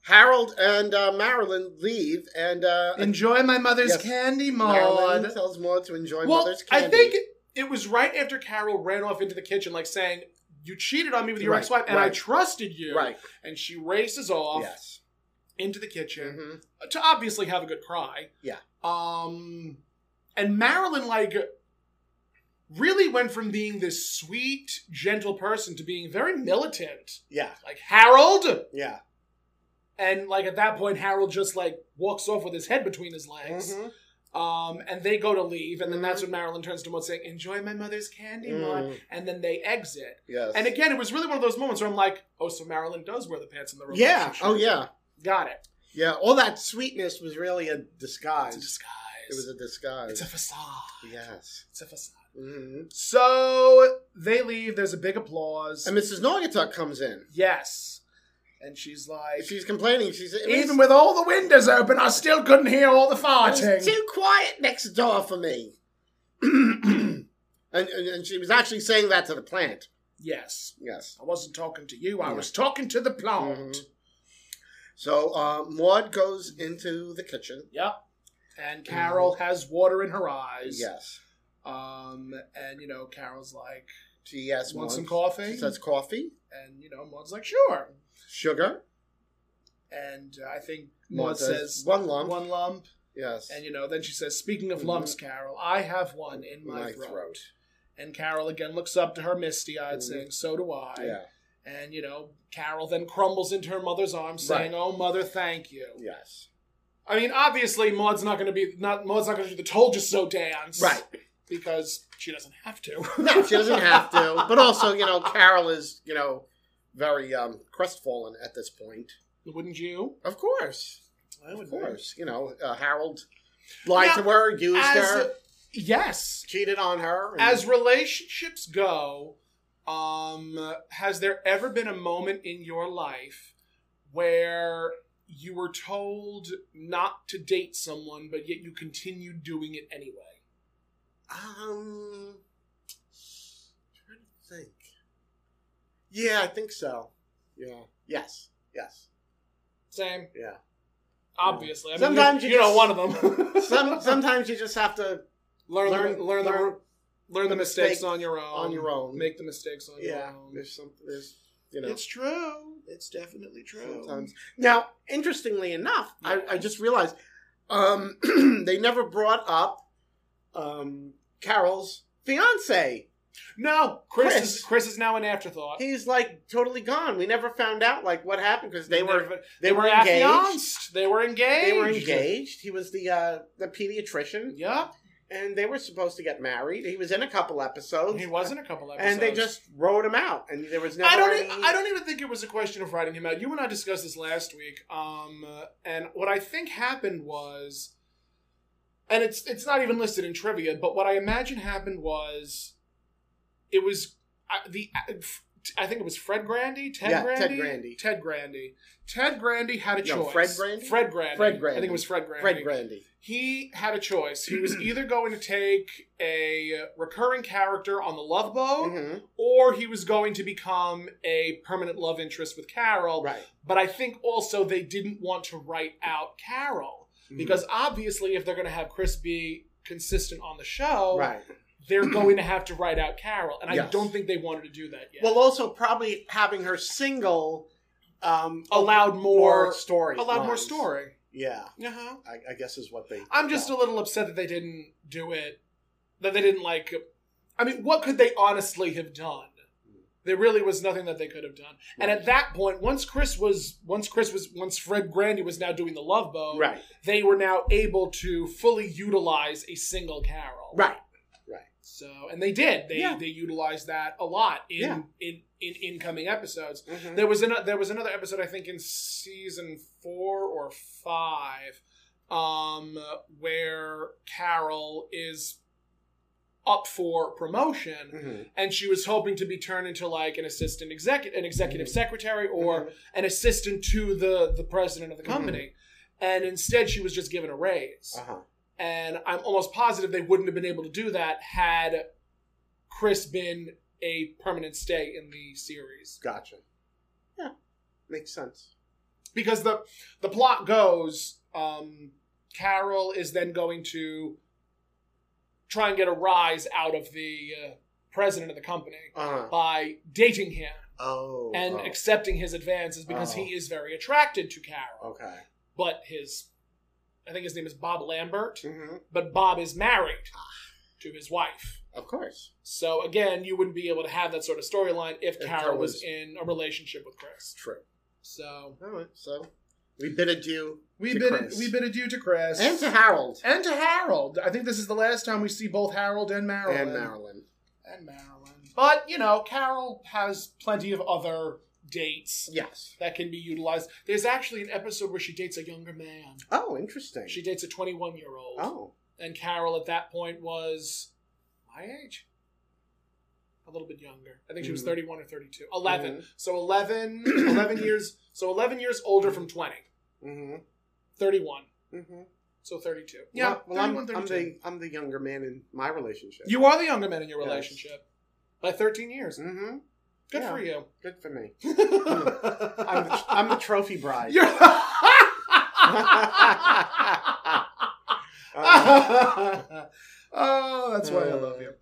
[SPEAKER 3] Harold and uh, Marilyn leave, and uh,
[SPEAKER 2] Enjoy my mother's
[SPEAKER 3] Yes.
[SPEAKER 2] candy,
[SPEAKER 3] Marilyn
[SPEAKER 2] Maud.
[SPEAKER 3] tells Maud to enjoy
[SPEAKER 2] Well,
[SPEAKER 3] mother's candy.
[SPEAKER 2] I think it was right after Carol ran off into the kitchen, like saying, "You cheated on me with your
[SPEAKER 3] Right,
[SPEAKER 2] ex-wife, and I
[SPEAKER 3] right.
[SPEAKER 2] trusted you."
[SPEAKER 3] right.
[SPEAKER 2] And she races off
[SPEAKER 3] Yes.
[SPEAKER 2] into the kitchen
[SPEAKER 3] hmm
[SPEAKER 2] to obviously have a good cry.
[SPEAKER 3] Yeah.
[SPEAKER 2] Um, and Marilyn like really went from being this sweet, gentle person to being very militant,
[SPEAKER 7] Yeah,
[SPEAKER 2] like Harold.
[SPEAKER 7] yeah.
[SPEAKER 2] And like at that point, Harold just like walks off with his head between his legs.
[SPEAKER 3] Mm-hmm.
[SPEAKER 2] Um, and they go to leave, and then that's when Marilyn turns to Maud saying, "Enjoy my mother's candy, Maud,"
[SPEAKER 3] Mm.
[SPEAKER 2] and then they exit.
[SPEAKER 3] Yes.
[SPEAKER 2] And again, it was really one of those moments where I'm like, "Oh, so Marilyn does wear the pants in the
[SPEAKER 7] Yeah.
[SPEAKER 2] relationship."
[SPEAKER 3] oh yeah,
[SPEAKER 2] got it.
[SPEAKER 3] yeah.
[SPEAKER 7] All
[SPEAKER 3] All that
[SPEAKER 7] that sweetness was really a
[SPEAKER 2] It's a
[SPEAKER 7] disguise.
[SPEAKER 2] disguise.
[SPEAKER 3] it was a disguise.
[SPEAKER 2] It's a facade.
[SPEAKER 3] yes.
[SPEAKER 2] It's a facade.
[SPEAKER 3] hmm
[SPEAKER 2] So they leave. There's a big applause.
[SPEAKER 3] And Mrs. Naugatuck comes in,
[SPEAKER 2] yes, and she's like,
[SPEAKER 3] She's complaining. She's it was-
[SPEAKER 2] even with all the windows open, I still couldn't hear all the
[SPEAKER 3] It was
[SPEAKER 2] farting.
[SPEAKER 3] too quiet next door for me. [clears throat] and, and and she was actually saying that to the plant.
[SPEAKER 2] Yes,
[SPEAKER 3] Yes.
[SPEAKER 2] I wasn't talking to you. I was talking to the plant.
[SPEAKER 3] Mhm. So uh, Maud goes into the kitchen.
[SPEAKER 2] Yep. And Carol has water in her eyes.
[SPEAKER 3] Yes.
[SPEAKER 2] Um, and you know, Carol's like,
[SPEAKER 3] She asks
[SPEAKER 2] "Want
[SPEAKER 3] Maud.
[SPEAKER 2] some coffee?"
[SPEAKER 3] She says coffee,
[SPEAKER 2] and you know, Maud's like, "Sure."
[SPEAKER 3] sugar.
[SPEAKER 2] And uh, I think Maud, says,
[SPEAKER 3] one lump.
[SPEAKER 2] one lump.
[SPEAKER 3] yes.
[SPEAKER 2] And you know, then she says, "Speaking of
[SPEAKER 3] Mhm.
[SPEAKER 2] lumps, Carol, I have one in my, throat. Mm-hmm. And Carol again looks up to her misty eyed,
[SPEAKER 3] Mhm.
[SPEAKER 2] saying, "So do I."
[SPEAKER 3] Yeah.
[SPEAKER 2] And you know, Carol then crumbles into her mother's arms, saying, "Oh, mother, thank you."
[SPEAKER 3] Yes.
[SPEAKER 2] I mean, obviously, Maud's not going to be not Maud's not going to do the "Told You So" dance,
[SPEAKER 3] Right.
[SPEAKER 2] Because she doesn't have to.
[SPEAKER 3] No, she doesn't
[SPEAKER 2] [laughs]
[SPEAKER 3] have to. But also, you know, Carol is, you know, very um, crestfallen at this point.
[SPEAKER 2] Wouldn't you?
[SPEAKER 3] Of course.
[SPEAKER 2] I
[SPEAKER 3] Of course. You know, uh, Harold lied to her, used
[SPEAKER 2] As,
[SPEAKER 3] her,
[SPEAKER 2] yes,
[SPEAKER 3] cheated on her. and-
[SPEAKER 2] as relationships go, um, has there ever been a moment in your life where you were told not to date someone, but yet you continued doing it anyway?
[SPEAKER 3] Um, trying to think. Yeah, I think so. Yeah. Yes. Yes.
[SPEAKER 2] Same,
[SPEAKER 3] Yeah.
[SPEAKER 2] obviously. I mean,
[SPEAKER 3] Sometimes
[SPEAKER 2] you,
[SPEAKER 3] you
[SPEAKER 2] you know
[SPEAKER 3] just-
[SPEAKER 2] one of them. [laughs]
[SPEAKER 3] [laughs] Some sometimes you just have to
[SPEAKER 2] learn,
[SPEAKER 3] learn-
[SPEAKER 2] the, learn,
[SPEAKER 3] learn-
[SPEAKER 2] the learn the
[SPEAKER 3] the
[SPEAKER 2] mistakes
[SPEAKER 3] mistakes
[SPEAKER 2] on your own.
[SPEAKER 3] on your own.
[SPEAKER 2] Um, Make the mistakes on
[SPEAKER 3] yeah.
[SPEAKER 2] your own.
[SPEAKER 3] There's some. There's you know.
[SPEAKER 2] It's true. It's definitely true.
[SPEAKER 3] Sometimes. Now, interestingly enough, I, I just realized um, [clears throat] they never brought up um, Carol's fiance.
[SPEAKER 2] No, Chris,
[SPEAKER 3] Chris.
[SPEAKER 2] is Chris is now an afterthought.
[SPEAKER 3] He's like totally gone. We never found out like what happened because they were
[SPEAKER 2] Never-
[SPEAKER 3] they were engaged.
[SPEAKER 2] affianced. They were engaged.
[SPEAKER 3] They were engaged. He was the uh, the pediatrician,
[SPEAKER 2] Yep.
[SPEAKER 3] and they were supposed to get married. He was in a couple episodes.
[SPEAKER 2] He was in a couple episodes.
[SPEAKER 3] and they just wrote him out, and there was never.
[SPEAKER 2] I don't.
[SPEAKER 3] any-
[SPEAKER 2] e- I don't even think it was a question of writing him out. You and I discussed this last week. Um, and what I think happened was, and it's it's not even listed in trivia, but what I imagine happened was, it was uh, the. I think it was Fred Grandy, Ted
[SPEAKER 3] Yeah,
[SPEAKER 2] Grandy,
[SPEAKER 3] Ted Grandy.
[SPEAKER 2] Ted Grandy, Ted Grandy had a
[SPEAKER 3] No,
[SPEAKER 2] choice.
[SPEAKER 3] Fred Grandy?
[SPEAKER 2] Fred Grandy,
[SPEAKER 3] Fred Grandy.
[SPEAKER 2] I think it was Fred Grandy.
[SPEAKER 3] Fred Grandy.
[SPEAKER 2] he had a choice. He
[SPEAKER 3] [clears throat]
[SPEAKER 2] was either going to take a recurring character on the Love Boat,
[SPEAKER 3] Mhm.
[SPEAKER 2] or he was going to become a permanent love interest with Carol.
[SPEAKER 3] Right.
[SPEAKER 2] But I think also they didn't want to write out Carol
[SPEAKER 3] Mm-hmm.
[SPEAKER 2] because obviously, if they're going to have Chris be consistent on the show,
[SPEAKER 3] right.
[SPEAKER 2] they're going to have to write out Carol, and I
[SPEAKER 3] Yes.
[SPEAKER 2] don't think they wanted to do that yet.
[SPEAKER 3] Well, also probably having her single um,
[SPEAKER 2] allowed
[SPEAKER 3] more, Uh-huh.
[SPEAKER 2] more,
[SPEAKER 3] story.
[SPEAKER 2] allowed more
[SPEAKER 3] lines.
[SPEAKER 2] story.
[SPEAKER 3] Yeah,
[SPEAKER 2] Uh huh.
[SPEAKER 3] I, I guess is what they.
[SPEAKER 2] I'm just a little upset that they didn't do it. That they didn't like. I mean, what could they honestly have done? There really was nothing that they could have done. And at that point, once Chris was, once Chris was, once Fred Grandy was now doing the Love Boat,
[SPEAKER 3] right,
[SPEAKER 2] they were now able to fully utilize a single Carol.
[SPEAKER 3] right.
[SPEAKER 2] So, and they did. They
[SPEAKER 3] Yeah.
[SPEAKER 2] they utilized that a lot in
[SPEAKER 3] Yeah.
[SPEAKER 2] in, in incoming episodes.
[SPEAKER 3] Mhm.
[SPEAKER 2] There was another. There was another episode I think in season four or five, um, where Carol is up for promotion,
[SPEAKER 3] Mhm.
[SPEAKER 2] and she was hoping to be turned into like an assistant executive, an executive
[SPEAKER 3] Mhm.
[SPEAKER 2] secretary, or
[SPEAKER 3] Mhm.
[SPEAKER 2] an assistant to the the president of the
[SPEAKER 3] Mhm.
[SPEAKER 2] company. And instead, she was just given a raise.
[SPEAKER 3] Uh-huh.
[SPEAKER 2] And I'm almost positive they wouldn't have been able to do that had Chris been a permanent stay in the series
[SPEAKER 3] Gotcha. Yeah, makes sense.
[SPEAKER 2] because the the plot goes um carol is then going to try and get a rise out of the uh, president of the company
[SPEAKER 3] Uh-huh.
[SPEAKER 2] by dating him
[SPEAKER 3] Oh,
[SPEAKER 2] and
[SPEAKER 3] oh,
[SPEAKER 2] accepting his advances because
[SPEAKER 3] Oh.
[SPEAKER 2] he is very attracted to carol
[SPEAKER 3] okay.
[SPEAKER 2] but his i think his name is bob lambert
[SPEAKER 3] hmm Ah.
[SPEAKER 2] but bob is married to his wife
[SPEAKER 3] Of course.
[SPEAKER 2] so again you wouldn't be able to have that sort of storyline if
[SPEAKER 3] If
[SPEAKER 2] carol
[SPEAKER 3] Carol
[SPEAKER 2] was
[SPEAKER 3] was-
[SPEAKER 2] in a relationship with chris
[SPEAKER 3] True.
[SPEAKER 2] so
[SPEAKER 3] All right. So we bid adieu.
[SPEAKER 2] we
[SPEAKER 3] To
[SPEAKER 2] bid
[SPEAKER 3] Chris.
[SPEAKER 2] we bid adieu to chris
[SPEAKER 3] And to Harold.
[SPEAKER 2] And to Harold. I think this is the last time we see both Harold and Marilyn.
[SPEAKER 3] And Marilyn.
[SPEAKER 2] And Marilyn. But, you know, Carol has plenty of other dates
[SPEAKER 3] Yes.
[SPEAKER 2] that can be utilized. There's actually an episode where she dates a younger man.
[SPEAKER 3] Oh, interesting.
[SPEAKER 2] She dates a 21 year old.
[SPEAKER 3] oh,
[SPEAKER 2] And Carol at that point was my age. I'm little bit younger. I think she was
[SPEAKER 3] Hmm.
[SPEAKER 2] 31 or 32. 11. So [clears throat] 11, 11 years. So 11 years older from 20.
[SPEAKER 3] Mm-hmm.
[SPEAKER 2] 31.
[SPEAKER 3] Mm-hmm.
[SPEAKER 2] So 32. Yeah.
[SPEAKER 3] Yeah. Well, I'm,
[SPEAKER 2] 31, 32.
[SPEAKER 3] I'm the I'm the younger man in my relationship.
[SPEAKER 2] You are the younger man in your
[SPEAKER 3] Yes.
[SPEAKER 2] relationship by 13 years.
[SPEAKER 3] Mm-hmm.
[SPEAKER 2] Good
[SPEAKER 3] Yeah.
[SPEAKER 2] for you.
[SPEAKER 3] Good for
[SPEAKER 2] [laughs]
[SPEAKER 3] me. I'm the, I'm the trophy bride.
[SPEAKER 2] You're. [laughs]
[SPEAKER 3] [laughs] Uh,
[SPEAKER 2] Um, oh, that's why I love you.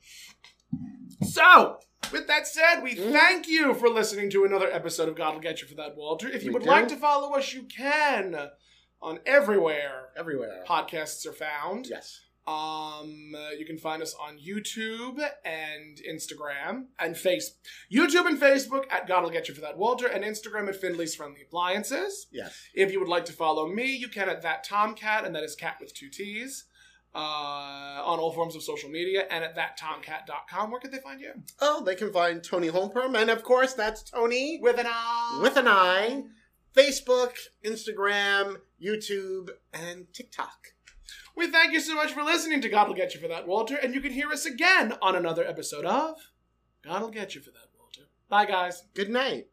[SPEAKER 2] So, with that said, we
[SPEAKER 3] Mm.
[SPEAKER 2] thank you for listening to another episode of God'll Get You for That, Walter. If you
[SPEAKER 3] We
[SPEAKER 2] would
[SPEAKER 3] do.
[SPEAKER 2] like to follow us, you can on everywhere
[SPEAKER 3] Everywhere.
[SPEAKER 2] podcasts are found.
[SPEAKER 3] Yes.
[SPEAKER 2] Um, uh, you can find us on YouTube and Instagram and Face YouTube and Facebook at God'll Get You for That Walter and Instagram at Findley's Friendly Appliances.
[SPEAKER 3] Yes.
[SPEAKER 2] If you would like to follow me, you can at that Tomcat and that is cat with two T's. Uh, on all forms of social media and at thattomcat.com. Where could they find you?
[SPEAKER 3] Oh, they can find Tony Holmperm, and of course that's Tony
[SPEAKER 2] With an eye.
[SPEAKER 3] with an eye. Facebook, Instagram, YouTube, and TikTok.
[SPEAKER 2] We thank you so much for listening to God'll Get You for That, Walter, and you can hear us again on another episode of God'll Get You for That, Walter. Bye, guys.
[SPEAKER 3] Good night.